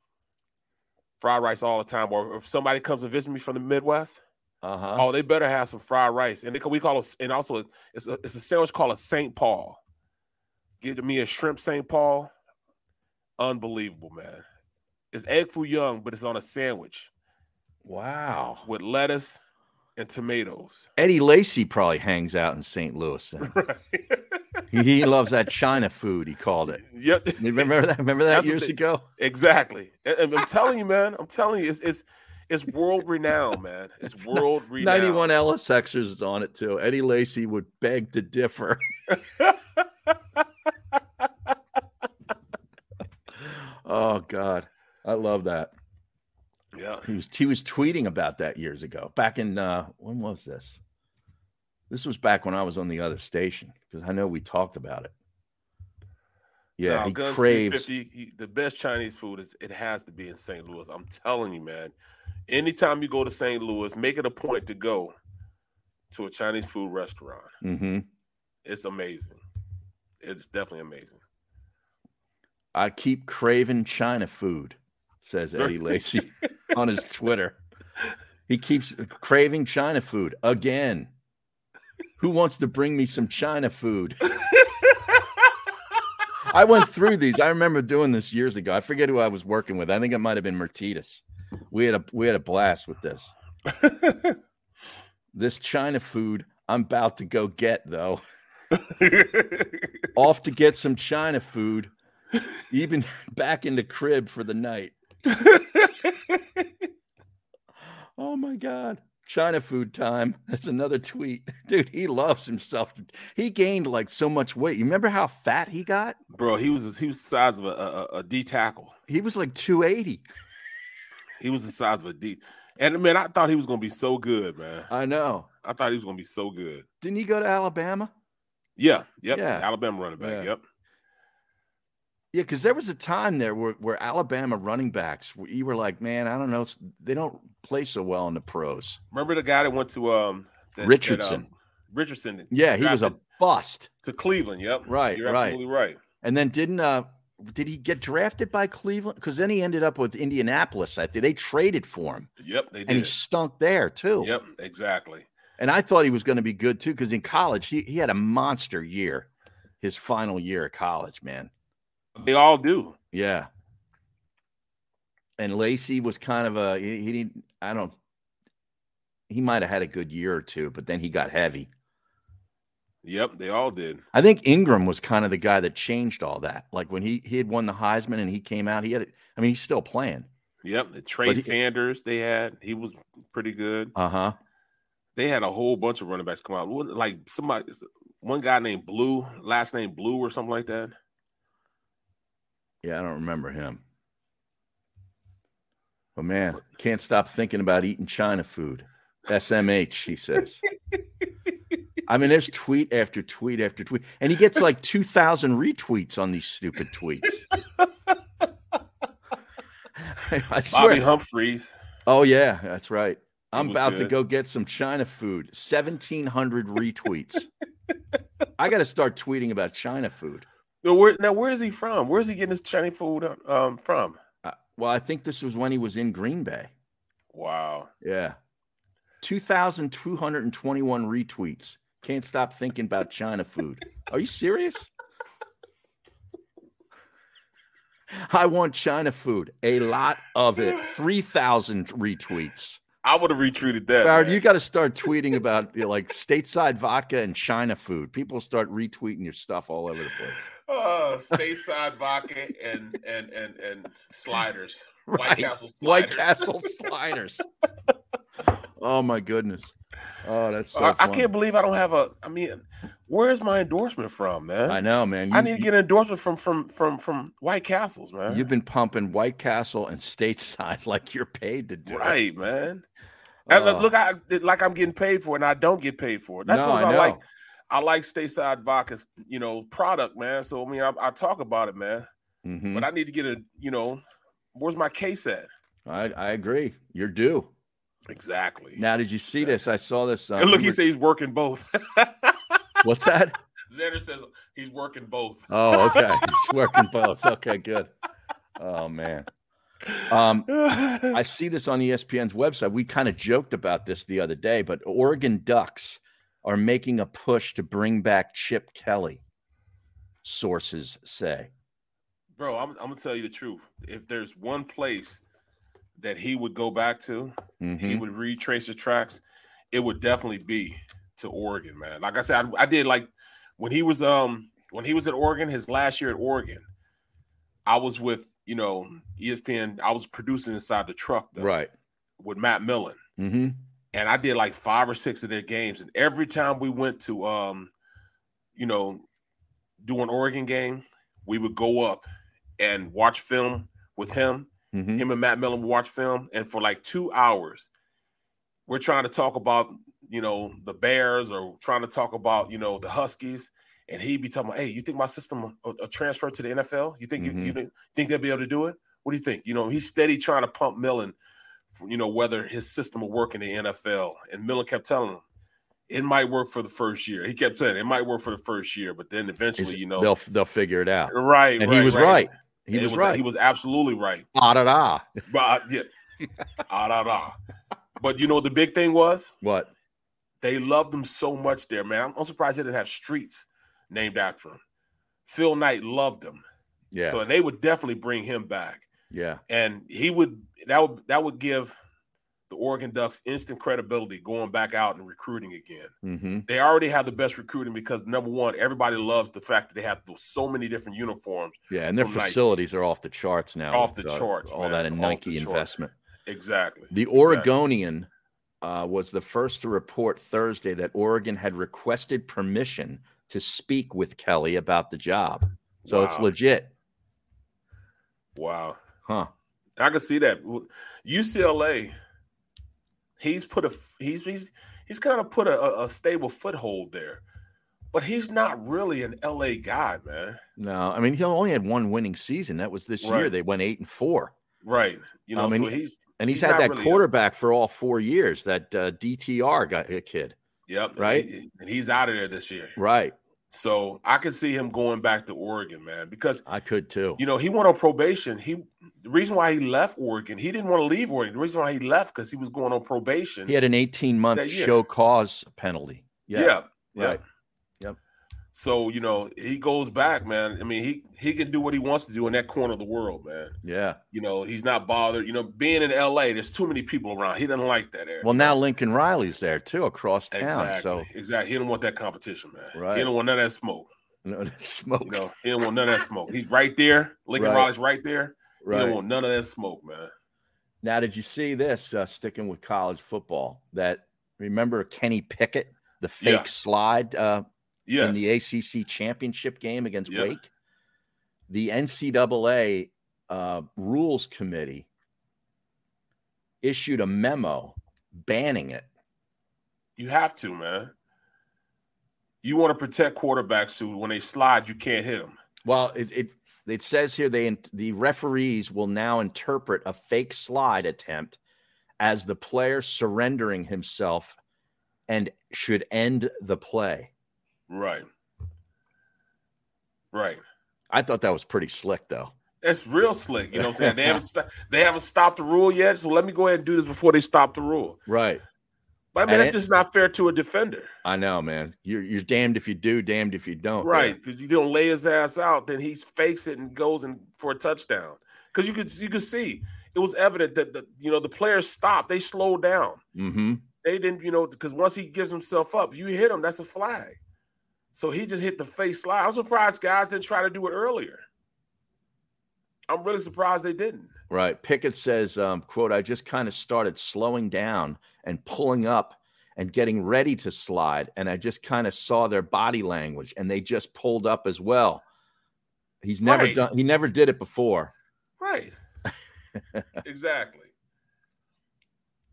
Speaker 2: fried rice all the time. Or if somebody comes and visits me from the Midwest,
Speaker 1: uh-huh.
Speaker 2: oh, they better have some fried rice. And they, we call it, and also it's a, it's a sandwich called a Saint Paul. Get me a shrimp Saint Paul. Unbelievable, man. It's egg foo young, but it's on a sandwich.
Speaker 1: Wow.
Speaker 2: With lettuce and tomatoes.
Speaker 1: Eddie Lacey probably hangs out in St. Louis then. he, he loves that China food, he called it.
Speaker 2: Yep.
Speaker 1: You remember that? Remember that
Speaker 2: That's what
Speaker 1: years
Speaker 2: they-
Speaker 1: ago?
Speaker 2: Exactly. And- and I'm telling you, man. I'm telling you, it's it's it's world renowned, man. It's world renowned.
Speaker 1: 91 Ellis Exers is on it too. Eddie Lacey would beg to differ. oh God. I love that.
Speaker 2: Yeah.
Speaker 1: He was he was tweeting about that years ago. Back in uh when was this? This was back when I was on the other station because I know we talked about it. Yeah,
Speaker 2: No,
Speaker 1: he
Speaker 2: Guns
Speaker 1: craves
Speaker 2: 350, he- the best Chinese food is it has to be in St. Louis. I'm telling you, man. Anytime you go to St. Louis, make it a point to go to a Chinese food restaurant.
Speaker 1: Mhm.
Speaker 2: It's amazing. It's definitely amazing.
Speaker 1: I keep craving China food, says Eddie Lacy on his Twitter. He keeps craving China food again. Who wants to bring me some China food? I went through these. I remember doing this years ago. I forget who I was working with. I think it might have been Mertitas. We had a we had a blast with this. this China food I'm about to go get though. Off to get some China food. Even back in the crib for the night. oh my god. China food time. That's another tweet. Dude, he loves himself. He gained like so much weight. You remember how fat he got?
Speaker 2: bro. He was he was the size of a, a, a- a D tackle.
Speaker 1: He was like two eighty.
Speaker 2: He was the size of a D. And man, I thought he was gonna be so good, man.
Speaker 1: I know.
Speaker 2: I thought he was gonna be so good.
Speaker 1: Didn't he go to Alabama?
Speaker 2: Yeah. Yep.
Speaker 1: Yeah.
Speaker 2: Alabama running back. Yep.
Speaker 1: Yeah, because there was a time there where, where Alabama running backs, where you were like, man, I don't know, it's- they don't play so well in the pros.
Speaker 2: Remember the guy that went to um that- that, um,
Speaker 1: Richardson.
Speaker 2: Richardson. that
Speaker 1: Yeah, he was a
Speaker 2: drafted
Speaker 1: bust.
Speaker 2: to Cleveland. Yep.
Speaker 1: Right,
Speaker 2: You're
Speaker 1: right.
Speaker 2: absolutely right.
Speaker 1: And then didn't uh did he get drafted by Cleveland? Because then he ended up with Indianapolis. I think they traded for him,
Speaker 2: Yep. They
Speaker 1: and he
Speaker 2: did.
Speaker 1: stunk there too.
Speaker 2: Yep. Exactly.
Speaker 1: And I thought he was going to be good too, because in college he, he had a monster year, his final year of college, man.
Speaker 2: They all do.
Speaker 1: Yeah. And Lacey was kind of a he, he didn't I don't he might have had a good year or two, but then he got heavy.
Speaker 2: Yep. They all did.
Speaker 1: I think Ingram was kind of the guy that changed all that. Like when he he had won the Heisman and he came out, he had I mean he's still playing.
Speaker 2: Yep. The Trey
Speaker 1: But he-
Speaker 2: Sanders they had. He was pretty good.
Speaker 1: Uh-huh.
Speaker 2: They had a whole bunch of running backs come out. What- Like somebody one guy named Blue, last name Blue or something like that.
Speaker 1: Yeah, I don't remember him. But man, can't stop thinking about eating China food. SMH, he says. I mean, there's tweet after tweet after tweet. And he gets like 2,000 retweets on these stupid tweets. I, I
Speaker 2: Bobby
Speaker 1: swear.
Speaker 2: Humphreys.
Speaker 1: Oh, yeah, that's right. I'm
Speaker 2: was
Speaker 1: about to
Speaker 2: good.
Speaker 1: go get some China food. 1,700 retweets. I got to start tweeting about China food.
Speaker 2: Now where, now, where is he from? Where is he getting his Chinese food um, from?
Speaker 1: Uh, well, I think this was when he was in Green Bay.
Speaker 2: Wow.
Speaker 1: Yeah. 2,221 retweets. Can't stop thinking about China food. Are you serious? I want China food. A lot of it. 3,000 retweets.
Speaker 2: I would have retweeted that.
Speaker 1: Barrett,
Speaker 2: man.
Speaker 1: you got to start tweeting about you know, like stateside vodka and China food. People start retweeting your stuff all over the place.
Speaker 2: Oh, stateside vodka and and and and sliders.
Speaker 1: Right.
Speaker 2: White Castle sliders.
Speaker 1: White Castle sliders. Oh, my goodness. Oh, that's so
Speaker 2: I, I
Speaker 1: funny.
Speaker 2: can't believe I don't have a. I mean, where is my endorsement from, man?
Speaker 1: I know, man.
Speaker 2: I
Speaker 1: You-
Speaker 2: need to get an endorsement from from from from White Castles, man.
Speaker 1: You've been pumping White Castle and Stateside like you're paid to do it.
Speaker 2: right, man. And look-
Speaker 1: Oh.
Speaker 2: look, I like I'm getting paid for it, and I don't get paid for it. That's
Speaker 1: No,
Speaker 2: what
Speaker 1: I
Speaker 2: I, like.
Speaker 1: know.
Speaker 2: I like Stateside Vodka's, you know, product, man. So I mean, I, I talk about it, man.
Speaker 1: Mhm.
Speaker 2: But I need to get a, you know, where's my case at?
Speaker 1: I, I agree. You're due.
Speaker 2: Exactly.
Speaker 1: Now, did you see this? I saw this. Uh,
Speaker 2: and look,
Speaker 1: we
Speaker 2: he
Speaker 1: were-
Speaker 2: says he's working both.
Speaker 1: what's that?
Speaker 2: Xander says he's working both.
Speaker 1: Oh, okay. It's working both. Okay, good. Oh man. Um, I see this on E ESPN's website. We kind of joked about this the other day, but Oregon Ducks are making a push to bring back Chip Kelly. Sources say.
Speaker 2: Bro, I'm, I'm gonna tell you the truth. If there's one place that he would go back to, he
Speaker 1: Mhm.
Speaker 2: would retrace his tracks. It would definitely be to Oregon, man. Like I said, I, I did like when he was um when he was at Oregon, his last year at Oregon. I was with you know E ESPN. I was producing inside the truck though,
Speaker 1: Right.
Speaker 2: with Matt Millen,
Speaker 1: Mm-hmm.
Speaker 2: and I did like five or six of their games. And every time we went to um, you know, do an Oregon game, we would go up and watch film with him.
Speaker 1: Mhm.
Speaker 2: Him and Matt Millen would watch film, and for like two hours, we're trying to talk about you know the Bears or trying to talk about you know the Huskies, and he'd be talking about, hey, you think my system will, will transfer to the NFL? You think you, you
Speaker 1: Mhm.
Speaker 2: think- think they'll be able to do it? What do you think? You know, he's steady trying to pump Millen, for, you know, whether his system will work in the NFL, and Millen kept telling him. It might work for the first year. He kept saying it might work for the first year, but then eventually,
Speaker 1: Is-
Speaker 2: you know,
Speaker 1: they'll they'll figure it out.
Speaker 2: Right,
Speaker 1: and he
Speaker 2: right,
Speaker 1: was
Speaker 2: right.
Speaker 1: right. He
Speaker 2: It
Speaker 1: was right.
Speaker 2: He was absolutely right.
Speaker 1: Ah da da.
Speaker 2: But uh, yeah. ah, da, da. But you know what the big thing was?
Speaker 1: What?
Speaker 2: They loved him so much there, man. I'm, I'm surprised they didn't have streets named after him. Phil Knight loved him.
Speaker 1: Yeah.
Speaker 2: So and they would definitely bring him back.
Speaker 1: yeah.
Speaker 2: And he would that would that would give the Oregon Ducks instant credibility going back out and recruiting again.
Speaker 1: Mm-hmm.
Speaker 2: They already have the best recruiting because number one, everybody loves the fact that they have those, so many different uniforms.
Speaker 1: Yeah, and their
Speaker 2: from Nike.
Speaker 1: facilities are off the charts now.
Speaker 2: Off
Speaker 1: with,
Speaker 2: the
Speaker 1: uh,
Speaker 2: charts,
Speaker 1: All
Speaker 2: man.
Speaker 1: that in
Speaker 2: Off
Speaker 1: Nike
Speaker 2: the charts.
Speaker 1: investment.
Speaker 2: Exactly.
Speaker 1: The Oregonian uh, was the first to report Thursday that Oregon had requested permission to speak with Kelly about the job. So it's
Speaker 2: Wow.
Speaker 1: legit,
Speaker 2: Wow.
Speaker 1: huh?
Speaker 2: I can see that. UCLA, he's put a he's he's he's kind of put a, a- a stable foothold there, but he's not really an LA guy, man.
Speaker 1: No, I mean he only had one winning season. That was this year.
Speaker 2: Right.
Speaker 1: They went eight and four.
Speaker 2: Right. You know,
Speaker 1: I mean,
Speaker 2: so he's
Speaker 1: Um, and he's,
Speaker 2: he's
Speaker 1: had
Speaker 2: not
Speaker 1: that
Speaker 2: really a-
Speaker 1: quarterback for all four years. That uh, DTR guy, uh, kid.
Speaker 2: Yep. and
Speaker 1: Right.
Speaker 2: he- and he's out of there this year.
Speaker 1: Right.
Speaker 2: So I could see him going back to Oregon, man, because
Speaker 1: I could too.
Speaker 2: You know, he went on probation. He the reason why he left Oregon, he didn't want to leave Oregon. The reason why he left because he was going on probation.
Speaker 1: He had an 18 month
Speaker 2: That year.
Speaker 1: show cause penalty.
Speaker 2: Yeah. yeah.
Speaker 1: Right. Yep.
Speaker 2: So you know he goes back, man. I mean he he can do what he wants to do in that corner of the world, man.
Speaker 1: Yeah.
Speaker 2: You know he's not bothered. You know being in L.A., there's too many people around. He doesn't like that area.
Speaker 1: Well, now Lincoln Riley's there too across town.
Speaker 2: exactly,
Speaker 1: So
Speaker 2: exactly. He don't want that competition, man.
Speaker 1: Right.
Speaker 2: He don't want none of that smoke.
Speaker 1: No, that smoke.
Speaker 2: You know he don't want none of that smoke. He's right there. Lincoln
Speaker 1: Right.
Speaker 2: Riley's right there. He
Speaker 1: Right.
Speaker 2: don't want none of that smoke, man.
Speaker 1: Now, did you see this? Uh, sticking with college football, that remember Kenny Pickett, the fake
Speaker 2: Yeah.
Speaker 1: slide uh, in the
Speaker 2: Yes.
Speaker 1: ACC championship game against
Speaker 2: Yeah.
Speaker 1: Wake? The NCAA uh, rules committee issued a memo banning it.
Speaker 2: You have to, man. You want to protect quarterbacks who, when they slide, you can't hit them.
Speaker 1: Well, it it, it says here they in- the referees will now interpret a fake slide attempt as the player surrendering himself and should end the play.
Speaker 2: Right. Right.
Speaker 1: I thought that was pretty slick though.
Speaker 2: That's real slick. You know what I'm saying? They haven't st- they haven't stopped the rule yet, so let me go ahead and do this before they stop the rule.
Speaker 1: Right.
Speaker 2: But I mean,
Speaker 1: And
Speaker 2: that's
Speaker 1: it-
Speaker 2: just not fair to a defender,
Speaker 1: I know, man. You're you're damned if you do, damned if you don't. there.
Speaker 2: right? Because you don't lay his ass out, then he fakes it and goes and for a touchdown. Because you could you could see it was evident that the, you know the players stopped. They slowed down.
Speaker 1: Mhm.
Speaker 2: they didn't, you know, because once he gives himself up, you hit him, that's a flag. So he just hit the face slide. I'm surprised guys didn't try to do it earlier. I'm really surprised they didn't.
Speaker 1: Right. Pickett says, um, quote, I just kind of started slowing down and pulling up and getting ready to slide. And I just kind of saw their body language and they just pulled up as well. He's never
Speaker 2: Right.
Speaker 1: done, he never did it before.
Speaker 2: Right. exactly.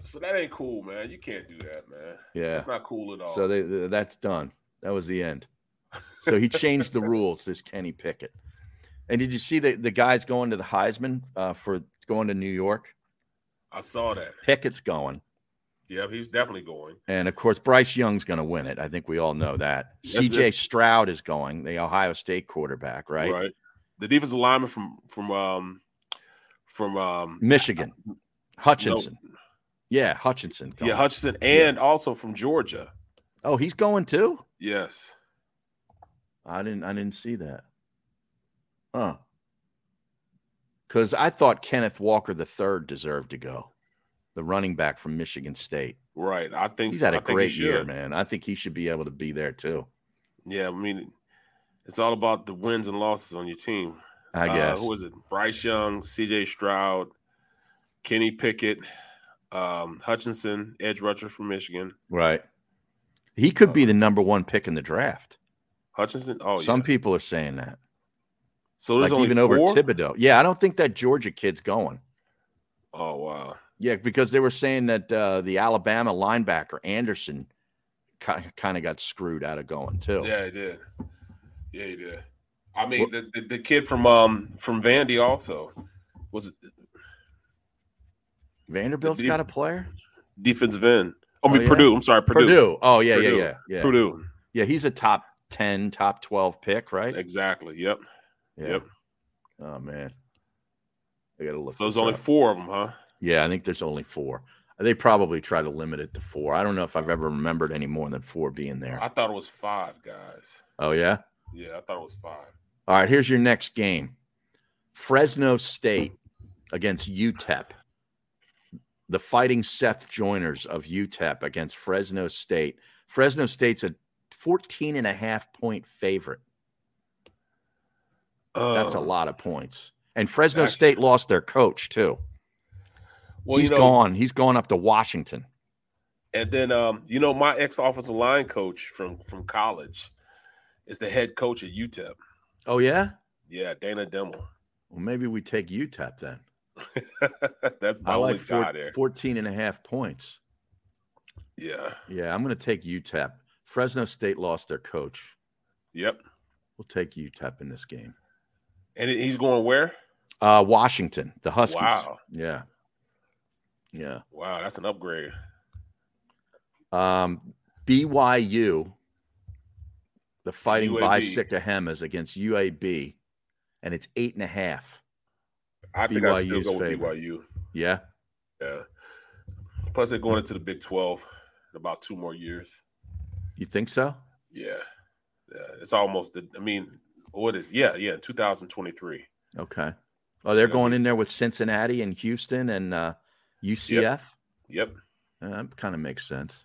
Speaker 2: So that ain't cool, man. You can't do that, man.
Speaker 1: Yeah.
Speaker 2: It's not cool at all.
Speaker 1: So they, th- that's done. That was the end. So he changed the rules, this Kenny Pickett. And did you see the, the guys going to the Heisman uh, for going to New York?
Speaker 2: I saw that.
Speaker 1: Pickett's going.
Speaker 2: Yeah, he's definitely going.
Speaker 1: And of course, Bryce Young's going to win it. I think we all know that.
Speaker 2: Yes,
Speaker 1: CJ
Speaker 2: yes.
Speaker 1: Stroud is going, the Ohio State quarterback, right?
Speaker 2: The defensive lineman from from um from um
Speaker 1: Michigan, Hutchinson. Yeah, Hutchinson.
Speaker 2: yeah,
Speaker 1: going.
Speaker 2: Hutchinson and also from Georgia.
Speaker 1: Oh, he's going too.
Speaker 2: Yes.
Speaker 1: I didn't. I didn't see that. Huh? Because I thought Kenneth Walker III deserved to go, the running back from Michigan State.
Speaker 2: Right. I think
Speaker 1: He's
Speaker 2: so.
Speaker 1: had a
Speaker 2: I think he
Speaker 1: great year,
Speaker 2: should.
Speaker 1: man. I think he should be able to be there too.
Speaker 2: Yeah, I mean, it's all about the wins and losses on your team.
Speaker 1: I
Speaker 2: Uh,
Speaker 1: guess.
Speaker 2: who is it? Bryce Young, C.J. Stroud, Kenny Pickett, um, Hutchinson, edge rusher from Michigan.
Speaker 1: Right. He could
Speaker 2: Uh,
Speaker 1: be the number one pick in the draft.
Speaker 2: Hutchinson. Oh,
Speaker 1: Some
Speaker 2: yeah.
Speaker 1: people are saying that.
Speaker 2: So there's
Speaker 1: like
Speaker 2: only
Speaker 1: even
Speaker 2: four?
Speaker 1: over Thibodeau. Yeah, I don't think that Georgia kid's going.
Speaker 2: Oh wow.
Speaker 1: Yeah, because they were saying that uh, the Alabama linebacker Anderson kind of got screwed out of going too.
Speaker 2: Yeah, he did. Yeah, he did. I mean, the, the the kid from um from Vandy also was it
Speaker 1: Vanderbilt's
Speaker 2: Did he-
Speaker 1: got a player.
Speaker 2: defensive end. I mean,
Speaker 1: Oh, yeah?
Speaker 2: Purdue. I'm sorry, Purdue.
Speaker 1: Purdue. Oh yeah,
Speaker 2: Purdue.
Speaker 1: yeah, yeah, yeah.
Speaker 2: Purdue.
Speaker 1: Yeah, he's a top ten, top twelve pick, right?
Speaker 2: Exactly. Yep.
Speaker 1: Yeah.
Speaker 2: Yep.
Speaker 1: Oh man, I gotta look.
Speaker 2: So there's
Speaker 1: this
Speaker 2: only
Speaker 1: up.
Speaker 2: four of them, huh?
Speaker 1: Yeah, I think there's only four. They probably try to limit it to four. I don't know if I've ever remembered any more than four being there.
Speaker 2: I thought it was five guys.
Speaker 1: Oh yeah.
Speaker 2: Yeah, I thought it was five.
Speaker 1: All right, here's your next game Fresno State against UTEP. The fighting Seth Joiners of UTEP against Fresno State. Fresno State's a 14 and a half point favorite. That's a lot of points. And Fresno
Speaker 2: Oh. That's-
Speaker 1: State lost their coach, too.
Speaker 2: Well,
Speaker 1: He's
Speaker 2: you know-
Speaker 1: gone. He's gone up to Washington.
Speaker 2: And then um, you know, my ex offensive line coach from from college is the head coach at UTEP.
Speaker 1: Oh, yeah?
Speaker 2: Yeah, Dana Demmel.
Speaker 1: Well, maybe we take UTEP then.
Speaker 2: That's my
Speaker 1: I
Speaker 2: only
Speaker 1: like
Speaker 2: tie
Speaker 1: four,
Speaker 2: there.
Speaker 1: 14 and a half points.
Speaker 2: Yeah.
Speaker 1: Yeah, I'm going to take UTEP. Fresno State lost their coach.
Speaker 2: Yep.
Speaker 1: We'll take UTEP in this game.
Speaker 2: And he- he's going where?
Speaker 1: Uh, Washington, the Huskies.
Speaker 2: Wow.
Speaker 1: Yeah. Yeah.
Speaker 2: Wow, that's an upgrade.
Speaker 1: Um, BYU, the fighting
Speaker 2: UAB.
Speaker 1: Bicycahemas against UAB, and it's eight and a half.
Speaker 2: I think I still
Speaker 1: BYU's
Speaker 2: go with
Speaker 1: favorite.
Speaker 2: BYU.
Speaker 1: Yeah.
Speaker 2: Yeah. Plus they're going into the Big Twelve in about two more years.
Speaker 1: You think so?
Speaker 2: Yeah. Yeah. It's almost the I mean, what is yeah, yeah, 2023.
Speaker 1: Okay. Oh, they're going in there with Cincinnati and Houston and uh, UCF.
Speaker 2: Yep.
Speaker 1: Uh, that kind of makes sense.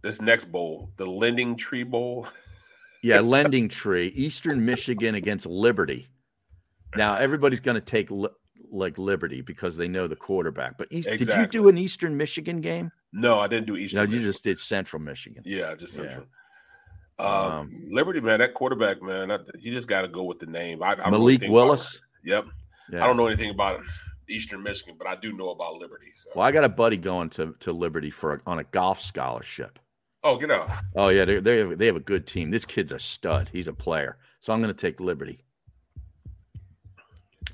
Speaker 2: This next bowl, the Lending Tree Bowl.
Speaker 1: Yeah, Lending Tree, Eastern Michigan against Liberty. Now everybody's going to take li- like Liberty because they know the quarterback. But East, did you
Speaker 2: Exactly.
Speaker 1: do an Eastern Michigan game?
Speaker 2: No, I didn't do Eastern.
Speaker 1: no, you just did Central Michigan.
Speaker 2: Yeah, just
Speaker 1: Yeah.
Speaker 2: Central. Um, Liberty, man, that quarterback, man, I, you just got to go with the name. I, I don't know
Speaker 1: Malik
Speaker 2: anything about it.
Speaker 1: Willis.
Speaker 2: Yep.
Speaker 1: Yeah.
Speaker 2: I don't know anything about Eastern Michigan, but I do know about Liberty. So.
Speaker 1: Well, I got a buddy going to, to Liberty for a, on a golf scholarship.
Speaker 2: Oh, get out.
Speaker 1: Oh yeah, they they have, they have a good team. This kid's a stud. He's a player. So I'm going to take Liberty.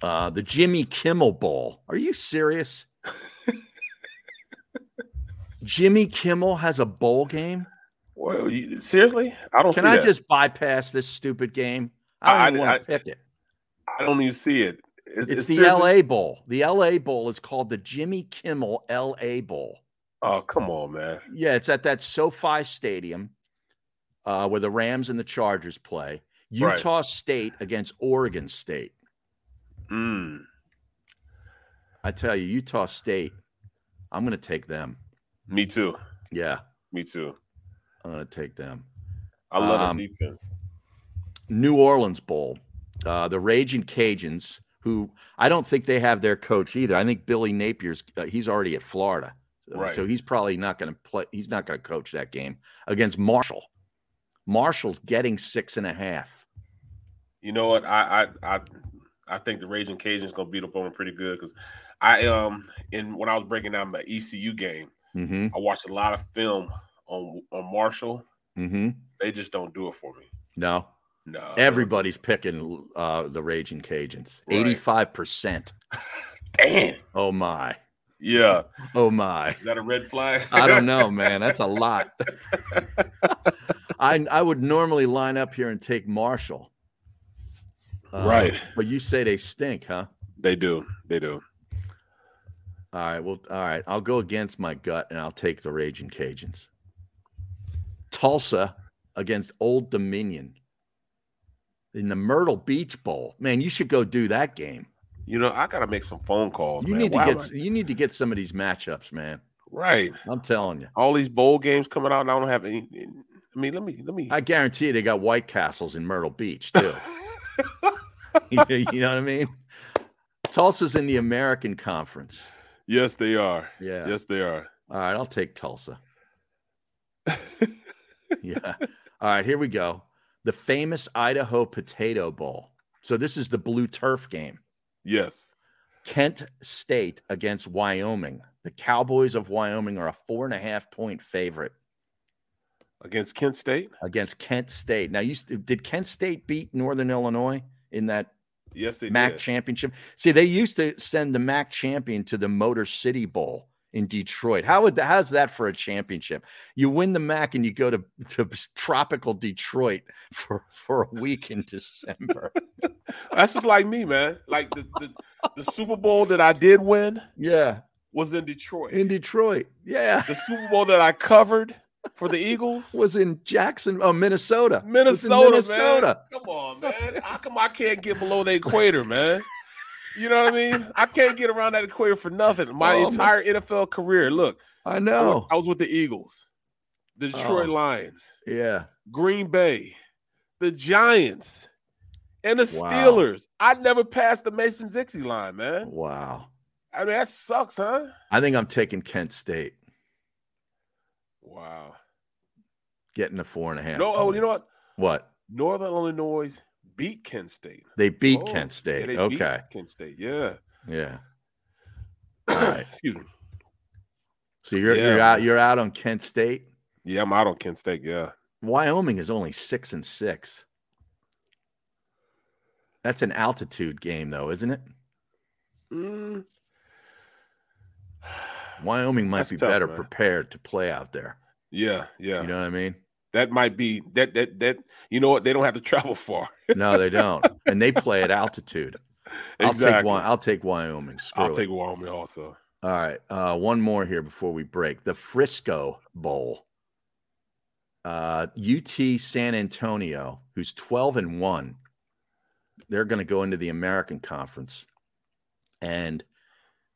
Speaker 1: Uh, the Jimmy Kimmel Bowl. Are you serious? Jimmy Kimmel has a bowl game.
Speaker 2: Well, you, seriously, I don't.
Speaker 1: Can
Speaker 2: see
Speaker 1: I
Speaker 2: that.
Speaker 1: just bypass this stupid game?
Speaker 2: I-
Speaker 1: I don't
Speaker 2: I-
Speaker 1: want to pick it.
Speaker 2: I don't even see it.
Speaker 1: It's, the
Speaker 2: seriously-
Speaker 1: LA Bowl. The LA Bowl is called the Jimmy Kimmel LA Bowl.
Speaker 2: Oh, come on, man.
Speaker 1: Yeah, it's at that SoFi Stadium uh, where the Rams and the Chargers play.
Speaker 2: Right.
Speaker 1: Utah State against Oregon State.
Speaker 2: Mm.
Speaker 1: I tell you, Utah State. I'm going to take them.
Speaker 2: Me too.
Speaker 1: Yeah,
Speaker 2: Me too.
Speaker 1: I'm going to take them.
Speaker 2: I love
Speaker 1: Um,
Speaker 2: the defense.
Speaker 1: New Orleans Bowl. Uh, the Raging Cajuns, who I don't think they have their coach either. I think Billy Napier's uh, he's already at Florida, So-
Speaker 2: Right.
Speaker 1: so he's probably not going to play. He's not going to coach that game against Marshall. Marshall's getting six and a half.
Speaker 2: You know what? I I I, I think the Raging Cajuns gonna beat up on them pretty good because I um in when I was breaking down my ECU game,
Speaker 1: Mm-hmm.
Speaker 2: I watched a lot of film on on Marshall.
Speaker 1: Mm-hmm.
Speaker 2: They just don't do it for me.
Speaker 1: No.
Speaker 2: No.
Speaker 1: Everybody's picking uh, the Raging Cajuns.
Speaker 2: Right.
Speaker 1: Eighty-five percent.
Speaker 2: Damn.
Speaker 1: Oh my.
Speaker 2: Yeah.
Speaker 1: Oh my.
Speaker 2: Is that a red flag?
Speaker 1: I don't know, man. That's a lot. I I would normally line up here and take Marshall. Uh,
Speaker 2: Right.
Speaker 1: But you say they stink, huh?
Speaker 2: They do. They do.
Speaker 1: All right. Well, all right. I'll go against my gut and I'll take the Raging Cajuns. Tulsa against Old Dominion in the Myrtle Beach Bowl. Man, you should go do that game.
Speaker 2: You know, I gotta make some phone calls.
Speaker 1: You
Speaker 2: man.
Speaker 1: need to
Speaker 2: Why
Speaker 1: get
Speaker 2: am
Speaker 1: s- you need to get some of these matchups, man.
Speaker 2: I- right.
Speaker 1: I'm telling you.
Speaker 2: All these bowl games coming out, and I don't have any. I mean, let me let me.
Speaker 1: I guarantee you they got White Castles in Myrtle Beach too. you know you know what I mean? Tulsa's in the American Conference.
Speaker 2: Yes, they are.
Speaker 1: Yeah.
Speaker 2: Yes, they are.
Speaker 1: All right, I'll take Tulsa. yeah. All right, here we go. The famous Idaho Potato Bowl. So this is the blue turf game.
Speaker 2: Yes.
Speaker 1: Kent State against Wyoming. The Cowboys of Wyoming are a four and a half point favorite
Speaker 2: Against Kent State.
Speaker 1: against Kent State. Now, you st- did Kent State beat Northern Illinois in that
Speaker 2: Yes, they
Speaker 1: MAC
Speaker 2: did.
Speaker 1: championship. See, they used to send the MAC champion to the Motor City Bowl in Detroit. How would how's that for a championship? You win the MAC and you go to, to tropical Detroit for for a week in December.
Speaker 2: That's just like me, man. Like the, the the Super Bowl that I did win,
Speaker 1: yeah,
Speaker 2: was in Detroit.
Speaker 1: In Detroit, yeah.
Speaker 2: The Super Bowl that I covered for the Eagles
Speaker 1: was in Jackson, oh, Minnesota.
Speaker 2: Minnesota,
Speaker 1: Was in Minnesota.
Speaker 2: man. Come on, man. How come I can't get below the equator, man? You know what I mean? I can't get around that equator for nothing. My
Speaker 1: Oh, man.
Speaker 2: entire NFL career. Look,
Speaker 1: I
Speaker 2: I
Speaker 1: know.
Speaker 2: was, I was with the Eagles, the Detroit
Speaker 1: Oh.
Speaker 2: Lions,
Speaker 1: Yeah.
Speaker 2: Green Bay, the Giants, and the
Speaker 1: Wow.
Speaker 2: Steelers. I never passed the Mason Dixie line, man.
Speaker 1: Wow.
Speaker 2: I mean, that sucks, huh?
Speaker 1: I think I'm taking Kent State,
Speaker 2: Wow.
Speaker 1: getting a four and a half.
Speaker 2: No, oh, you know what?
Speaker 1: What?
Speaker 2: Northern Illinois beat Kent State.
Speaker 1: They beat
Speaker 2: Oh,
Speaker 1: Kent
Speaker 2: yeah,
Speaker 1: State.
Speaker 2: they beat
Speaker 1: okay.
Speaker 2: Kent State. Yeah.
Speaker 1: Yeah. All right.
Speaker 2: Excuse me.
Speaker 1: So you're
Speaker 2: Yeah,
Speaker 1: you're out
Speaker 2: man.
Speaker 1: you're out on Kent State.
Speaker 2: Yeah, I'm out on Kent State. Yeah.
Speaker 1: Wyoming is only six and six. That's an altitude game, though, isn't it?
Speaker 2: Mm,
Speaker 1: Wyoming might
Speaker 2: That's
Speaker 1: be
Speaker 2: tough,
Speaker 1: better
Speaker 2: man.
Speaker 1: prepared to play out there.
Speaker 2: yeah. Yeah.
Speaker 1: You know what I mean?
Speaker 2: That might be that that that you know what? They don't have to travel far.
Speaker 1: No, they don't, and they play at altitude. I'll take
Speaker 2: Exactly.
Speaker 1: one. I'll take Wyoming. Screw
Speaker 2: I'll
Speaker 1: it.
Speaker 2: take Wyoming also.
Speaker 1: All right. Uh, one more here before we break. The Frisco Bowl. Uh, UT San Antonio, who's 12 and 1, they're going to go into the American Conference and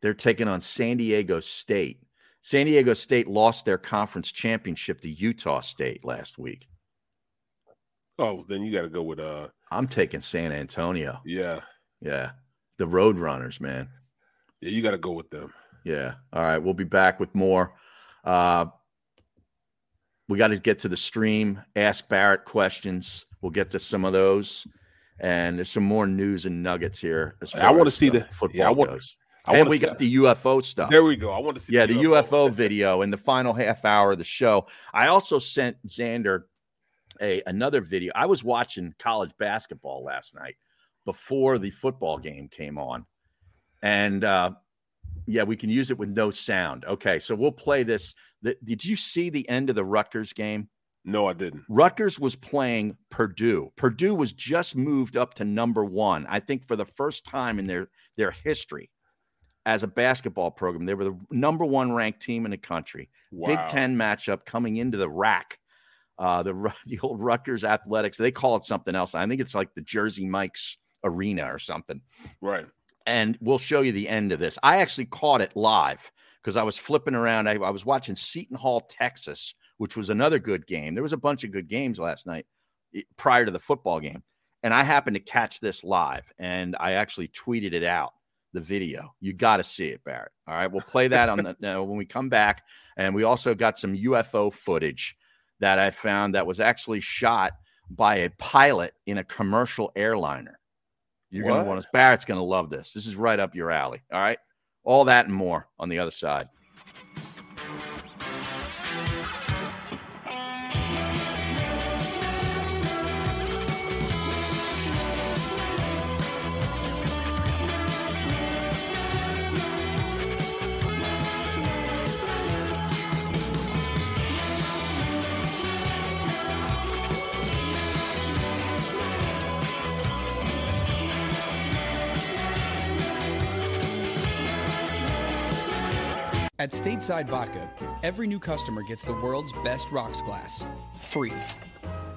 Speaker 1: they're taking on San Diego State. San Diego State lost their conference championship to Utah State last week.
Speaker 2: Oh, then you got to go with uh
Speaker 1: I'm taking San Antonio.
Speaker 2: yeah.
Speaker 1: Yeah. The Roadrunners, man.
Speaker 2: Yeah, you got to go with them.
Speaker 1: Yeah. All right. We'll be back with more. Uh, we got to get to the stream, ask Barrett questions. We'll get to some of those. And there's some more news and nuggets here. As
Speaker 2: I
Speaker 1: far
Speaker 2: wanna
Speaker 1: as,
Speaker 2: see
Speaker 1: uh,
Speaker 2: the- yeah, I
Speaker 1: football
Speaker 2: wanna-
Speaker 1: goes.
Speaker 2: I
Speaker 1: and
Speaker 2: wanna
Speaker 1: we
Speaker 2: see-
Speaker 1: got the UFO stuff.
Speaker 2: There we go. I want to see
Speaker 1: Yeah, the UFO video in the final half hour of the show. I also sent Xander a another video. I was watching college basketball last night before the football game came on, and uh, yeah, we can use it with no sound. Okay, so we'll play this. The, did you see the end of the Rutgers game?
Speaker 2: No, I didn't.
Speaker 1: Rutgers was playing Purdue. Purdue was just moved up to number one, I think, for the first time in their their history as a basketball program. They were the number one ranked team in the country. Big
Speaker 2: Wow.
Speaker 1: Ten matchup coming into the rack. Uh, the Ru- the old Rutgers Athletics. They call it something else. I think it's like the Jersey Mike's Arena or something
Speaker 2: Right.
Speaker 1: and we'll show you the end of this. I actually caught it live because I was flipping around. I, I was watching Seton Hall, Texas, which was another good game. There was a bunch of good games last night eh, prior to the football game. And I happened to catch this live and I actually tweeted it out the video. You got to see it, Barrett. All right. We'll play that on the, now when we come back. And we also got some UFO footage that I found that was actually shot by a pilot in a commercial airliner. You're going
Speaker 2: What?
Speaker 1: to want to, Barrett's going to love this. This is right up your alley. All right. All that and more on the other side.
Speaker 3: At Stateside Vodka, every new customer gets the world's best rocks glass, free.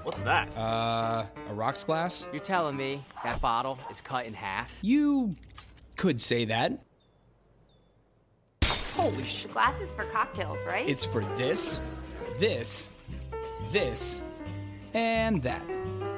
Speaker 5: What's that?
Speaker 3: Uh, a rocks glass?
Speaker 5: You're telling me that bottle is cut in half?
Speaker 3: You could say that. Holy sh!
Speaker 6: The glasses for cocktails, right?
Speaker 3: It's for this, this, this, and that.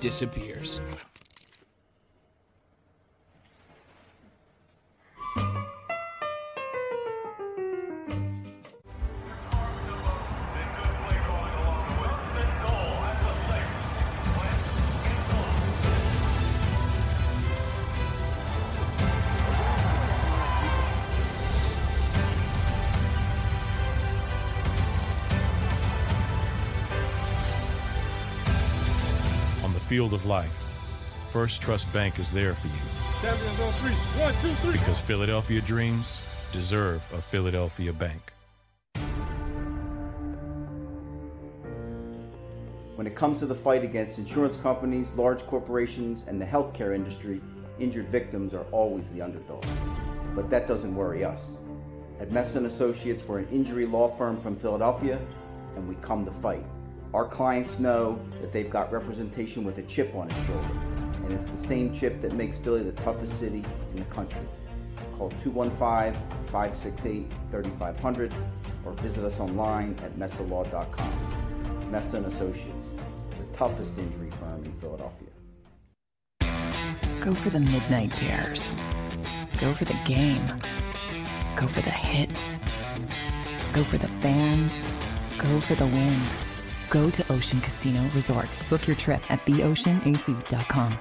Speaker 3: disappears.
Speaker 7: field of life, First Trust Bank is there for you. Because Philadelphia dreams deserve a Philadelphia bank.
Speaker 8: When it comes to the fight against insurance companies, large corporations, and the healthcare industry, injured victims are always the underdog. But that doesn't worry us. At Messon Associates, we're an injury law firm from Philadelphia, and we come to fight. Our clients know that they've got representation with a chip on its shoulder, and it's the same chip that makes Philly the toughest city in the country. Call 215-568-3500 or visit us online at messalaw.com. Messa and Associates, the toughest injury firm in Philadelphia.
Speaker 9: Go for the midnight dares. Go for the game. Go for the hits. Go for the fans. Go for the win. Go to Ocean Casino Resort. Book your trip at theoceanac.com.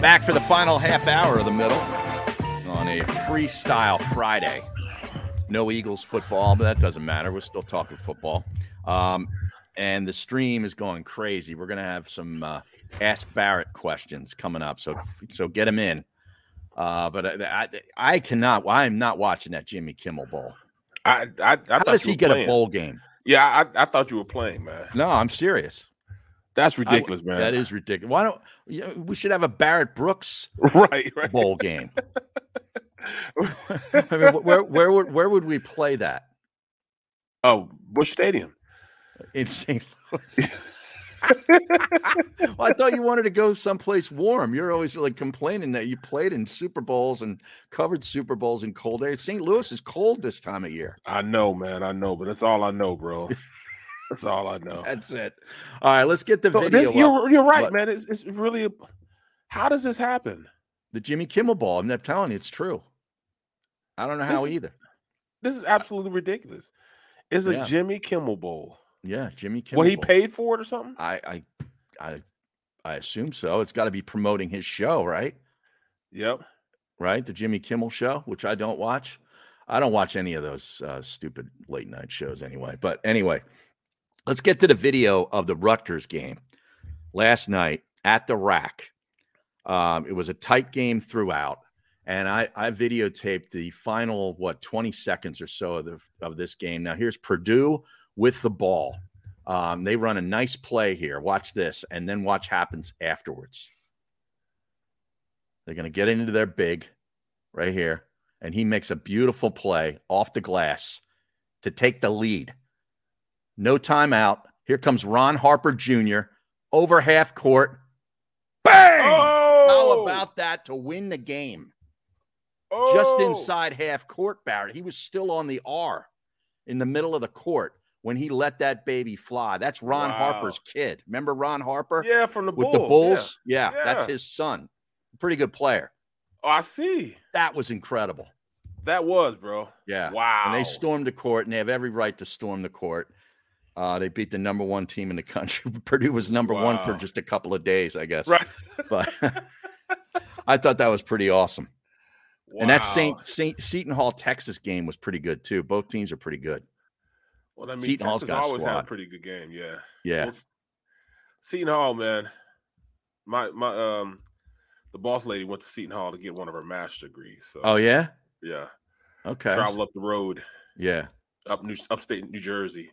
Speaker 1: Back for the final half hour of the middle on a freestyle Friday. No Eagles football, but that doesn't matter. We're still talking football. Um, and the stream is going crazy. We're going to have some uh, Ask Barrett questions coming up. So so get them in. Uh, but I, I, I cannot, I'm not watching that Jimmy Kimmel Bowl.
Speaker 2: I, I, I
Speaker 1: How
Speaker 2: thought
Speaker 1: does
Speaker 2: you
Speaker 1: he
Speaker 2: were
Speaker 1: get a
Speaker 2: playing.
Speaker 1: bowl game?
Speaker 2: Yeah, I, I thought you were playing, man.
Speaker 1: No, I'm serious.
Speaker 2: That's ridiculous, man.
Speaker 1: That is ridiculous. Why don't yeah, we should have a Barrett Brooks
Speaker 2: right, right.
Speaker 1: bowl game? I mean, wh- where where would where would we play that?
Speaker 2: Oh, Bush Stadium
Speaker 1: in St. Louis. well, I thought you wanted to go someplace warm. You're always like complaining that you played in Super Bowls and covered Super Bowls in cold air. St. Louis is cold this time of year.
Speaker 2: I know, man. I know, but that's all I know, bro. that's all I know.
Speaker 1: That's it. All right, let's get the
Speaker 2: So
Speaker 1: video.
Speaker 2: this, you're,
Speaker 1: up.
Speaker 2: you're right,
Speaker 1: But
Speaker 2: man. It's, it's really. How does this happen?
Speaker 1: The Jimmy Kimmel Ball. I'm not telling you, it's true. I don't know how
Speaker 2: This is-
Speaker 1: either.
Speaker 2: This is absolutely ridiculous. It's a
Speaker 1: Yeah.
Speaker 2: Jimmy Kimmel Bowl.
Speaker 1: Yeah, Jimmy Kimmel.
Speaker 2: What he
Speaker 1: Bowl.
Speaker 2: paid for it or something?
Speaker 1: I I I I assume so. It's got to be promoting his show, right?
Speaker 2: Yep.
Speaker 1: Right, the Jimmy Kimmel show, which I don't watch. I don't watch any of those uh, stupid late night shows anyway. But anyway, let's get to the video of the Rutgers game last night at the rack. Um, it was a tight game throughout, and I, I videotaped the final what twenty seconds or so of the, of this game. Now here's Purdue with the ball. Um, they run a nice play here. Watch this, and then watch happens afterwards. They're going to get into their big right here, and he makes a beautiful play off the glass to take the lead. No timeout. Here comes Ron Harper Jr. over half court. Bang!
Speaker 2: Oh!
Speaker 1: How about that to win the game? Just
Speaker 2: Oh!
Speaker 1: inside half court, Barrett. He was still on the R in the middle of the court when he let that baby fly. That's Ron
Speaker 2: Wow.
Speaker 1: Harper's kid. Remember Ron Harper?
Speaker 2: Yeah, from the
Speaker 1: With
Speaker 2: Bulls.
Speaker 1: the Bulls?
Speaker 2: Yeah.
Speaker 1: Yeah. that's
Speaker 2: Yeah.
Speaker 1: his son. Pretty good player.
Speaker 2: Oh, I see.
Speaker 1: That was incredible.
Speaker 2: That was, bro.
Speaker 1: Yeah.
Speaker 2: Wow.
Speaker 1: And they stormed the court, and they have every right to storm the court. Uh, they beat the number one team in the country. Purdue was number one for
Speaker 2: Wow.
Speaker 1: just a couple of days, I guess.
Speaker 2: Right.
Speaker 1: But I thought that was pretty awesome. And that St.
Speaker 2: Wow.
Speaker 1: St. Seton Hall, Texas game was pretty good too. Both teams are pretty good.
Speaker 2: Well, I mean,
Speaker 1: Seton Hall's
Speaker 2: Texas
Speaker 1: got a
Speaker 2: always had a
Speaker 1: squad.
Speaker 2: pretty good game. Yeah.
Speaker 1: Yeah.
Speaker 2: Well, Seton Hall, man. My my um, the boss lady went to Seton Hall to get one of her master degrees. So
Speaker 1: Oh yeah.
Speaker 2: yeah.
Speaker 1: Okay.
Speaker 2: Travel up the road,
Speaker 1: Yeah.
Speaker 2: up New upstate New Jersey.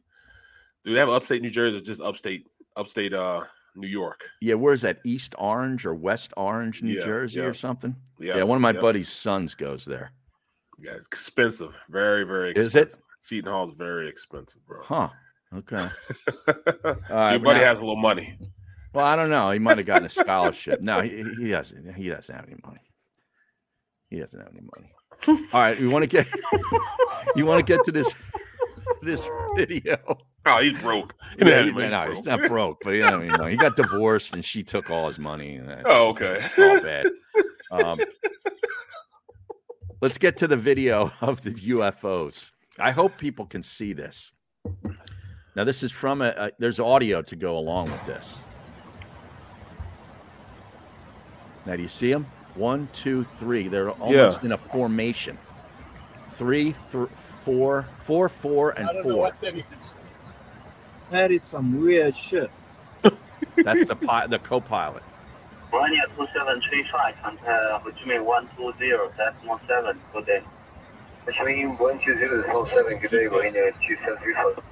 Speaker 2: Do they have upstate New Jersey or just upstate upstate uh New York?
Speaker 1: Yeah. Where's that? East Orange or West Orange, New
Speaker 2: Yeah,
Speaker 1: Jersey,
Speaker 2: yeah.
Speaker 1: or something?
Speaker 2: Yeah,
Speaker 1: Yeah. One of my
Speaker 2: yeah.
Speaker 1: buddy's sons goes there.
Speaker 2: Yeah, it's expensive. Very, very
Speaker 1: Is
Speaker 2: expensive.
Speaker 1: it?
Speaker 2: Seton Hall's very expensive, bro.
Speaker 1: Huh. Okay.
Speaker 2: so
Speaker 1: right,
Speaker 2: your
Speaker 1: we're
Speaker 2: buddy
Speaker 1: not-
Speaker 2: has a little money.
Speaker 1: Well, I don't know. He might have gotten a scholarship. No, he, he doesn't. He doesn't have any money. He doesn't have any money. All right, we want to get you want to get to this this video.
Speaker 2: Oh, he's broke. He
Speaker 1: Yeah,
Speaker 2: didn't have any
Speaker 1: he-
Speaker 2: money,
Speaker 1: no,
Speaker 2: he's
Speaker 1: he's
Speaker 2: broke.
Speaker 1: not broke, but he, don't even know. he got divorced and she took all his money. And that-
Speaker 2: Oh, okay.
Speaker 1: It's all bad. Um, let's get to the video of the UFOs. I hope people can see this. Now, this is from a, a there's audio to go along with this. Now, do you see them? One, two, three. They're almost in a formation. Three, thr four, four, four, and
Speaker 10: I don't know
Speaker 1: four.
Speaker 10: what that is. That is some weird shit.
Speaker 1: That's the pi- the co-pilot.
Speaker 11: Romania 2735, uh, Hujime 120, that's 17, good day. Hujime 120, that's 17, good day, Romania 2735.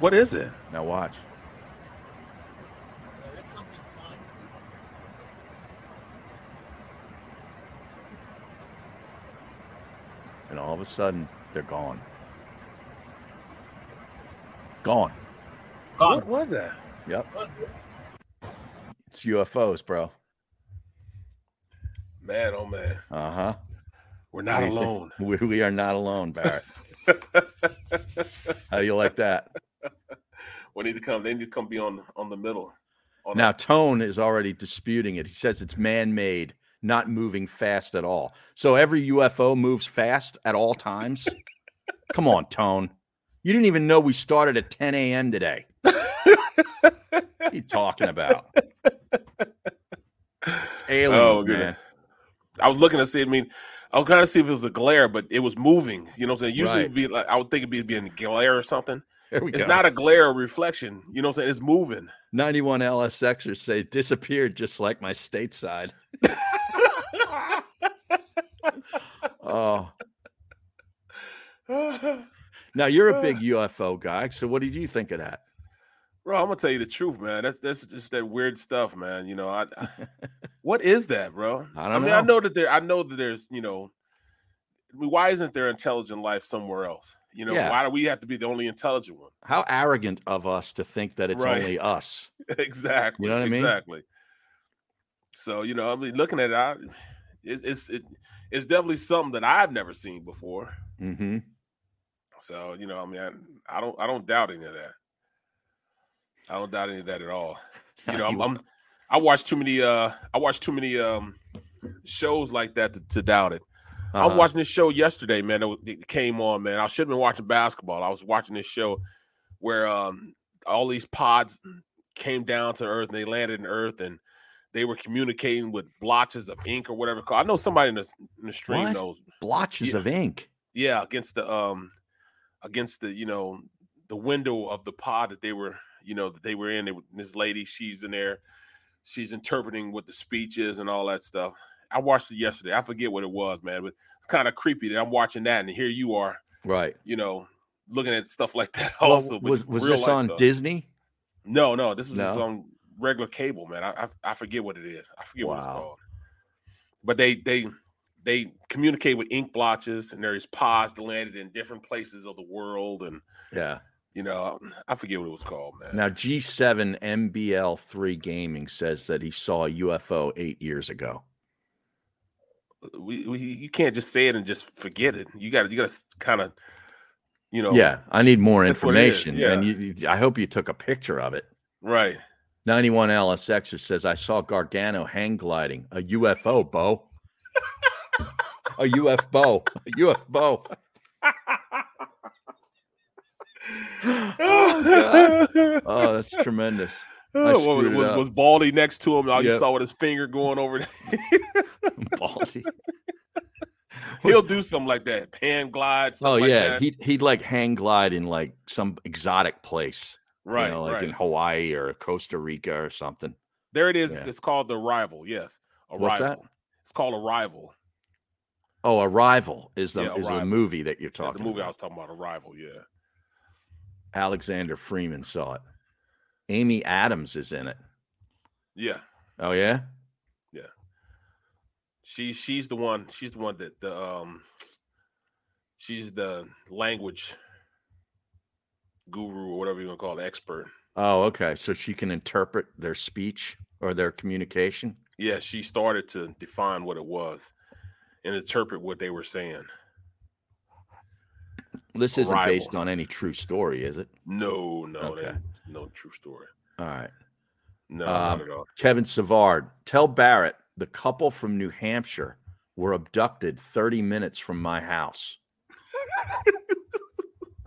Speaker 2: What is it?
Speaker 1: Now watch. And all of a sudden, they're gone. Gone.
Speaker 2: What was that?
Speaker 1: Yep. It's UFOs, bro.
Speaker 2: Man, oh man.
Speaker 1: Uh huh.
Speaker 2: We're not alone.
Speaker 1: We, we are not alone, Barrett. How do you like that?
Speaker 2: We need to come. They need to come be on on the middle. On
Speaker 1: Now, Tone is already disputing it. He says it's man made, not moving fast at all. So every UFO moves fast at all times. Come on, Tone. You didn't even know we started at 10 a.m. today. what are you talking about? It's aliens, man.
Speaker 2: Oh, goodness. I was looking to see. I mean, I was trying to see if it was a glare, but it was moving. You know what I'm saying? Usually,
Speaker 1: Right.
Speaker 2: it'd be like I would think it'd be, be in a glare or something.
Speaker 1: There we
Speaker 2: it's
Speaker 1: go.
Speaker 2: not a glare or reflection. You know what I'm saying? It's moving.
Speaker 1: 91 LSXers say disappeared just like my stateside. oh,
Speaker 2: Bro,
Speaker 1: now you're a big UFO guy. So what did you think of that?
Speaker 2: I'm gonna tell you the truth, man. That's that's just that weird stuff, man. You know, I, I what is that, bro?
Speaker 1: I don't
Speaker 2: mean, I
Speaker 1: know.
Speaker 2: know that there. I know that there's. You know, I mean, why isn't there intelligent life somewhere else? You know,
Speaker 1: Yeah.
Speaker 2: why do we have to be the only intelligent one?
Speaker 1: How arrogant of us to think that it's
Speaker 2: Right.
Speaker 1: only us.
Speaker 2: exactly.
Speaker 1: You know what I mean?
Speaker 2: Exactly. So you know, I mean, looking at it, I, it's it's it, it's definitely something that I've never seen before.
Speaker 1: Mm-hmm.
Speaker 2: So you know, I mean, I, I don't I don't doubt any of that. I don't doubt any of that at all. You know, I'm, I'm I watch too many uh I watch too many um shows like that to, to doubt it. I was
Speaker 1: Uh-huh.
Speaker 2: watching this show yesterday, man. It, was- it came on, man. I should have been watching basketball. I was watching this show where um all these pods came down to Earth and they landed in Earth and they were communicating with blotches of ink or whatever. it's called. I know somebody in the, in the stream
Speaker 1: What?
Speaker 2: knows
Speaker 1: Blotches of ink.
Speaker 2: yeah against the um against the you know the window of the pod that they were you know that they were in they, were- this lady she's in there she's interpreting what the speech is and all that stuff i watched it yesterday i forget what it was man but it's kind of creepy that i'm watching that and here you are
Speaker 1: Right.
Speaker 2: you know looking at stuff like that
Speaker 1: Well,
Speaker 2: also with
Speaker 1: was was
Speaker 2: real
Speaker 1: this
Speaker 2: life
Speaker 1: on
Speaker 2: stuff.
Speaker 1: Disney?
Speaker 2: no no this is just
Speaker 1: No?
Speaker 2: on regular cable man I, I i forget what it is i forget what it's
Speaker 1: Wow.
Speaker 2: called but they they they communicate with ink blotches and there's pods that landed in different places of the world and
Speaker 1: Yeah.
Speaker 2: you know i forget what it was called man
Speaker 1: Now G7 MBL3 Gaming says that he saw a UFO eight years ago.
Speaker 2: we, we you can't just say it and just forget it you gotta you gotta kind of you know
Speaker 1: yeah, I need more
Speaker 2: that's what it is,
Speaker 1: information. And you, you- I hope you took a picture of it.
Speaker 2: Right.
Speaker 1: 91 LSXer says I saw Gargano hang gliding a UFO, Bo. a UFO, a UFO.
Speaker 2: oh, God.
Speaker 1: Oh, that's tremendous. I
Speaker 2: Oh, was,
Speaker 1: screwed it
Speaker 2: was,
Speaker 1: up.
Speaker 2: was Baldy next to him? All you
Speaker 1: Yep.
Speaker 2: saw with his finger going over.
Speaker 1: Baldy.
Speaker 2: He'll do something like that. Pan glide. Stuff
Speaker 1: Oh
Speaker 2: like
Speaker 1: yeah,
Speaker 2: that.
Speaker 1: he'd he'd like hang glide in like some exotic place,
Speaker 2: Right,
Speaker 1: You know, like in
Speaker 2: right.
Speaker 1: Hawaii or Costa Rica or something.
Speaker 2: there it is.
Speaker 1: Yeah.
Speaker 2: It's called the rival. Yes, a
Speaker 1: What's that?
Speaker 2: rival. It's called a rival.
Speaker 1: Oh, Arrival is the
Speaker 2: Yeah,
Speaker 1: is the
Speaker 2: Arrival.
Speaker 1: movie that you're talking.
Speaker 2: The movie
Speaker 1: about.
Speaker 2: I was talking about, a rival. Yeah.
Speaker 1: Alexander Freeman saw it. Amy Adams is in it.
Speaker 2: Yeah.
Speaker 1: Oh yeah,
Speaker 2: Yeah. She she's the one. She's the one that the um. She's the language guru or whatever you want to call it, expert.
Speaker 1: Oh okay, so she can interpret their speech or their communication.
Speaker 2: Yeah, she started to define what it was and interpret what they were saying.
Speaker 1: This isn't
Speaker 2: Arrival.
Speaker 1: based on any true story, is it?
Speaker 2: No, no,
Speaker 1: Okay.
Speaker 2: that- no true story.
Speaker 1: All right. Uh,
Speaker 2: No, not at all.
Speaker 1: Kevin Savard, tell Barrett the couple from New Hampshire were abducted 30 minutes from my house.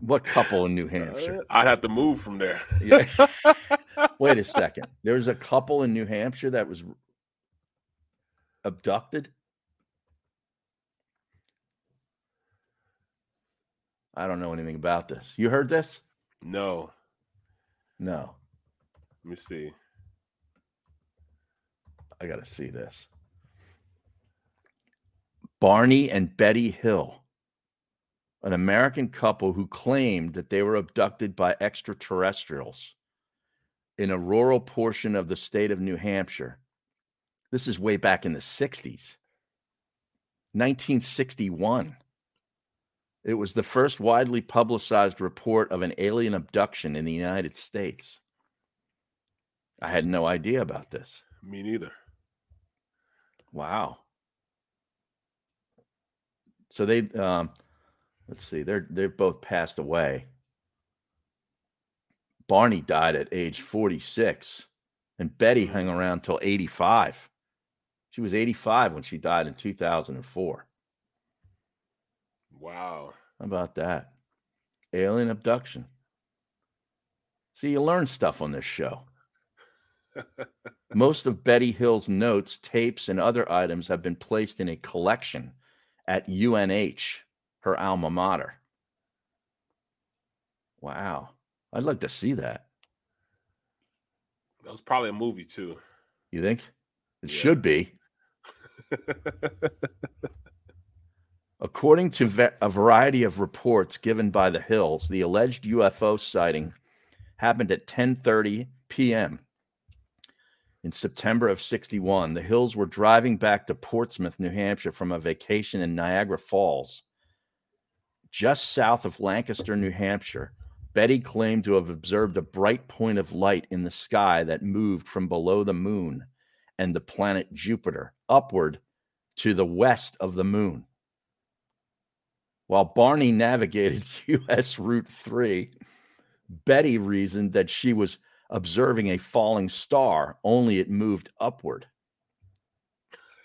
Speaker 1: What couple in New Hampshire?
Speaker 2: I'd have to move from there.
Speaker 1: Yeah. Wait a second. There was a couple in New Hampshire that was abducted. I don't know anything about this. You heard this?
Speaker 2: No.
Speaker 1: No.
Speaker 2: Let me see.
Speaker 1: I got to see this. Barney and Betty Hill, an American couple who claimed that they were abducted by extraterrestrials in a rural portion of the state of New Hampshire. This is way back in the 60s, 1961. It was the first widely publicized report of an alien abduction in the United States. I had no idea about this.
Speaker 2: Me neither.
Speaker 1: Wow. So they um let's see, they're they've both passed away. Barney died at age 46, and Betty hung around till 85. She was 85 when she died in 2004.
Speaker 2: Wow.
Speaker 1: How about that? Alien abduction. See, you learn stuff on this show. Most of Betty Hill's notes, tapes, and other items have been placed in a collection at UNH, her alma mater. Wow. I'd like to see that.
Speaker 2: That was probably a movie too.
Speaker 1: You think? It should be. According to va- a variety of reports given by the Hills, the alleged UFO sighting happened at 10:30 p.m. in September of 61. The Hills were driving back to Portsmouth, New Hampshire from a vacation in Niagara Falls, just south of Lancaster, New Hampshire. Betty claimed to have observed a bright point of light in the sky that moved from below the moon and the planet Jupiter upward to the west of the moon while Barney navigated US Route 3, Betty reasoned that she was observing a falling star, only it moved upward.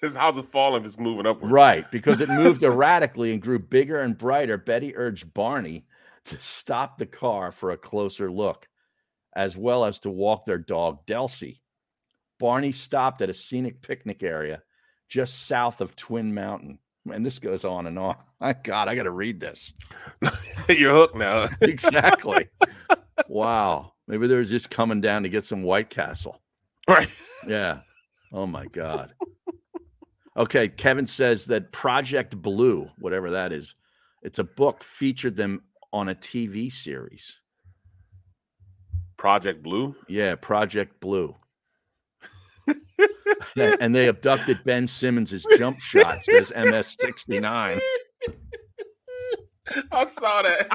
Speaker 2: His house is falling if it's moving upward.
Speaker 1: Right, because it moved erratically and grew bigger and brighter. Betty urged Barney to stop the car for a closer look, as well as to walk their dog, Delcy. Barney stopped at a scenic picnic area just south of Twin Mountain. Man, this goes on and on. My God, I got to read this.
Speaker 2: You're hooked now.
Speaker 1: exactly. wow. Maybe they were just coming down to get some White Castle.
Speaker 2: Right.
Speaker 1: Yeah. Oh my God. Okay. Kevin says that Project Blue, whatever that is, it's a book featured them on a TV series.
Speaker 2: Project Blue.
Speaker 1: Yeah, Project Blue. and and they abducted Ben Simmons' jump shot, says MS69.
Speaker 2: I saw that.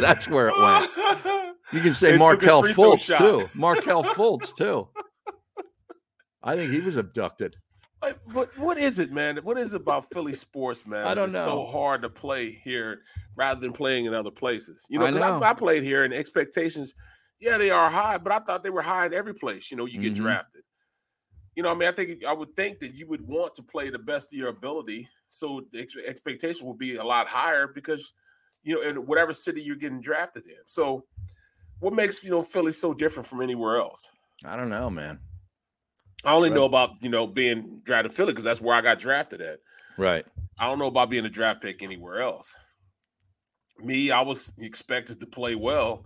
Speaker 1: That's where it went. You can say
Speaker 2: It took his
Speaker 1: Markel
Speaker 2: free throw
Speaker 1: Fultz
Speaker 2: shot.
Speaker 1: too. Markel Fultz too. I think he was abducted.
Speaker 2: Like, But what is it, man? What is it about Philly sports, man?
Speaker 1: I don't
Speaker 2: It's so
Speaker 1: know.
Speaker 2: hard to play here rather than playing in other places. You know,
Speaker 1: I
Speaker 2: because
Speaker 1: know.
Speaker 2: I, I played here and expectations, yeah, they are high, but I thought they were high in every place. You know, you get
Speaker 1: Mhm.
Speaker 2: drafted.
Speaker 1: Mm.
Speaker 2: You know, I mean, I think I would think that you would want to play the best of your ability, so the ex- expectation would be a lot higher because, you know, in whatever city you're getting drafted in. So, what makes you know Philly so different from anywhere else?
Speaker 1: I don't know, man.
Speaker 2: I only
Speaker 1: Right.
Speaker 2: know about you know being drafted to Philly because that's where I got drafted at.
Speaker 1: Right.
Speaker 2: I don't know about being a draft pick anywhere else. Me, I was expected to play well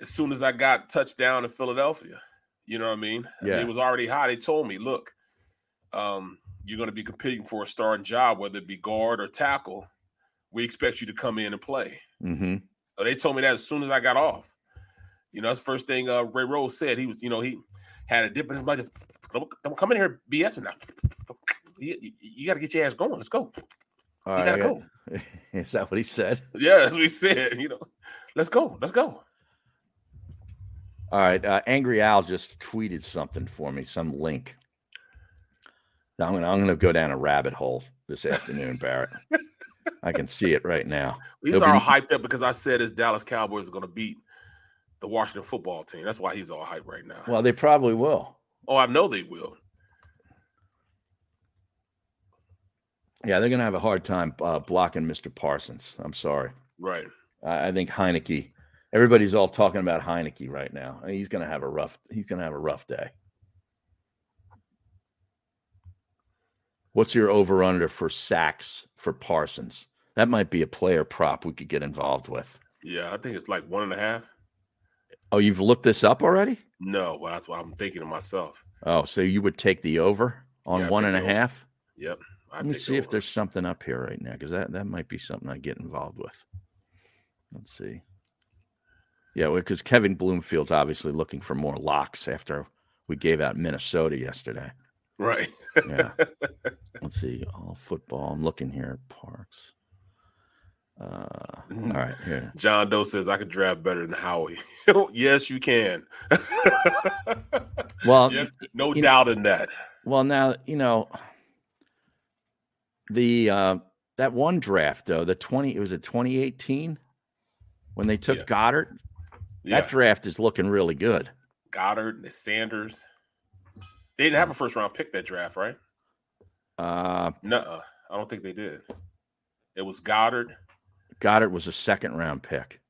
Speaker 2: as soon as I got touched down in Philadelphia. You know what I mean? I mean,
Speaker 1: Yeah.
Speaker 2: it was already hot. They told me, look, um, you're going to be competing for a starting job, whether it be guard or tackle. We expect you to come in and play.
Speaker 1: Mm-hmm.
Speaker 2: So they told me that as soon as I got off. You know, that's the first thing uh, Ray Rose said. He was, you know, he had a dip in his mind. Don't, don't come in here BSing now. You, got to get your ass going. Let's go.
Speaker 1: All
Speaker 2: You
Speaker 1: right,
Speaker 2: gotta
Speaker 1: I got- Is that what he said?
Speaker 2: Yeah, as we said, you know, let's go. Let's go.
Speaker 1: All right. Uh, Angry Al just tweeted something for me, some link. Now I'm gonna I'm gonna go down a rabbit hole this afternoon, Barrett. I can see it right now.
Speaker 2: He's
Speaker 1: There'll
Speaker 2: all
Speaker 1: be-
Speaker 2: hyped up because I said his Dallas Cowboys are going to beat the Washington football team. That's why he's all hyped right now.
Speaker 1: Well, they probably will.
Speaker 2: Oh, I know they will.
Speaker 1: Yeah, they're going to have a hard time uh, blocking Mr. Parsons. I'm sorry.
Speaker 2: Right.
Speaker 1: I I think Heineke. Everybody's all talking about Heineke right now. He's going to have a rough. He's going to have a rough day. What's your over under for sacks for Parsons? That might be a player prop we could get involved with.
Speaker 2: Yeah, I think it's like one and a half.
Speaker 1: Oh, you've looked this up already?
Speaker 2: No, but that's what I'm thinking to myself.
Speaker 1: Oh, so you would take the over on
Speaker 2: Yeah, I'd
Speaker 1: one
Speaker 2: take
Speaker 1: and a
Speaker 2: the over.
Speaker 1: half?
Speaker 2: Yep. I'd
Speaker 1: Let me
Speaker 2: take
Speaker 1: see if there's something up here right now because that, that might be something I get involved with. Let's see. Yeah, because Kevin Bloomfield's obviously looking for more locks after we gave out Minnesota yesterday.
Speaker 2: Right.
Speaker 1: yeah. Let's see. All football. I'm looking here at Parks. Uh, all
Speaker 2: Mm.
Speaker 1: right. Here.
Speaker 2: John Doe says I could draft better than Howie. yes, you can.
Speaker 1: Well,
Speaker 2: Yes, no
Speaker 1: you know-
Speaker 2: doubt in that.
Speaker 1: Well, now you know the uh, that one draft though the twenty it was a twenty eighteen when they took Goddard.
Speaker 2: Yeah.
Speaker 1: That draft is looking really good.
Speaker 2: Goddard, Sanders. They didn't have a first round pick that draft, right?
Speaker 1: Uh,
Speaker 2: No, I don't think they did. It was Goddard.
Speaker 1: Goddard was a second round pick,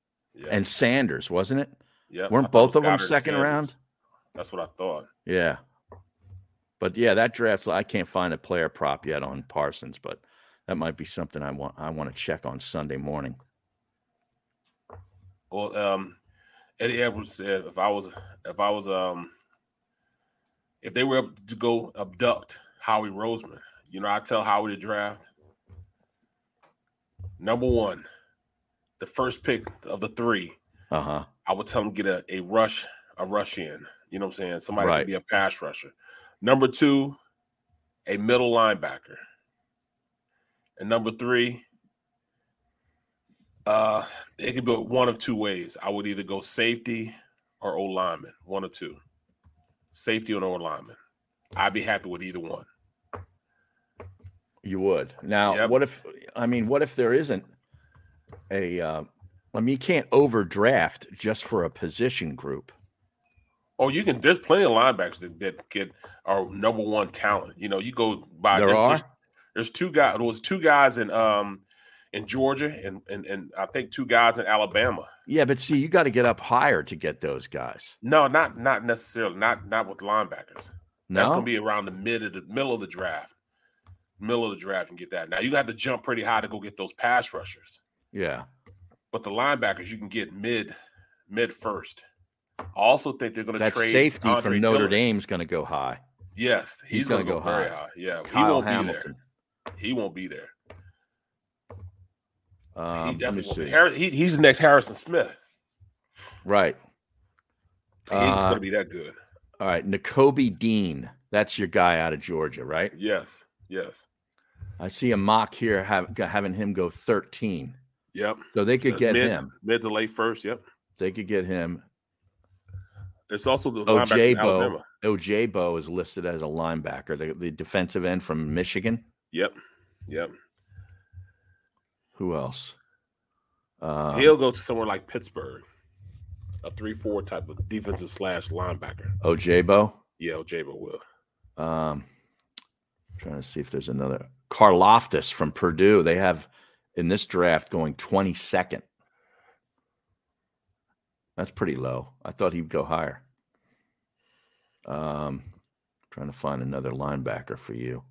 Speaker 1: and Sanders wasn't it?
Speaker 2: Yeah,
Speaker 1: weren't both of them second round?
Speaker 2: That's what I thought.
Speaker 1: Yeah, but yeah, that draft I can't find a player prop yet on Parsons, but that might be something I want I want to check on Sunday morning.
Speaker 2: Well, um, Eddie Edwards said if I was if I was um if they were up to go abduct Howie Roseman, you know, I tell Howie to draft number one, the first pick of the three.
Speaker 1: Uh huh.
Speaker 2: I would tell him get a, a rush a rush in. You know what I'm saying? Somebody
Speaker 1: Right.
Speaker 2: could be a pass rusher. Number two, a middle linebacker. And number three, uh, it could go one of two ways. I would either go safety or O lineman, one or two. Safety or O lineman. I'd be happy with either one.
Speaker 1: You would. Now, what if? I mean, what if there isn't a? Uh, I mean, you can't overdraft just for a position group.
Speaker 2: Oh, you can. There's plenty of linebackers that, that get our number one talent. You know, you go by.
Speaker 1: There
Speaker 2: there's,
Speaker 1: are?
Speaker 2: There's, there's two guys. There was two guys in um in Georgia and and and I think two guys in Alabama.
Speaker 1: Yeah, but see, you got to get up higher to get those guys.
Speaker 2: No, not not necessarily. Not not with linebackers.
Speaker 1: No?
Speaker 2: That's gonna be around the mid of the middle of the draft. Middle of the draft and get that. Now you got to jump pretty high to go get those pass rushers.
Speaker 1: Yeah.
Speaker 2: But the linebackers you can get mid mid first. I also think they're gonna
Speaker 1: That
Speaker 2: trade
Speaker 1: safety
Speaker 2: Andre
Speaker 1: from Notre
Speaker 2: Dillard.
Speaker 1: Dame's going to go high.
Speaker 2: Yes, he's,
Speaker 1: He's
Speaker 2: going to
Speaker 1: gonna
Speaker 2: go,
Speaker 1: go
Speaker 2: very
Speaker 1: high.
Speaker 2: high. Yeah, he
Speaker 1: Kyle
Speaker 2: won't
Speaker 1: Hamilton.
Speaker 2: be there. He won't be there.
Speaker 1: Um,
Speaker 2: He
Speaker 1: let me
Speaker 2: definitely won't be.
Speaker 1: see.
Speaker 2: Har- he- he's the next Harrison Smith.
Speaker 1: Right. Uh,
Speaker 2: He's going to be that good.
Speaker 1: All right, N'Kobe Dean. That's your guy out of Georgia, right?
Speaker 2: Yes. Yes.
Speaker 1: I see a mock here have, having him go 13.
Speaker 2: Yep.
Speaker 1: So they could
Speaker 2: Says
Speaker 1: get
Speaker 2: mid,
Speaker 1: him.
Speaker 2: mid to late first. Yep.
Speaker 1: They could get him.
Speaker 2: It's also the
Speaker 1: Oh,
Speaker 2: linebacker from
Speaker 1: Ojabo.
Speaker 2: Alabama.
Speaker 1: Ojabo Oh, is listed as a linebacker, the, the defensive end from
Speaker 2: Mm-hmm.
Speaker 1: Michigan.
Speaker 2: Yep. Yep.
Speaker 1: Who else? Uh,
Speaker 2: He'll go to somewhere like Pittsburgh, a three-four type of defensive slash linebacker.
Speaker 1: Ojabo.
Speaker 2: Yeah, Ojabo will.
Speaker 1: oh, Um, trying to see if there's another Karloftis from Purdue. They have in this draft going 22nd. That's pretty low. I thought he'd go higher. Um, trying to find another linebacker for you.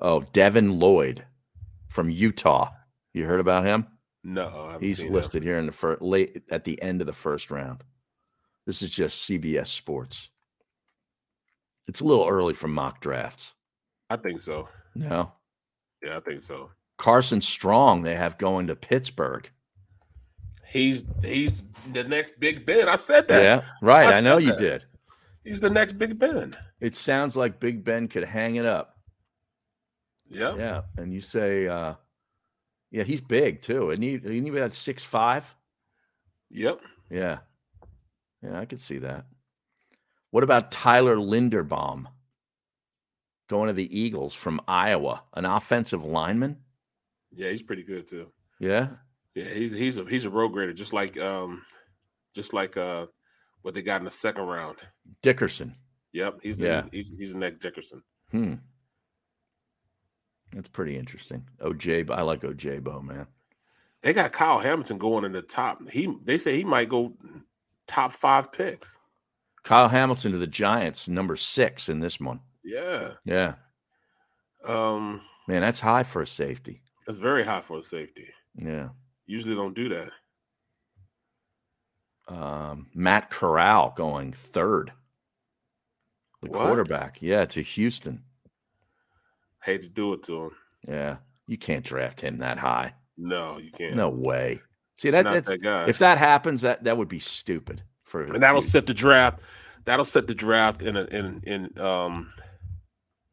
Speaker 1: Oh, Devin Lloyd from Utah. You heard about him?
Speaker 2: No, I haven't
Speaker 1: he's
Speaker 2: seen him.
Speaker 1: listed here in the first late at the end of the first round. This is just CBS Sports. It's a little early for mock drafts.
Speaker 2: I think so.
Speaker 1: No,
Speaker 2: Yeah, I think so.
Speaker 1: Carson Strong they have going to Pittsburgh.
Speaker 2: He's he's the next Big Ben. I said that.
Speaker 1: Yeah, right. I,
Speaker 2: said
Speaker 1: know you
Speaker 2: that.
Speaker 1: did.
Speaker 2: He's the next Big Ben.
Speaker 1: It sounds like Big Ben could hang it up.
Speaker 2: Yeah,
Speaker 1: yeah. And you say, uh yeah, he's big too. And he and he had six five.
Speaker 2: Yep.
Speaker 1: Yeah, yeah, I could see that. What about Tyler Linderbaum going to the Eagles from Iowa, an offensive lineman?
Speaker 2: Yeah, he's pretty good too.
Speaker 1: Yeah,
Speaker 2: Yeah, he's he's a he's a road grader, just like um, just like uh, what they got in the second round.
Speaker 1: Dickerson.
Speaker 2: Yep, he's the,
Speaker 1: Yeah.
Speaker 2: he's, he's he's the next Dickerson.
Speaker 1: Hmm. That's pretty interesting. OJ, I like OJ Bo, man.
Speaker 2: They got Kyle Hamilton going in the top. He they say he might go top five picks.
Speaker 1: Kyle Hamilton to the Giants, number six in this one.
Speaker 2: Yeah.
Speaker 1: Yeah.
Speaker 2: Um
Speaker 1: Man, that's high for a safety.
Speaker 2: that's very high for a safety.
Speaker 1: Yeah.
Speaker 2: Usually don't do that.
Speaker 1: Um, Matt Corral going third. The
Speaker 2: What?
Speaker 1: quarterback. Yeah, to Houston.
Speaker 2: Hate to do it to him.
Speaker 1: Yeah. You can't draft him that high.
Speaker 2: No, you can't.
Speaker 1: No way. See
Speaker 2: He's
Speaker 1: that,
Speaker 2: not
Speaker 1: that's,
Speaker 2: that guy.
Speaker 1: if that happens, that that would be stupid for
Speaker 2: and that'll set the draft. That'll set the draft in a, in in um,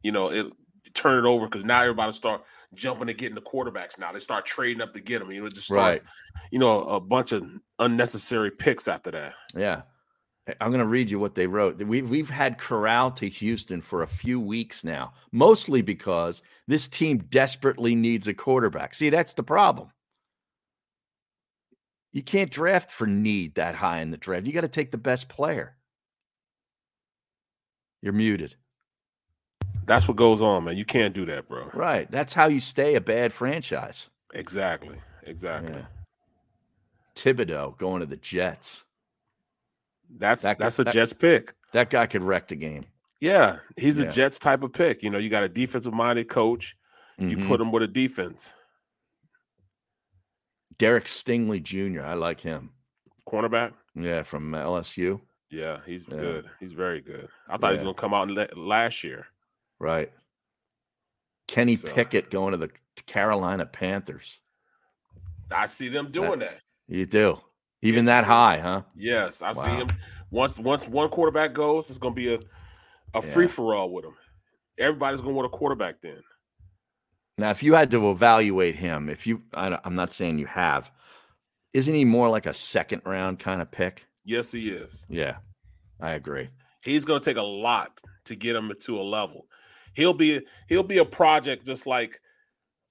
Speaker 2: you know, it turn it over because now everybody start jumping to getting the quarterbacks. Now they start trading up to get them. You know, it just starts,
Speaker 1: Right.
Speaker 2: you know, a bunch of unnecessary picks after that.
Speaker 1: Yeah. I- I'm going to read you what they wrote. We, we've had Corral to Houston for a few weeks now, mostly because this team desperately needs a quarterback. See, that's the problem. You can't draft for need that high in the draft. You got to take the best player. You're muted.
Speaker 2: That's what goes on, man. You can't do that, bro.
Speaker 1: Right. That's how you stay a bad franchise.
Speaker 2: Exactly. Exactly.
Speaker 1: Thibodeau going to the Jets.
Speaker 2: That's
Speaker 1: That could-
Speaker 2: that's a
Speaker 1: that-
Speaker 2: Jets pick.
Speaker 1: That guy could wreck the game.
Speaker 2: Yeah, he's
Speaker 1: Yeah.
Speaker 2: a Jets type of pick. You know, you got a defensive minded coach.
Speaker 1: Mm-hmm.
Speaker 2: You put him with a defense
Speaker 1: Derek Stingley Jr. I like him.
Speaker 2: cornerback.
Speaker 1: Yeah, from LSU.
Speaker 2: Yeah, he's
Speaker 1: Yeah.
Speaker 2: good. He's very good. I thought he was
Speaker 1: Yeah.
Speaker 2: going to come out la- last year.
Speaker 1: Right. Kenny
Speaker 2: So-
Speaker 1: Pickett going to the Carolina Panthers.
Speaker 2: I see them doing that.
Speaker 1: You do. Even that high, huh?
Speaker 2: Yes, I see
Speaker 1: Wow.
Speaker 2: him. Once once one quarterback goes, it's going to be a a free for all with him. Everybody's going to want a quarterback then.
Speaker 1: Now, if you had to evaluate him, if you, I, don't- I'm not saying you have, isn't he more like a second round kind of pick?
Speaker 2: Yes, he is.
Speaker 1: Yeah, I agree.
Speaker 2: He's going to take a lot to get him to a level. He'll be he'll be a project just like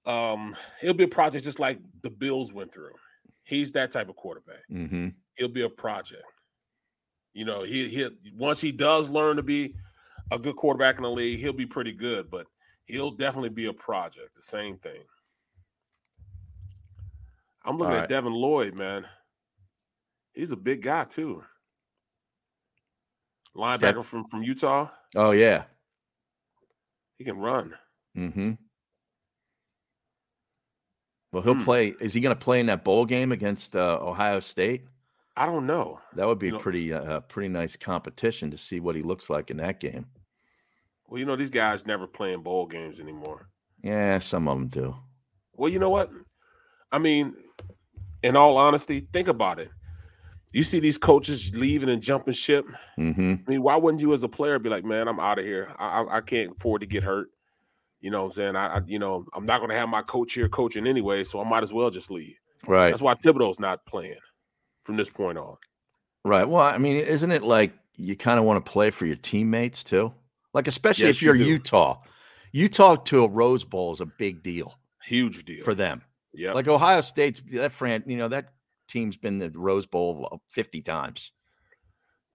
Speaker 2: um he'll be a project just like the Bills went through. He's that type of quarterback.
Speaker 1: Mm-hmm.
Speaker 2: he'll be a project. You know, he he once he does learn to be a good quarterback in the league, he'll be pretty good, but he'll definitely be a project. The same thing. I'm looking
Speaker 1: All
Speaker 2: at
Speaker 1: right.
Speaker 2: Devin Lloyd, man. He's a big guy too. Linebacker
Speaker 1: Dev-
Speaker 2: from from Utah,
Speaker 1: Oh, yeah.
Speaker 2: he can run.
Speaker 1: Mm-hmm. Well, he'll
Speaker 2: Hmm.
Speaker 1: play. Is he going to play in that bowl game against uh, Ohio State?
Speaker 2: I don't know.
Speaker 1: That would be
Speaker 2: You
Speaker 1: a
Speaker 2: know-
Speaker 1: pretty, uh, pretty nice competition to see what he looks like in that game.
Speaker 2: Well, you know these guys never playing bowl games anymore.
Speaker 1: Yeah, some of them do.
Speaker 2: Well, you know what? I mean, in all honesty, think about it. You see these coaches leaving and jumping ship.
Speaker 1: Mm-hmm.
Speaker 2: I mean, why wouldn't you, as a player, be like, "Man, I'm out of here. I, I, I can't afford to get hurt." You know what I'm saying? I, I you know, I'm not going to have my coach here coaching anyway, so I might as well just leave.
Speaker 1: Right.
Speaker 2: That's why Thibodeau's not playing from this point on.
Speaker 1: Right. Well, I mean, isn't it like you kind of want to play for your teammates too? Like, especially
Speaker 2: Yes,
Speaker 1: if
Speaker 2: you
Speaker 1: you're
Speaker 2: do.
Speaker 1: Utah. Utah to a Rose Bowl is a big deal
Speaker 2: Huge deal.
Speaker 1: for them.
Speaker 2: Yeah.
Speaker 1: Like oh. Ohio State's that Fran, you know, that team's been the Rose Bowl 50 times.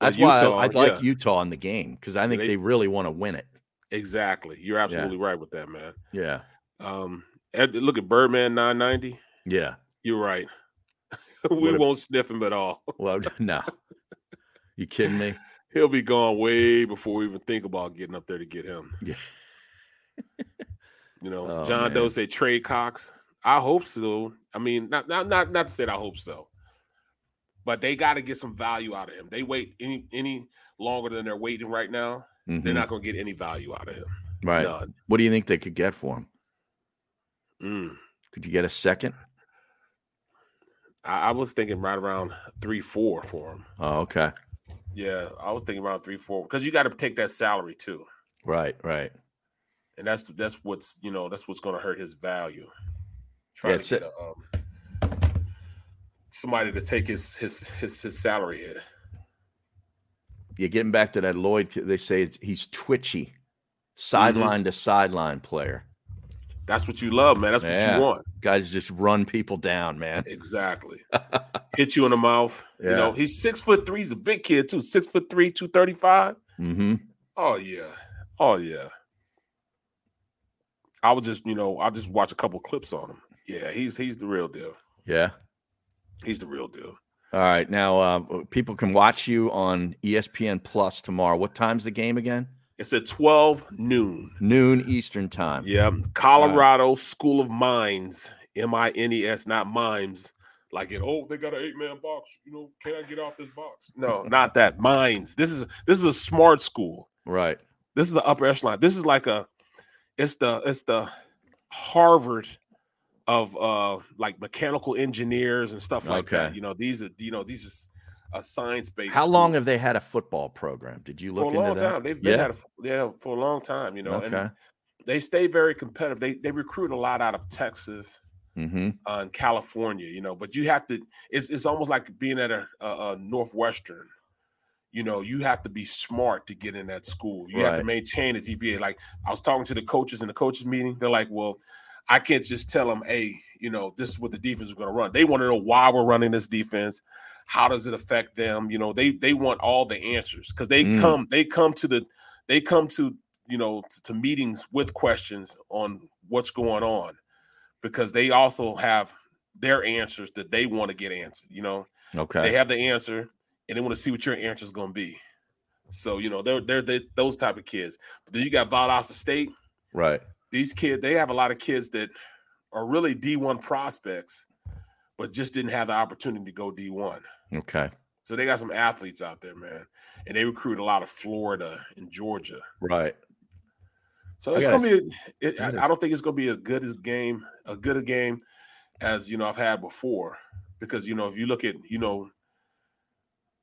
Speaker 2: Well,
Speaker 1: That's why
Speaker 2: Utah,
Speaker 1: I, would like
Speaker 2: yeah.
Speaker 1: Utah in the game because I think
Speaker 2: they-
Speaker 1: they, really want to win it.
Speaker 2: Exactly. You're absolutely right with that, man.
Speaker 1: Yeah.
Speaker 2: Um, Ed- look at Birdman 990.
Speaker 1: Yeah.
Speaker 2: You're right. we
Speaker 1: What a-
Speaker 2: won't sniff him at all.
Speaker 1: Well, no. You kidding me?
Speaker 2: He'll be gone way before we even think about getting up there to get him.
Speaker 1: Yeah.
Speaker 2: You know,
Speaker 1: Oh,
Speaker 2: John Doe
Speaker 1: man.
Speaker 2: say Trey Cox. I hope so. I mean, not not not not to say that I hope so, but they got to get some value out of him. They wait any any longer than they're waiting right now, they're
Speaker 1: Mhm.
Speaker 2: not going to get any value out of him.
Speaker 1: Right.
Speaker 2: None.
Speaker 1: What do you think they could get for him?
Speaker 2: Mm.
Speaker 1: Could you get a second?
Speaker 2: I, I was thinking right around three four for him.
Speaker 1: Oh, okay.
Speaker 2: Yeah, I was thinking around three four because you got to take that salary too,
Speaker 1: Right. Right.
Speaker 2: and that's that's what's you know that's what's going to hurt his value. Trying
Speaker 1: it's
Speaker 2: to get
Speaker 1: it.
Speaker 2: a, um, somebody to take his his his his salary hit.
Speaker 1: yeah, getting back to that Lloyd, they say it's- he's
Speaker 2: Mm-hmm.
Speaker 1: twitchy, sideline to sideline player.
Speaker 2: That's what you love, man. That's what
Speaker 1: Yeah.
Speaker 2: you want.
Speaker 1: Guys just run people down, man.
Speaker 2: Exactly. Hit you in the mouth. You know,
Speaker 1: Yeah.
Speaker 2: he's six foot three. He's a big kid too. Six foot three, two Oh, thirty five.
Speaker 1: Mm-hmm.
Speaker 2: Oh yeah. Oh yeah. I would just, you know, I'll just watch a couple clips on him. Yeah, he's he's the real deal.
Speaker 1: Yeah.
Speaker 2: He's the real deal.
Speaker 1: All right. Now, uh, people can watch you on E ESPN Plus tomorrow. What time's the game again?
Speaker 2: It's at 12 noon.
Speaker 1: Noon Eastern time.
Speaker 2: Yeah. Colorado School of Mines, M I N E S, not mimes. Like it, oh, they got an eight man box. You know, can I get off this box? No, not that. Mines. This is this is a smart school.
Speaker 1: Right.
Speaker 2: This is the upper echelon. This is like a it's the it's the Harvard of uh like mechanical engineers and stuff like that.
Speaker 1: Okay.
Speaker 2: You know, these are you know, these are s- a science based
Speaker 1: How long have they had a football program? Did you look
Speaker 2: for a
Speaker 1: into
Speaker 2: long
Speaker 1: that?
Speaker 2: time. They've been
Speaker 1: yeah.
Speaker 2: at it for, yeah, for a long time, you know.
Speaker 1: Okay.
Speaker 2: And they stay very competitive. They they recruit a lot out of Texas
Speaker 1: mm-hmm.
Speaker 2: uh, and California, you know. But you have to. It's it's almost like being at a, a, a northwestern. You know, you have to be smart to get in that school. You have to
Speaker 1: Right.
Speaker 2: maintain a GPA. Like I was talking to the coaches in the coaches meeting, they're like, "Well, I can't just tell them, hey, you know, this is what the defense is going to run. They want to know why we're running this defense. How does it affect them? You know, they they want all the answers because they
Speaker 12: Mm.
Speaker 2: come they come to the they come to you know to, to meetings with questions on what's going on because they also have their answers that they want to get answered. You know,
Speaker 1: Okay.
Speaker 2: they have the answer and they want to see what your answer is going to be. So you know, they're, they're they those type of kids. But then you got Valdosta State
Speaker 1: right.
Speaker 2: these kids they have a lot of kids that are really D1 prospects, but just didn't have the opportunity to go D1.
Speaker 1: Okay.
Speaker 2: So they got some athletes out there, man. And they recruit a lot of Florida and Georgia.
Speaker 1: Right.
Speaker 2: So
Speaker 1: I
Speaker 2: it's
Speaker 1: gotta-
Speaker 2: gonna be a- it, I I don't think it's gonna be a good as game, a good a game as you know I've had before. Because you know, if you look at, you know,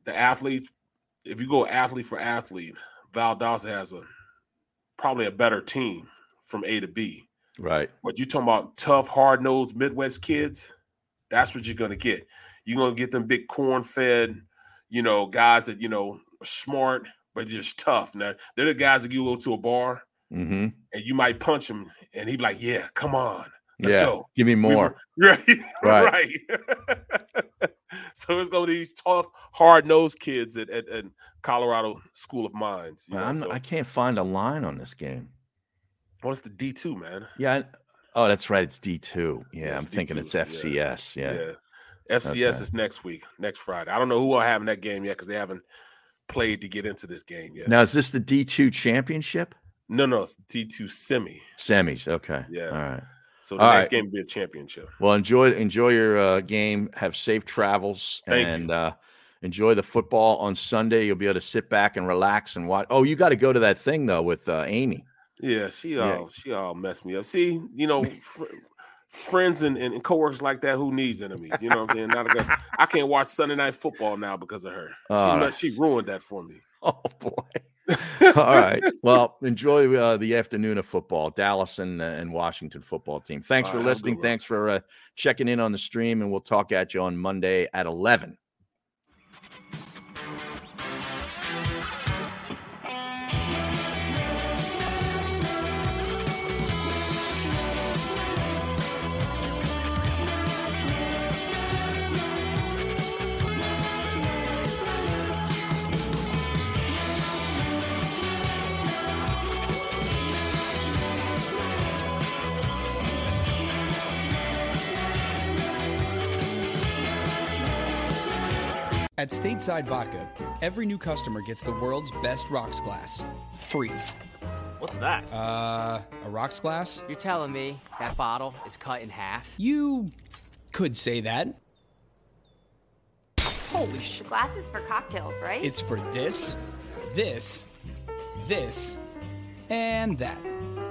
Speaker 2: the athletes, if you go athlete for athlete, Valdosta has a probably a better team from A to B.
Speaker 1: Right.
Speaker 2: But you talking about tough, hard nosed Midwest kids? That's what you're gonna get. You're gonna get them big corn fed, you know, guys that you know are smart but just tough. Now they're the guys that you go to a bar
Speaker 1: Mm-hmm.
Speaker 2: and you might punch him and he'd be like, "Yeah, come on, let's
Speaker 1: yeah.
Speaker 2: go."
Speaker 1: Give me
Speaker 2: We
Speaker 1: more.
Speaker 2: were- right,
Speaker 1: Right.
Speaker 2: right. so it's gonna be these tough, hard nosed kids at, at, at Colorado School of Mines. You
Speaker 1: Man,
Speaker 2: know,
Speaker 1: I'm-
Speaker 2: so
Speaker 1: I can't find a line on this game.
Speaker 2: what's the D two man?
Speaker 1: Yeah. I- oh, that's right. It's D two. Yeah,
Speaker 2: Yeah,
Speaker 1: I'm
Speaker 2: it's
Speaker 1: thinking
Speaker 2: D2,
Speaker 1: it's FCS. Yeah.
Speaker 2: FCS
Speaker 1: Okay.
Speaker 2: is next week, next Friday. I don't know who I have in that game yet because they haven't played to get into this game yet.
Speaker 1: Now is this the D two championship
Speaker 2: No, no, it's D two semi.
Speaker 1: semis? Okay.
Speaker 2: Yeah.
Speaker 1: All right.
Speaker 2: So the
Speaker 1: All
Speaker 2: next
Speaker 1: right.
Speaker 2: game will be a championship.
Speaker 1: Well, enjoy enjoy your uh, game. Have safe travels
Speaker 2: Thank you.
Speaker 1: and uh, enjoy the football on Sunday. You'll be able to sit back and relax and watch. Oh, you got to go to that thing though with uh, Amy.
Speaker 2: Yeah, she
Speaker 1: Yeah.
Speaker 2: all she all messed me up. See, you know, fr- friends and, and coworkers like that who needs enemies. You know what I'm saying? Not a good, I can't watch Sunday night football now because of her. She,
Speaker 1: All
Speaker 2: mu-
Speaker 1: right.
Speaker 2: she ruined that for me.
Speaker 1: Oh boy. All right. Well, enjoy uh, the afternoon of football, Dallas and, uh, and Washington football team. Thanks
Speaker 2: All
Speaker 1: for
Speaker 2: right, have a good
Speaker 1: listening.
Speaker 2: one.
Speaker 1: Thanks for uh, checking in on the stream, and we'll talk at you on Monday at 11.
Speaker 3: At Stateside Vodka, every new customer gets the world's best rocks glass, free.
Speaker 5: What's that?
Speaker 3: Uh, a rocks glass?
Speaker 5: You're telling me that bottle is cut in half?
Speaker 3: You could say that.
Speaker 6: Holy sh! The glass is for cocktails, right?
Speaker 3: It's for this, this, this, and that.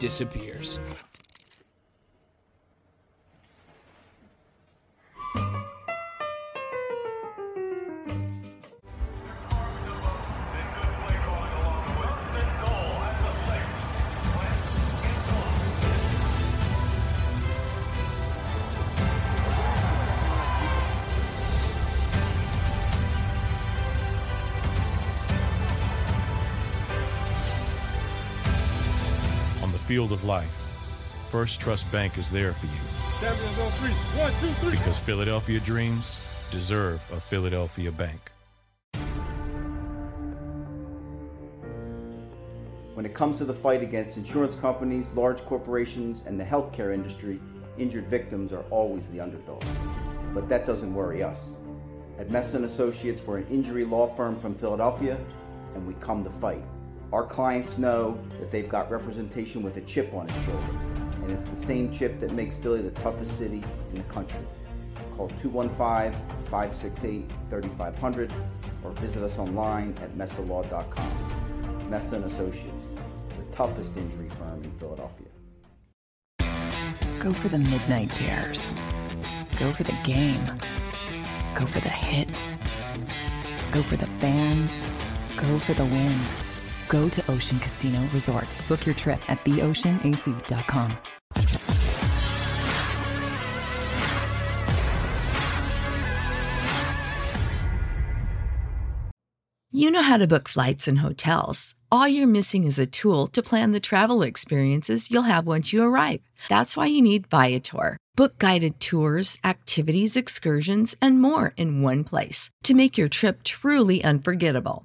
Speaker 3: disappears.
Speaker 7: field of life, First Trust Bank is there for you.
Speaker 12: 7003, 123.
Speaker 7: Because Philadelphia dreams deserve a Philadelphia bank.
Speaker 8: When it comes to the fight against insurance companies, large corporations, and the healthcare industry, injured victims are always the underdog. But that doesn't worry us. At Messon Associates, we're an injury law firm from Philadelphia, and we come to fight. Our clients know that they've got representation with a chip on its shoulder, and it's the same chip that makes Philly the toughest city in the country. Call 215-568-3500 or visit us online at messalaw.com. Messa and Associates, the toughest injury firm in Philadelphia.
Speaker 9: Go for the midnight dares. Go for the game. Go for the hits. Go for the fans. Go for the win. Go to Ocean Casino Resort. Book your trip at theoceanac.com.
Speaker 13: You know how to book flights and hotels. All you're missing is a tool to plan the travel experiences you'll have once you arrive. That's why you need Viator. Book guided tours, activities, excursions, and more in one place to make your trip truly unforgettable.